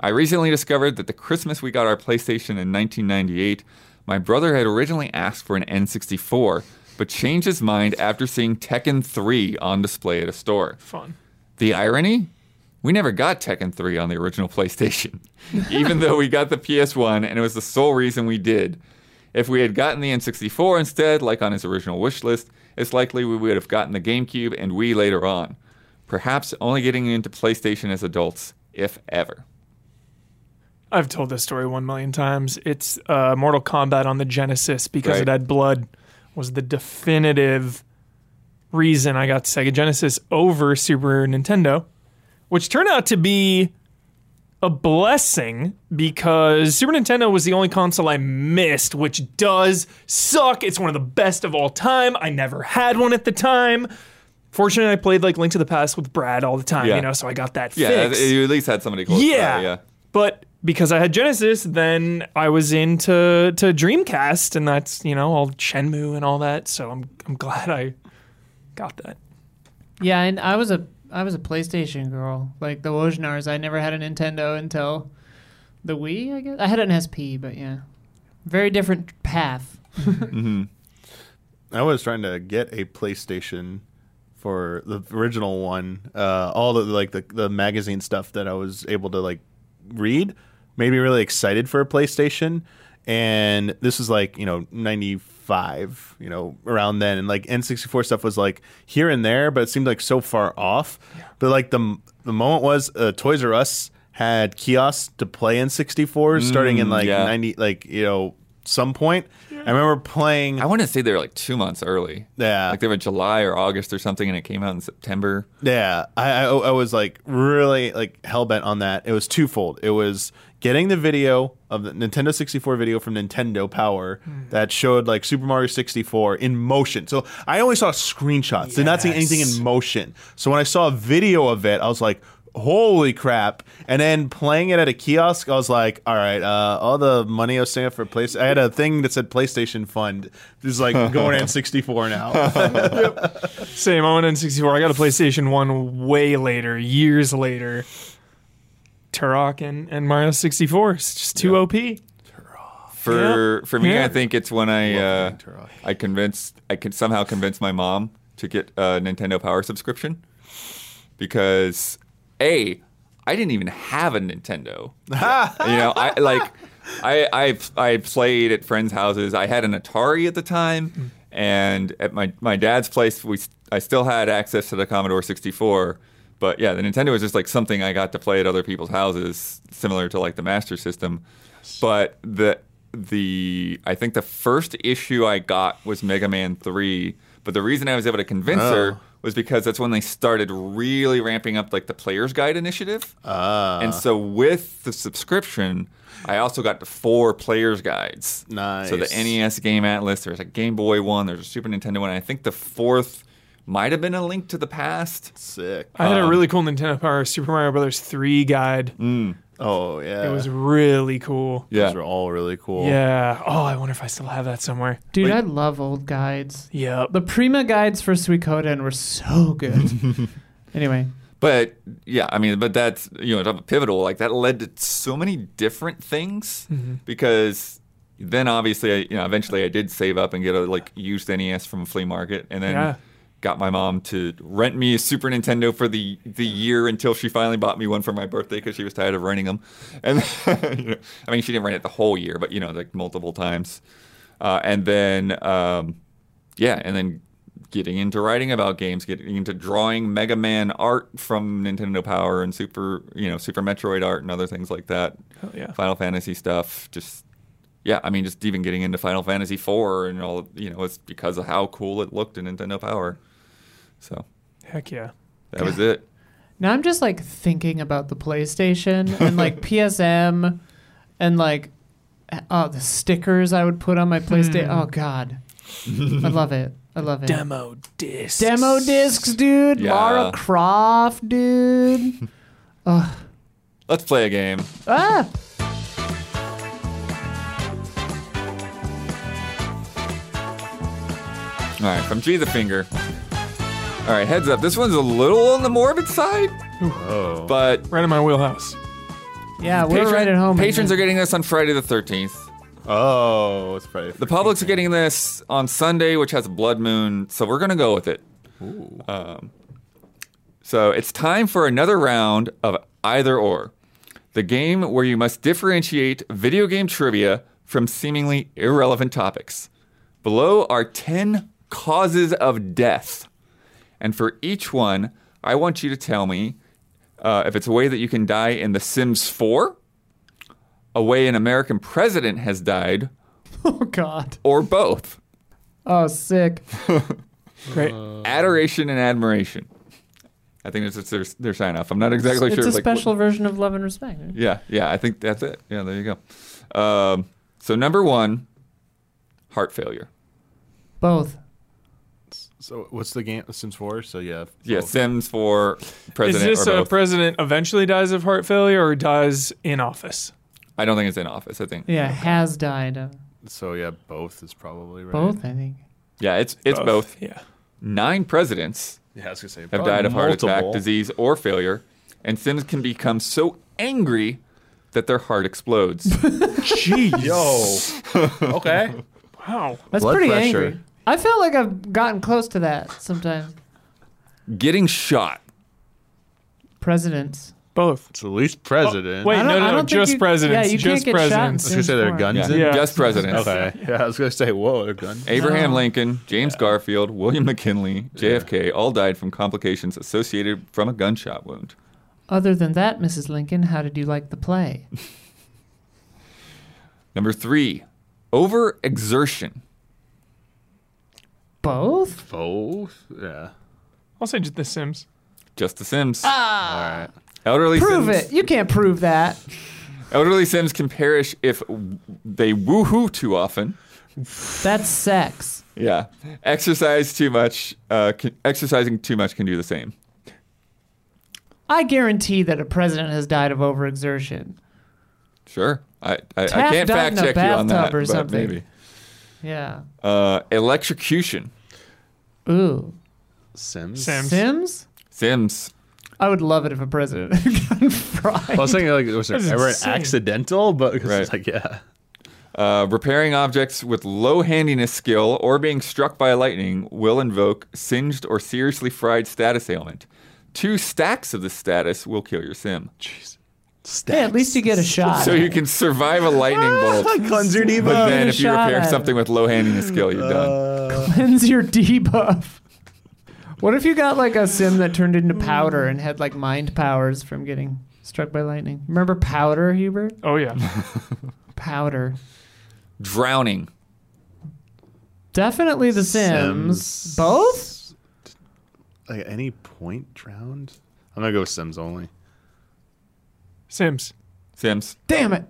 Speaker 2: I recently discovered that the Christmas we got our PlayStation in 1998, my brother had originally asked for an N64, but changed his mind after seeing Tekken 3 on display at a store.
Speaker 3: Fun.
Speaker 2: The irony? We never got Tekken 3 on the original PlayStation, even though we got the PS1 and it was the sole reason we did. If we had gotten the N64 instead, like on his original wish list, it's likely we would have gotten the GameCube and Wii later on. Perhaps only getting into PlayStation as adults, if ever.
Speaker 3: I've told this story one million times. It's uh, Mortal Kombat on the Genesis because
Speaker 2: Right.
Speaker 3: it had blood was the definitive reason I got Sega Genesis over Super Nintendo, which turned out to be a blessing because Super Nintendo was the only console I missed, which does suck. It's one of the best of all time. I never had one at the time. Fortunately, I played like Link to the Past with Brad all the time,
Speaker 2: Yeah.
Speaker 3: you know, so I got that
Speaker 2: Yeah,
Speaker 3: fixed.
Speaker 2: you at least had somebody close
Speaker 3: Yeah.
Speaker 2: by. Yeah.
Speaker 3: But because I had Genesis, then I was into to Dreamcast, and that's you know all Shenmue and all that. So I'm I'm glad I got that.
Speaker 5: yeah, and I was a I was a PlayStation girl. Like the Wojnars, I never had a Nintendo until the Wii. I guess I had an SP, but yeah, very different path.
Speaker 4: I was trying to get a PlayStation for the original one. Uh, all the like the, the magazine stuff that I was able to like read made me really excited for a PlayStation. And this was like you know ninety five, you know around then, and like N sixty four stuff was like here and there, but it seemed like so far off. But like the the moment was uh, Toys R Us had kiosks to play N sixty four starting in like
Speaker 2: yeah.
Speaker 4: ninety, like you know some point. I remember playing.
Speaker 2: I want to say they were like two months early.
Speaker 4: Yeah.
Speaker 2: Like they were July or August or something, and it came out in September.
Speaker 4: Yeah, I, I I was like really like hell bent on that. It was twofold. It was getting the video of the Nintendo 64 video from Nintendo Power
Speaker 3: Hmm.
Speaker 4: that showed like Super Mario 64 in motion. So I only saw screenshots, did not see anything in motion. So when I saw a video of it, I was like. Holy crap! And then playing it at a kiosk, I was like, "All right, uh, all the money I was saving for place." I had a thing that said PlayStation Fund. It's like going in sixty four now.
Speaker 3: Same. I went N64. I got a PlayStation One way later, years later. Turok and, and Mario 64. It's just too OP.
Speaker 2: For for me,
Speaker 3: Yeah.
Speaker 2: I think it's when I uh,
Speaker 4: Turok.
Speaker 2: I convinced I could somehow convince my mom to get a Nintendo Power subscription because a I didn't even have a Nintendo. you know, I like I I I played at friends' houses. I had an Atari at the time, and at my my dad's place, we s- I still had access to the Commodore 64. But yeah, the Nintendo was just like something I got to play at other people's houses, similar to like the Master System. But the the I think the first issue I got was Mega Man Three. But the reason I was able to convince her was because that's when they started really ramping up like the Player's Guide initiative. and so with the subscription, I also got the four Player's Guides. So the
Speaker 4: Nice.
Speaker 2: NES Game Atlas. There's a Game Boy one. There's a Super Nintendo one. and I think the fourth might have been a Link to the Past.
Speaker 4: Sick.
Speaker 3: I had a really cool Nintendo Power Super Mario Brothers 3 guide.
Speaker 4: Oh yeah,
Speaker 3: It was really cool.
Speaker 2: Yeah.
Speaker 4: Those are all really cool.
Speaker 3: Yeah. Oh, I wonder if I still have that somewhere.
Speaker 5: Dude, I love old guides.
Speaker 3: Yep.
Speaker 5: The Prima guides for Suikoden were so good. anyway,
Speaker 2: But yeah, I mean, but that's you know, talk about pivotal. Like that led to so many different things because then obviously, I, you know, eventually I did save up and get a like used NES from a flea market, and then
Speaker 3: Yeah.
Speaker 2: got my mom to rent me a Super Nintendo for the the year until she finally bought me one for my birthday because she was tired of renting them. And you know, I mean, she didn't rent it the whole year, but you know, like multiple times. Uh, and then um, yeah, and then getting into writing about games, getting into drawing Mega Man art from Nintendo Power and Super, you know, Super Metroid art and other things like that.
Speaker 3: Hell Oh, yeah.
Speaker 2: Final Fantasy stuff, just yeah, I mean, just even getting into Final Fantasy IV and all, you know, it's because of how cool it looked in Nintendo Power. So
Speaker 3: Heck yeah.
Speaker 2: that was it.
Speaker 5: now I'm just like thinking about the PlayStation and like PSM and like oh the stickers I would put on my
Speaker 2: Hmm.
Speaker 5: PlayStation. Oh God, I love it. I love it.
Speaker 3: Demo disc.
Speaker 5: Demo discs, dude.
Speaker 2: Yeah.
Speaker 5: Lara Croft, dude.
Speaker 2: Let's play a game.
Speaker 5: ah,
Speaker 2: All right, from G the Finger. All right, heads up. This one's a little on the morbid side,
Speaker 4: Oh.
Speaker 2: but
Speaker 3: Right in my wheelhouse.
Speaker 5: yeah, we're right at home.
Speaker 2: Patrons are getting this on Friday the 13th.
Speaker 4: Oh, it's probably
Speaker 2: The public's are getting this on Sunday, which has a blood moon, so we're gonna go with it. Um, so it's time for another round of either or, the game where you must differentiate video game trivia from seemingly irrelevant topics. Below are ten causes of death, and for each one, I want you to tell me uh, if it's a way that you can die in The Sims 4, a way an American president has died,
Speaker 5: Oh God.
Speaker 2: or both.
Speaker 5: Oh, sick.
Speaker 3: Great.
Speaker 2: Uh, Adoration and admiration. I think that's their, their sign off. I'm not exactly
Speaker 5: It's
Speaker 2: sure.
Speaker 5: a
Speaker 2: like,
Speaker 5: special
Speaker 2: what-
Speaker 5: version of Love and Respect.
Speaker 2: yeah, yeah. I think that's it. Yeah, there you go. Um, so number one, heart failure.
Speaker 5: Both.
Speaker 4: So what's the game? Sims 4. So yeah.
Speaker 2: Yeah,
Speaker 4: Oh.
Speaker 2: Sims for
Speaker 3: Is
Speaker 2: president
Speaker 3: this
Speaker 2: or
Speaker 3: a
Speaker 2: both.
Speaker 3: president eventually dies of heart failure or dies in office?
Speaker 2: I don't think it's in office. I think.
Speaker 5: Yeah, has died. Uh,
Speaker 4: So yeah, both is probably right.
Speaker 5: Both, I think.
Speaker 2: Yeah, it's it's
Speaker 3: Oh.
Speaker 2: both.
Speaker 3: Yeah.
Speaker 2: Nine presidents
Speaker 4: Yeah, I was gonna say.
Speaker 2: have
Speaker 4: probably
Speaker 2: died of heart attack,
Speaker 4: multiple.
Speaker 2: disease, or failure, and Sims can become so angry that their heart explodes.
Speaker 3: Jeez.
Speaker 4: Yo. okay.
Speaker 3: Wow.
Speaker 5: That's
Speaker 4: Blood
Speaker 5: pretty
Speaker 4: pressure.
Speaker 5: angry. I feel like I've gotten close to that sometimes.
Speaker 2: Getting shot.
Speaker 5: Presidents.
Speaker 3: Both.
Speaker 4: It's at least president.
Speaker 3: Wait,
Speaker 5: I don't-
Speaker 3: no,
Speaker 5: I
Speaker 3: no, no
Speaker 5: don't think
Speaker 3: just
Speaker 5: you-
Speaker 3: presidents.
Speaker 5: yeah, you can't
Speaker 3: just
Speaker 5: get shot in
Speaker 3: presidents.
Speaker 4: I was gonna say there are guns
Speaker 2: Yeah,
Speaker 4: in.
Speaker 3: Yeah.
Speaker 2: just presidents.
Speaker 4: Okay. Yeah, I was gonna say whoa, there are guns.
Speaker 2: Abraham
Speaker 5: No.
Speaker 2: Lincoln, James Garfield, William McKinley, JFK all died from complications associated from a gunshot wound.
Speaker 5: Other than that, Mrs. Lincoln, how did you like the play?
Speaker 2: Number three, overexertion.
Speaker 5: Both?
Speaker 4: Both. Yeah.
Speaker 3: I'll say just The Sims.
Speaker 2: Just the Sims.
Speaker 4: All right.
Speaker 2: elderly
Speaker 5: Ah, Prove it.
Speaker 2: Sims.
Speaker 5: You can't prove that.
Speaker 2: Elderly Sims can perish if w- they woohoo too often.
Speaker 5: That's sex.
Speaker 2: Yeah. Exercise too much. Uh, can, exercising too much can do the same.
Speaker 5: I guarantee that a president has died of overexertion.
Speaker 2: Sure. I, I, I
Speaker 5: Taft
Speaker 2: can't
Speaker 5: died
Speaker 2: fact
Speaker 5: in a
Speaker 2: check you on that.
Speaker 5: bathtub or
Speaker 2: but
Speaker 5: something.
Speaker 2: Maybe.
Speaker 5: Yeah.
Speaker 2: Uh, electrocution.
Speaker 5: Ooh.
Speaker 4: Sims.
Speaker 3: Sims.
Speaker 5: Sims?
Speaker 2: Sims.
Speaker 5: I would love it if a president got fried.
Speaker 4: I was thinking like was there
Speaker 3: That's
Speaker 4: ever
Speaker 3: insane.
Speaker 4: an accidental? But 'cause
Speaker 2: Right.
Speaker 4: it's like yeah.
Speaker 2: Uh, repairing objects with low handiness skill or being struck by lightning will invoke singed or seriously fried status ailment. Two stacks of the status will kill your sim.
Speaker 5: Yeah, at least you get a shot.
Speaker 2: So you can survive a lightning bolt,
Speaker 4: Cleanse your diva.
Speaker 2: but then if you
Speaker 5: shot
Speaker 2: repair
Speaker 5: at
Speaker 2: something with low handiness skill, you're done.
Speaker 5: Cleanse your debuff. What if you got like a sim that turned into powder and had like mind powers from getting struck by lightning? Remember powder, Hubert?
Speaker 3: Oh, yeah.
Speaker 5: Powder.
Speaker 2: Drowning.
Speaker 5: Definitely the Sims. Both?
Speaker 4: Like any point drowned? I'm gonna go with Sims only.
Speaker 3: Sims.
Speaker 2: Sims,
Speaker 5: Damn it.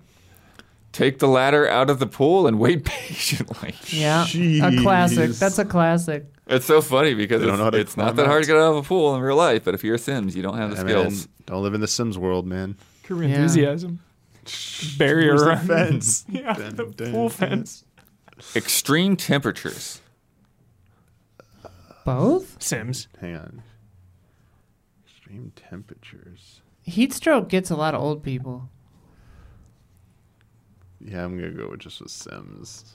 Speaker 2: take the ladder out of the pool and wait patiently.
Speaker 5: Yeah. A classic.
Speaker 4: Jeez.
Speaker 5: That's a classic.
Speaker 2: It's so funny because
Speaker 4: They don't know how
Speaker 2: it's,
Speaker 4: to
Speaker 2: it's not
Speaker 4: climb
Speaker 2: that hard
Speaker 4: out.
Speaker 2: to get out of a pool in real life, but if you're a Sims, you don't have the
Speaker 4: I mean,
Speaker 2: skills.
Speaker 4: don't live in the Sims world, man.
Speaker 3: Career
Speaker 5: Yeah.
Speaker 3: enthusiasm. Barrier around.
Speaker 4: fence.
Speaker 3: Yeah,
Speaker 4: Dun,
Speaker 3: the
Speaker 4: dun,
Speaker 3: pool
Speaker 4: dun.
Speaker 3: fence.
Speaker 2: Extreme temperatures.
Speaker 5: Both?
Speaker 3: Sims.
Speaker 4: Hang on. Extreme temperatures.
Speaker 5: Heat stroke gets a lot of old people.
Speaker 4: Yeah, I'm gonna go with just with Sims.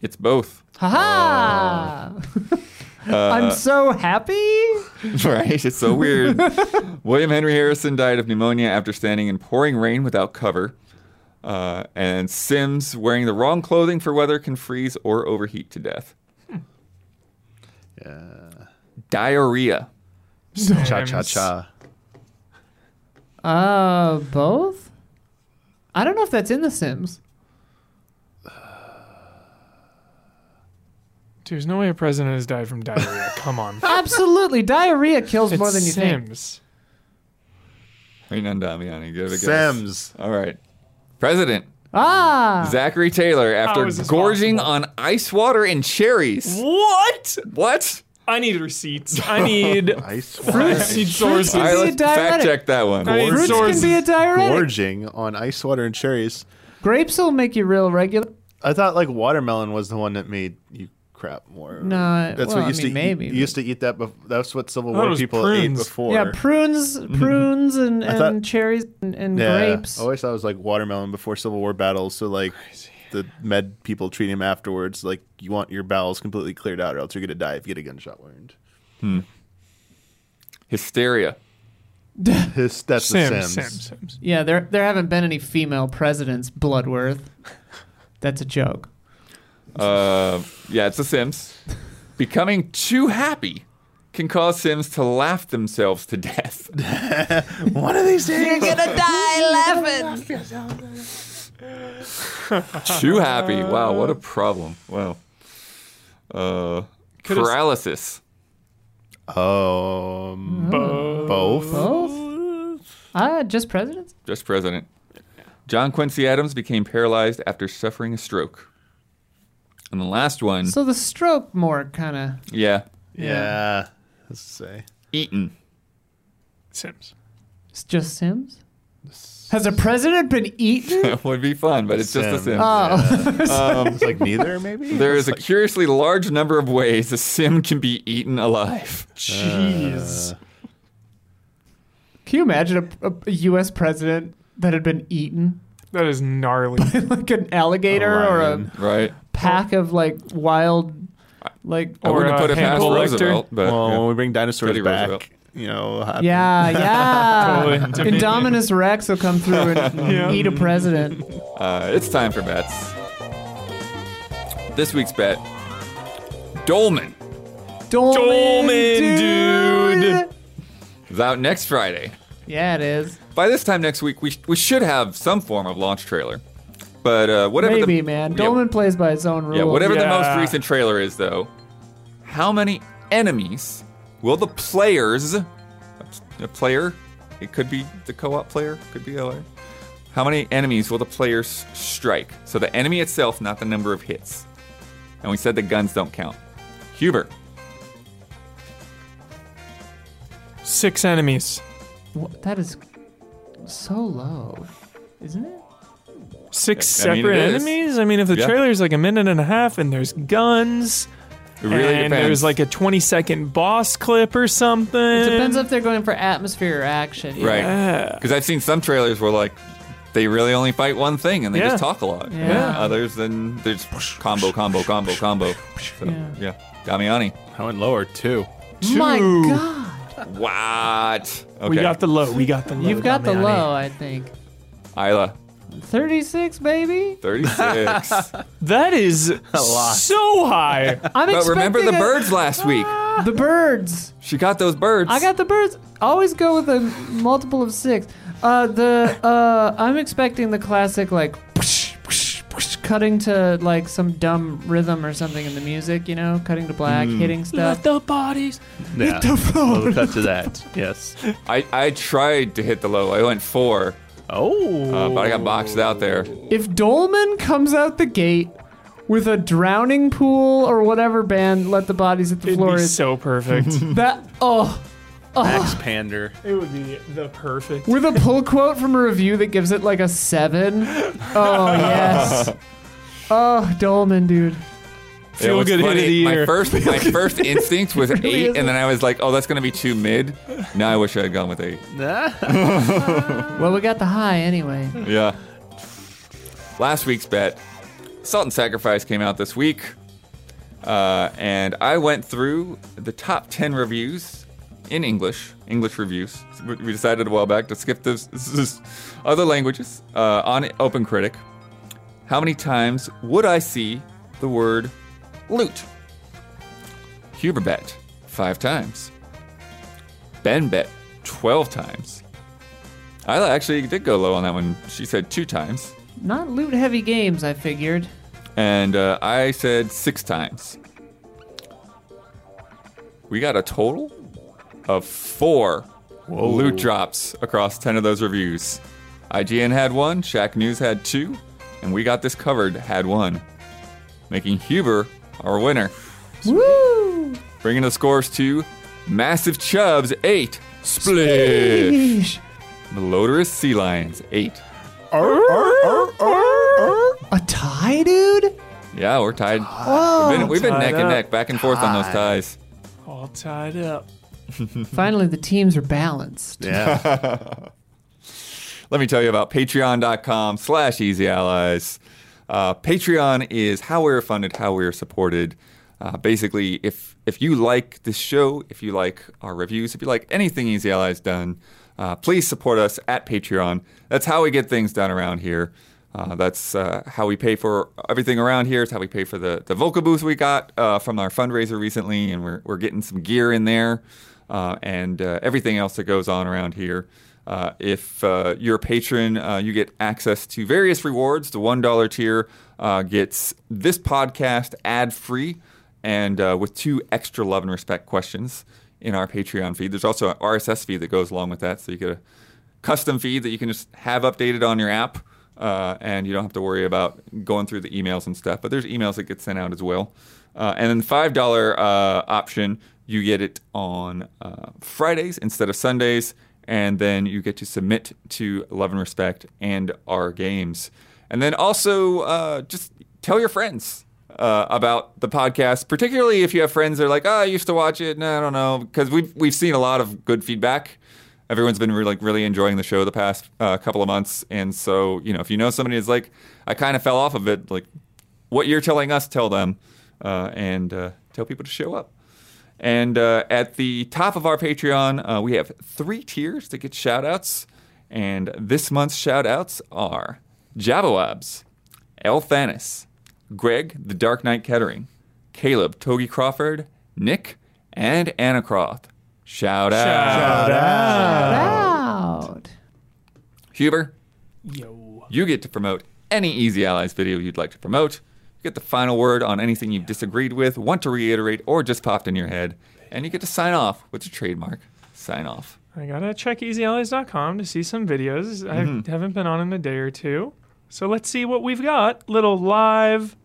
Speaker 2: It's both.
Speaker 5: Haha! I'm so happy.
Speaker 2: Right? It's so weird. William Henry Harrison died of pneumonia after standing in pouring rain without cover. Uh, and Sims wearing the wrong clothing for weather can freeze or overheat to death.
Speaker 4: Yeah.
Speaker 2: Diarrhea.
Speaker 4: Cha cha
Speaker 3: Sims.
Speaker 4: cha.
Speaker 5: Uh, both? I don't know if that's in The Sims.
Speaker 3: There's no way a president has died from diarrhea. Come on.
Speaker 5: Absolutely. Diarrhea kills
Speaker 3: It's
Speaker 5: more than you think.
Speaker 3: Sims.
Speaker 2: Rain on Damiani. Give it a guess.
Speaker 4: Sims.
Speaker 2: All right. President.
Speaker 5: Ah,
Speaker 2: Zachary Taylor, after
Speaker 3: is this
Speaker 2: gorging on ice water and cherries.
Speaker 3: What?
Speaker 2: What?
Speaker 3: I need receipts. I need.
Speaker 4: Ice
Speaker 3: I
Speaker 4: water.
Speaker 3: need sources.
Speaker 2: All right,
Speaker 5: a
Speaker 2: let's fact
Speaker 5: diuretic.
Speaker 2: check that one.
Speaker 3: I need
Speaker 4: Fruits can
Speaker 3: sources.
Speaker 5: be a diuretic.
Speaker 4: Gorging on ice water and cherries.
Speaker 5: Grapes will make you real regular.
Speaker 4: I thought like watermelon was the one that made you crap more.
Speaker 5: No,
Speaker 4: that's
Speaker 5: well,
Speaker 4: what used
Speaker 5: I mean,
Speaker 4: to
Speaker 5: maybe.
Speaker 4: you
Speaker 5: but-
Speaker 4: used to eat that. Bef- that's what Civil
Speaker 3: thought it
Speaker 4: War
Speaker 3: was
Speaker 4: people
Speaker 3: prunes.
Speaker 4: ate before.
Speaker 5: yeah, prunes, prunes, and, and
Speaker 4: thought-
Speaker 5: cherries and, and
Speaker 4: Yeah, Oh,
Speaker 5: grapes.
Speaker 4: I always thought it was like watermelon before Civil War battles. So like the med people treat him afterwards. Like you want your bowels completely cleared out, or else you're gonna die if you get a gunshot wound.
Speaker 2: Hysteria.
Speaker 4: His, that's the
Speaker 3: Sims,
Speaker 4: Sims.
Speaker 3: Sims, Sims.
Speaker 5: Yeah, there there haven't been any female presidents, Bloodworth. That's a joke.
Speaker 2: Uh, yeah, it's the Sims. Becoming too happy can cause Sims to laugh themselves to death.
Speaker 4: One of these days.
Speaker 2: too happy. Wow, what a problem. Wow. Uh,
Speaker 3: Could've-
Speaker 2: paralysis.
Speaker 4: Um,
Speaker 3: Both.
Speaker 4: both.
Speaker 5: Ah, just presidents?
Speaker 2: Just president. John Quincy Adams became paralyzed after suffering a stroke. And the last one,
Speaker 5: So the stroke more kind of
Speaker 2: yeah,
Speaker 4: Yeah. Let's say
Speaker 2: Eaton.
Speaker 3: Sims.
Speaker 5: it's just Sims. Has a president been eaten?
Speaker 2: That would be fun, but it's just a
Speaker 4: Sims.
Speaker 2: sim.
Speaker 5: Oh,
Speaker 4: it's like neither, maybe.
Speaker 2: there is a curiously large number of ways a sim can be eaten alive.
Speaker 3: Jeez.
Speaker 5: can you imagine a, a, a U.S. president that had been eaten
Speaker 3: that is gnarly.
Speaker 5: like an alligator or a
Speaker 4: lion.
Speaker 2: Right?
Speaker 5: pack of like wild, like
Speaker 2: I
Speaker 3: Or,
Speaker 2: wouldn't
Speaker 3: uh,
Speaker 2: put it past
Speaker 3: Hannibal Lecter.
Speaker 2: Roosevelt, but
Speaker 4: Well,
Speaker 2: yeah.
Speaker 4: when we bring dinosaurs
Speaker 2: Teddy
Speaker 4: back,
Speaker 2: Roosevelt.
Speaker 4: you know, happen.
Speaker 5: yeah, yeah.
Speaker 3: Totally.
Speaker 5: Indominus Rex will come through and
Speaker 3: Yeah.
Speaker 5: eat a president.
Speaker 2: Uh, it's time for bets. This week's bet Dolman
Speaker 5: Dolman,
Speaker 3: Dolman, dude.
Speaker 2: is out next Friday.
Speaker 5: Yeah, it is.
Speaker 2: By this time next week, we, sh- we should have some form of launch trailer. But uh, whatever
Speaker 5: Maybe,
Speaker 2: the,
Speaker 5: man.
Speaker 2: yeah,
Speaker 5: Dolman plays by his own rules.
Speaker 2: Yeah, whatever the most
Speaker 3: Oh, Yeah.
Speaker 2: recent trailer is, though, how many enemies will the players, a player, it could be the co-op player, could be LA. How many enemies will the players strike? So the enemy itself, not the number of hits. And we said the guns don't count. Huber,
Speaker 3: Six enemies.
Speaker 5: Wha- That is so low, isn't it?
Speaker 3: Six
Speaker 2: I mean,
Speaker 3: separate
Speaker 2: it is.
Speaker 3: enemies? I mean, if the
Speaker 2: Yeah.
Speaker 3: trailer's like a minute and a half and there's guns
Speaker 2: it really
Speaker 3: and
Speaker 2: depends.
Speaker 3: there's like a 20 second boss clip or something.
Speaker 5: It depends if they're going for atmosphere or action.
Speaker 2: Eh. right because I've seen some trailers where like they really only fight one thing and they
Speaker 3: Yeah.
Speaker 2: just talk a lot.
Speaker 5: Yeah.
Speaker 2: Others then there's combo, combo, combo, combo. So,
Speaker 5: Yeah.
Speaker 2: yeah, Damiani.
Speaker 4: I went lower too.
Speaker 5: My
Speaker 3: Two.
Speaker 5: God,
Speaker 2: What? Okay.
Speaker 3: We got the low. We got the low.
Speaker 5: you've got the
Speaker 3: Damiani.
Speaker 5: low. I think
Speaker 2: Isla,
Speaker 5: thirty-six, baby.
Speaker 2: 36.
Speaker 3: That is so high.
Speaker 5: I'm
Speaker 2: but
Speaker 5: expecting
Speaker 2: remember the
Speaker 5: a-
Speaker 2: birds last week.
Speaker 5: The birds.
Speaker 2: She got those birds.
Speaker 5: I got the birds. Always go with a multiple of six. Uh, the uh, I'm expecting the classic like whoosh, whoosh, whoosh, cutting to like some dumb rhythm or something in the music. You know, cutting to black,
Speaker 3: Mm.
Speaker 5: hitting stuff.
Speaker 3: the bodies.
Speaker 4: Yeah. We'll cut to that. Yes.
Speaker 2: I, I tried to hit the low. I went four,
Speaker 4: Oh.
Speaker 2: uh, but I got boxed out there.
Speaker 5: If Dolman comes out the gate with a drowning pool or whatever band, let the bodies hit the
Speaker 3: It'd
Speaker 5: floor.
Speaker 3: be
Speaker 5: is-
Speaker 3: so perfect.
Speaker 5: that oh,
Speaker 4: Max Pander.
Speaker 3: it would be the perfect.
Speaker 5: with a pull quote from a review that gives it like a seven. Oh yes. Oh Dolman, dude.
Speaker 2: It was
Speaker 3: good hit of
Speaker 2: funny.
Speaker 3: the
Speaker 2: My
Speaker 3: year.
Speaker 2: first, my first instinct was eight,
Speaker 5: isn't.
Speaker 2: and then I was like, oh, that's going to be too mid. Now I wish I had gone with eight.
Speaker 5: Well, we got the high anyway.
Speaker 2: Yeah. Last week's bet, Salt and Sacrifice came out this week, uh, and I went through the top ten reviews in English, English reviews. We we decided a while back to skip those those other languages uh, on OpenCritic. How many times would I see the word loot? Huber bet five times. Ben bet twelve times. Isla actually did go low on that one. She said two times,
Speaker 5: Not loot heavy games, I figured.
Speaker 2: and uh, I said six times. We got a total of four loot drops across ten of those reviews. IGN had one, Shack News had two, and we got this covered, had won, making Huber our winner. Bringing the scores to Massive Chubs 8, Splish. Malodorous Sea Lions 8.
Speaker 5: A tie, dude? Oh.
Speaker 2: Yeah, we're tied. we've been, we've been
Speaker 3: Tied
Speaker 2: neck and
Speaker 3: up.
Speaker 2: neck, back and forth on those ties.
Speaker 3: All tied up.
Speaker 5: Finally, the teams are balanced.
Speaker 4: Yeah.
Speaker 2: let me tell you about patreon.com slash easy allies uh, patreon is how we're funded how we're supported uh, basically if if you like this show if you like our reviews if you like anything easy allies done uh, please support us at patreon that's how we get things done around here uh, that's uh, how we pay for everything around here. It's how we pay for the, the vocal booth we got uh, from our fundraiser recently, and we're, we're getting some gear in there uh, and uh, everything else that goes on around here. Uh, if uh, you're a patron, uh, you get access to various rewards. The $1 tier uh, gets this podcast ad free and uh, with two extra love and respect questions in our Patreon feed. There's also an RSS feed that goes along with that, so you get a custom feed that you can just have updated on your app, uh, and you don't have to worry about going through the emails and stuff. But there's emails that get sent out as well. Uh, and then the five dollar uh, option, you get it on uh, Fridays instead of Sundays, and then you get to submit to Love and Respect and our games. And then also uh, just tell your friends uh, about the podcast, particularly if you have friends that are like, oh, I used to watch it, and I don't know, because we've we've seen a lot of good feedback. Everyone's been really, like really enjoying the show the past uh, couple of months, and so you know, if you know somebody that's like, I kind of fell off of it, like what you're telling us, tell them, uh, and uh, tell people to show up. And uh, at the top of our Patreon, uh, we have three tiers to get shout outs. And this month's shout outs are Jabawabs, El Thanis, Greg, The Dark Knight Kettering, Caleb, Togi Crawford, Nick, and Anna Croft. Shout out.
Speaker 3: Shout
Speaker 5: Loud.
Speaker 2: Huber,
Speaker 3: Yo.
Speaker 2: you get to promote any Easy Allies video you'd like to promote. You get the final word on anything you've disagreed with, want to reiterate, or just popped in your head. And you get to sign off with your trademark. Sign off.
Speaker 3: I gotta check easyallies.com to see some videos. I haven't been on in a day or two. So let's see what we've got. Little live.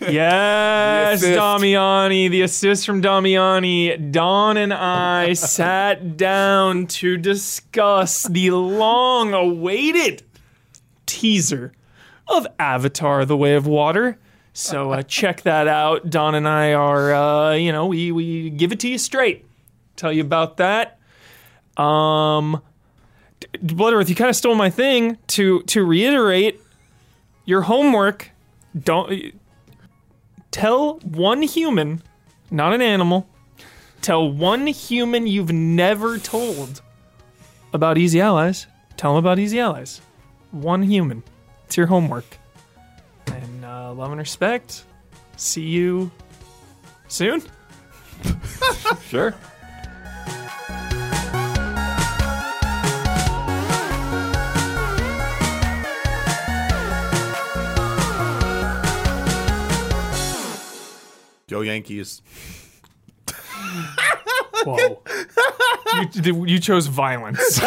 Speaker 3: yes,
Speaker 2: assist.
Speaker 3: Damiani. The assist from Damiani. Don and I sat down to discuss the long awaited teaser of Avatar: The Way of Water. So uh, check that out. Don and I are, uh, you know, we we give it to you straight. Tell you about that. Um, D- Blood Earth, you kind of stole my thing. To to reiterate, your homework. Don't tell one human, not an animal. Tell one human you've never told about Easy Allies. Tell them about Easy Allies. One human. It's your homework. And uh, love and respect. See you soon.
Speaker 2: Sure.
Speaker 4: Go Yankees.
Speaker 3: Whoa. you, you chose violence.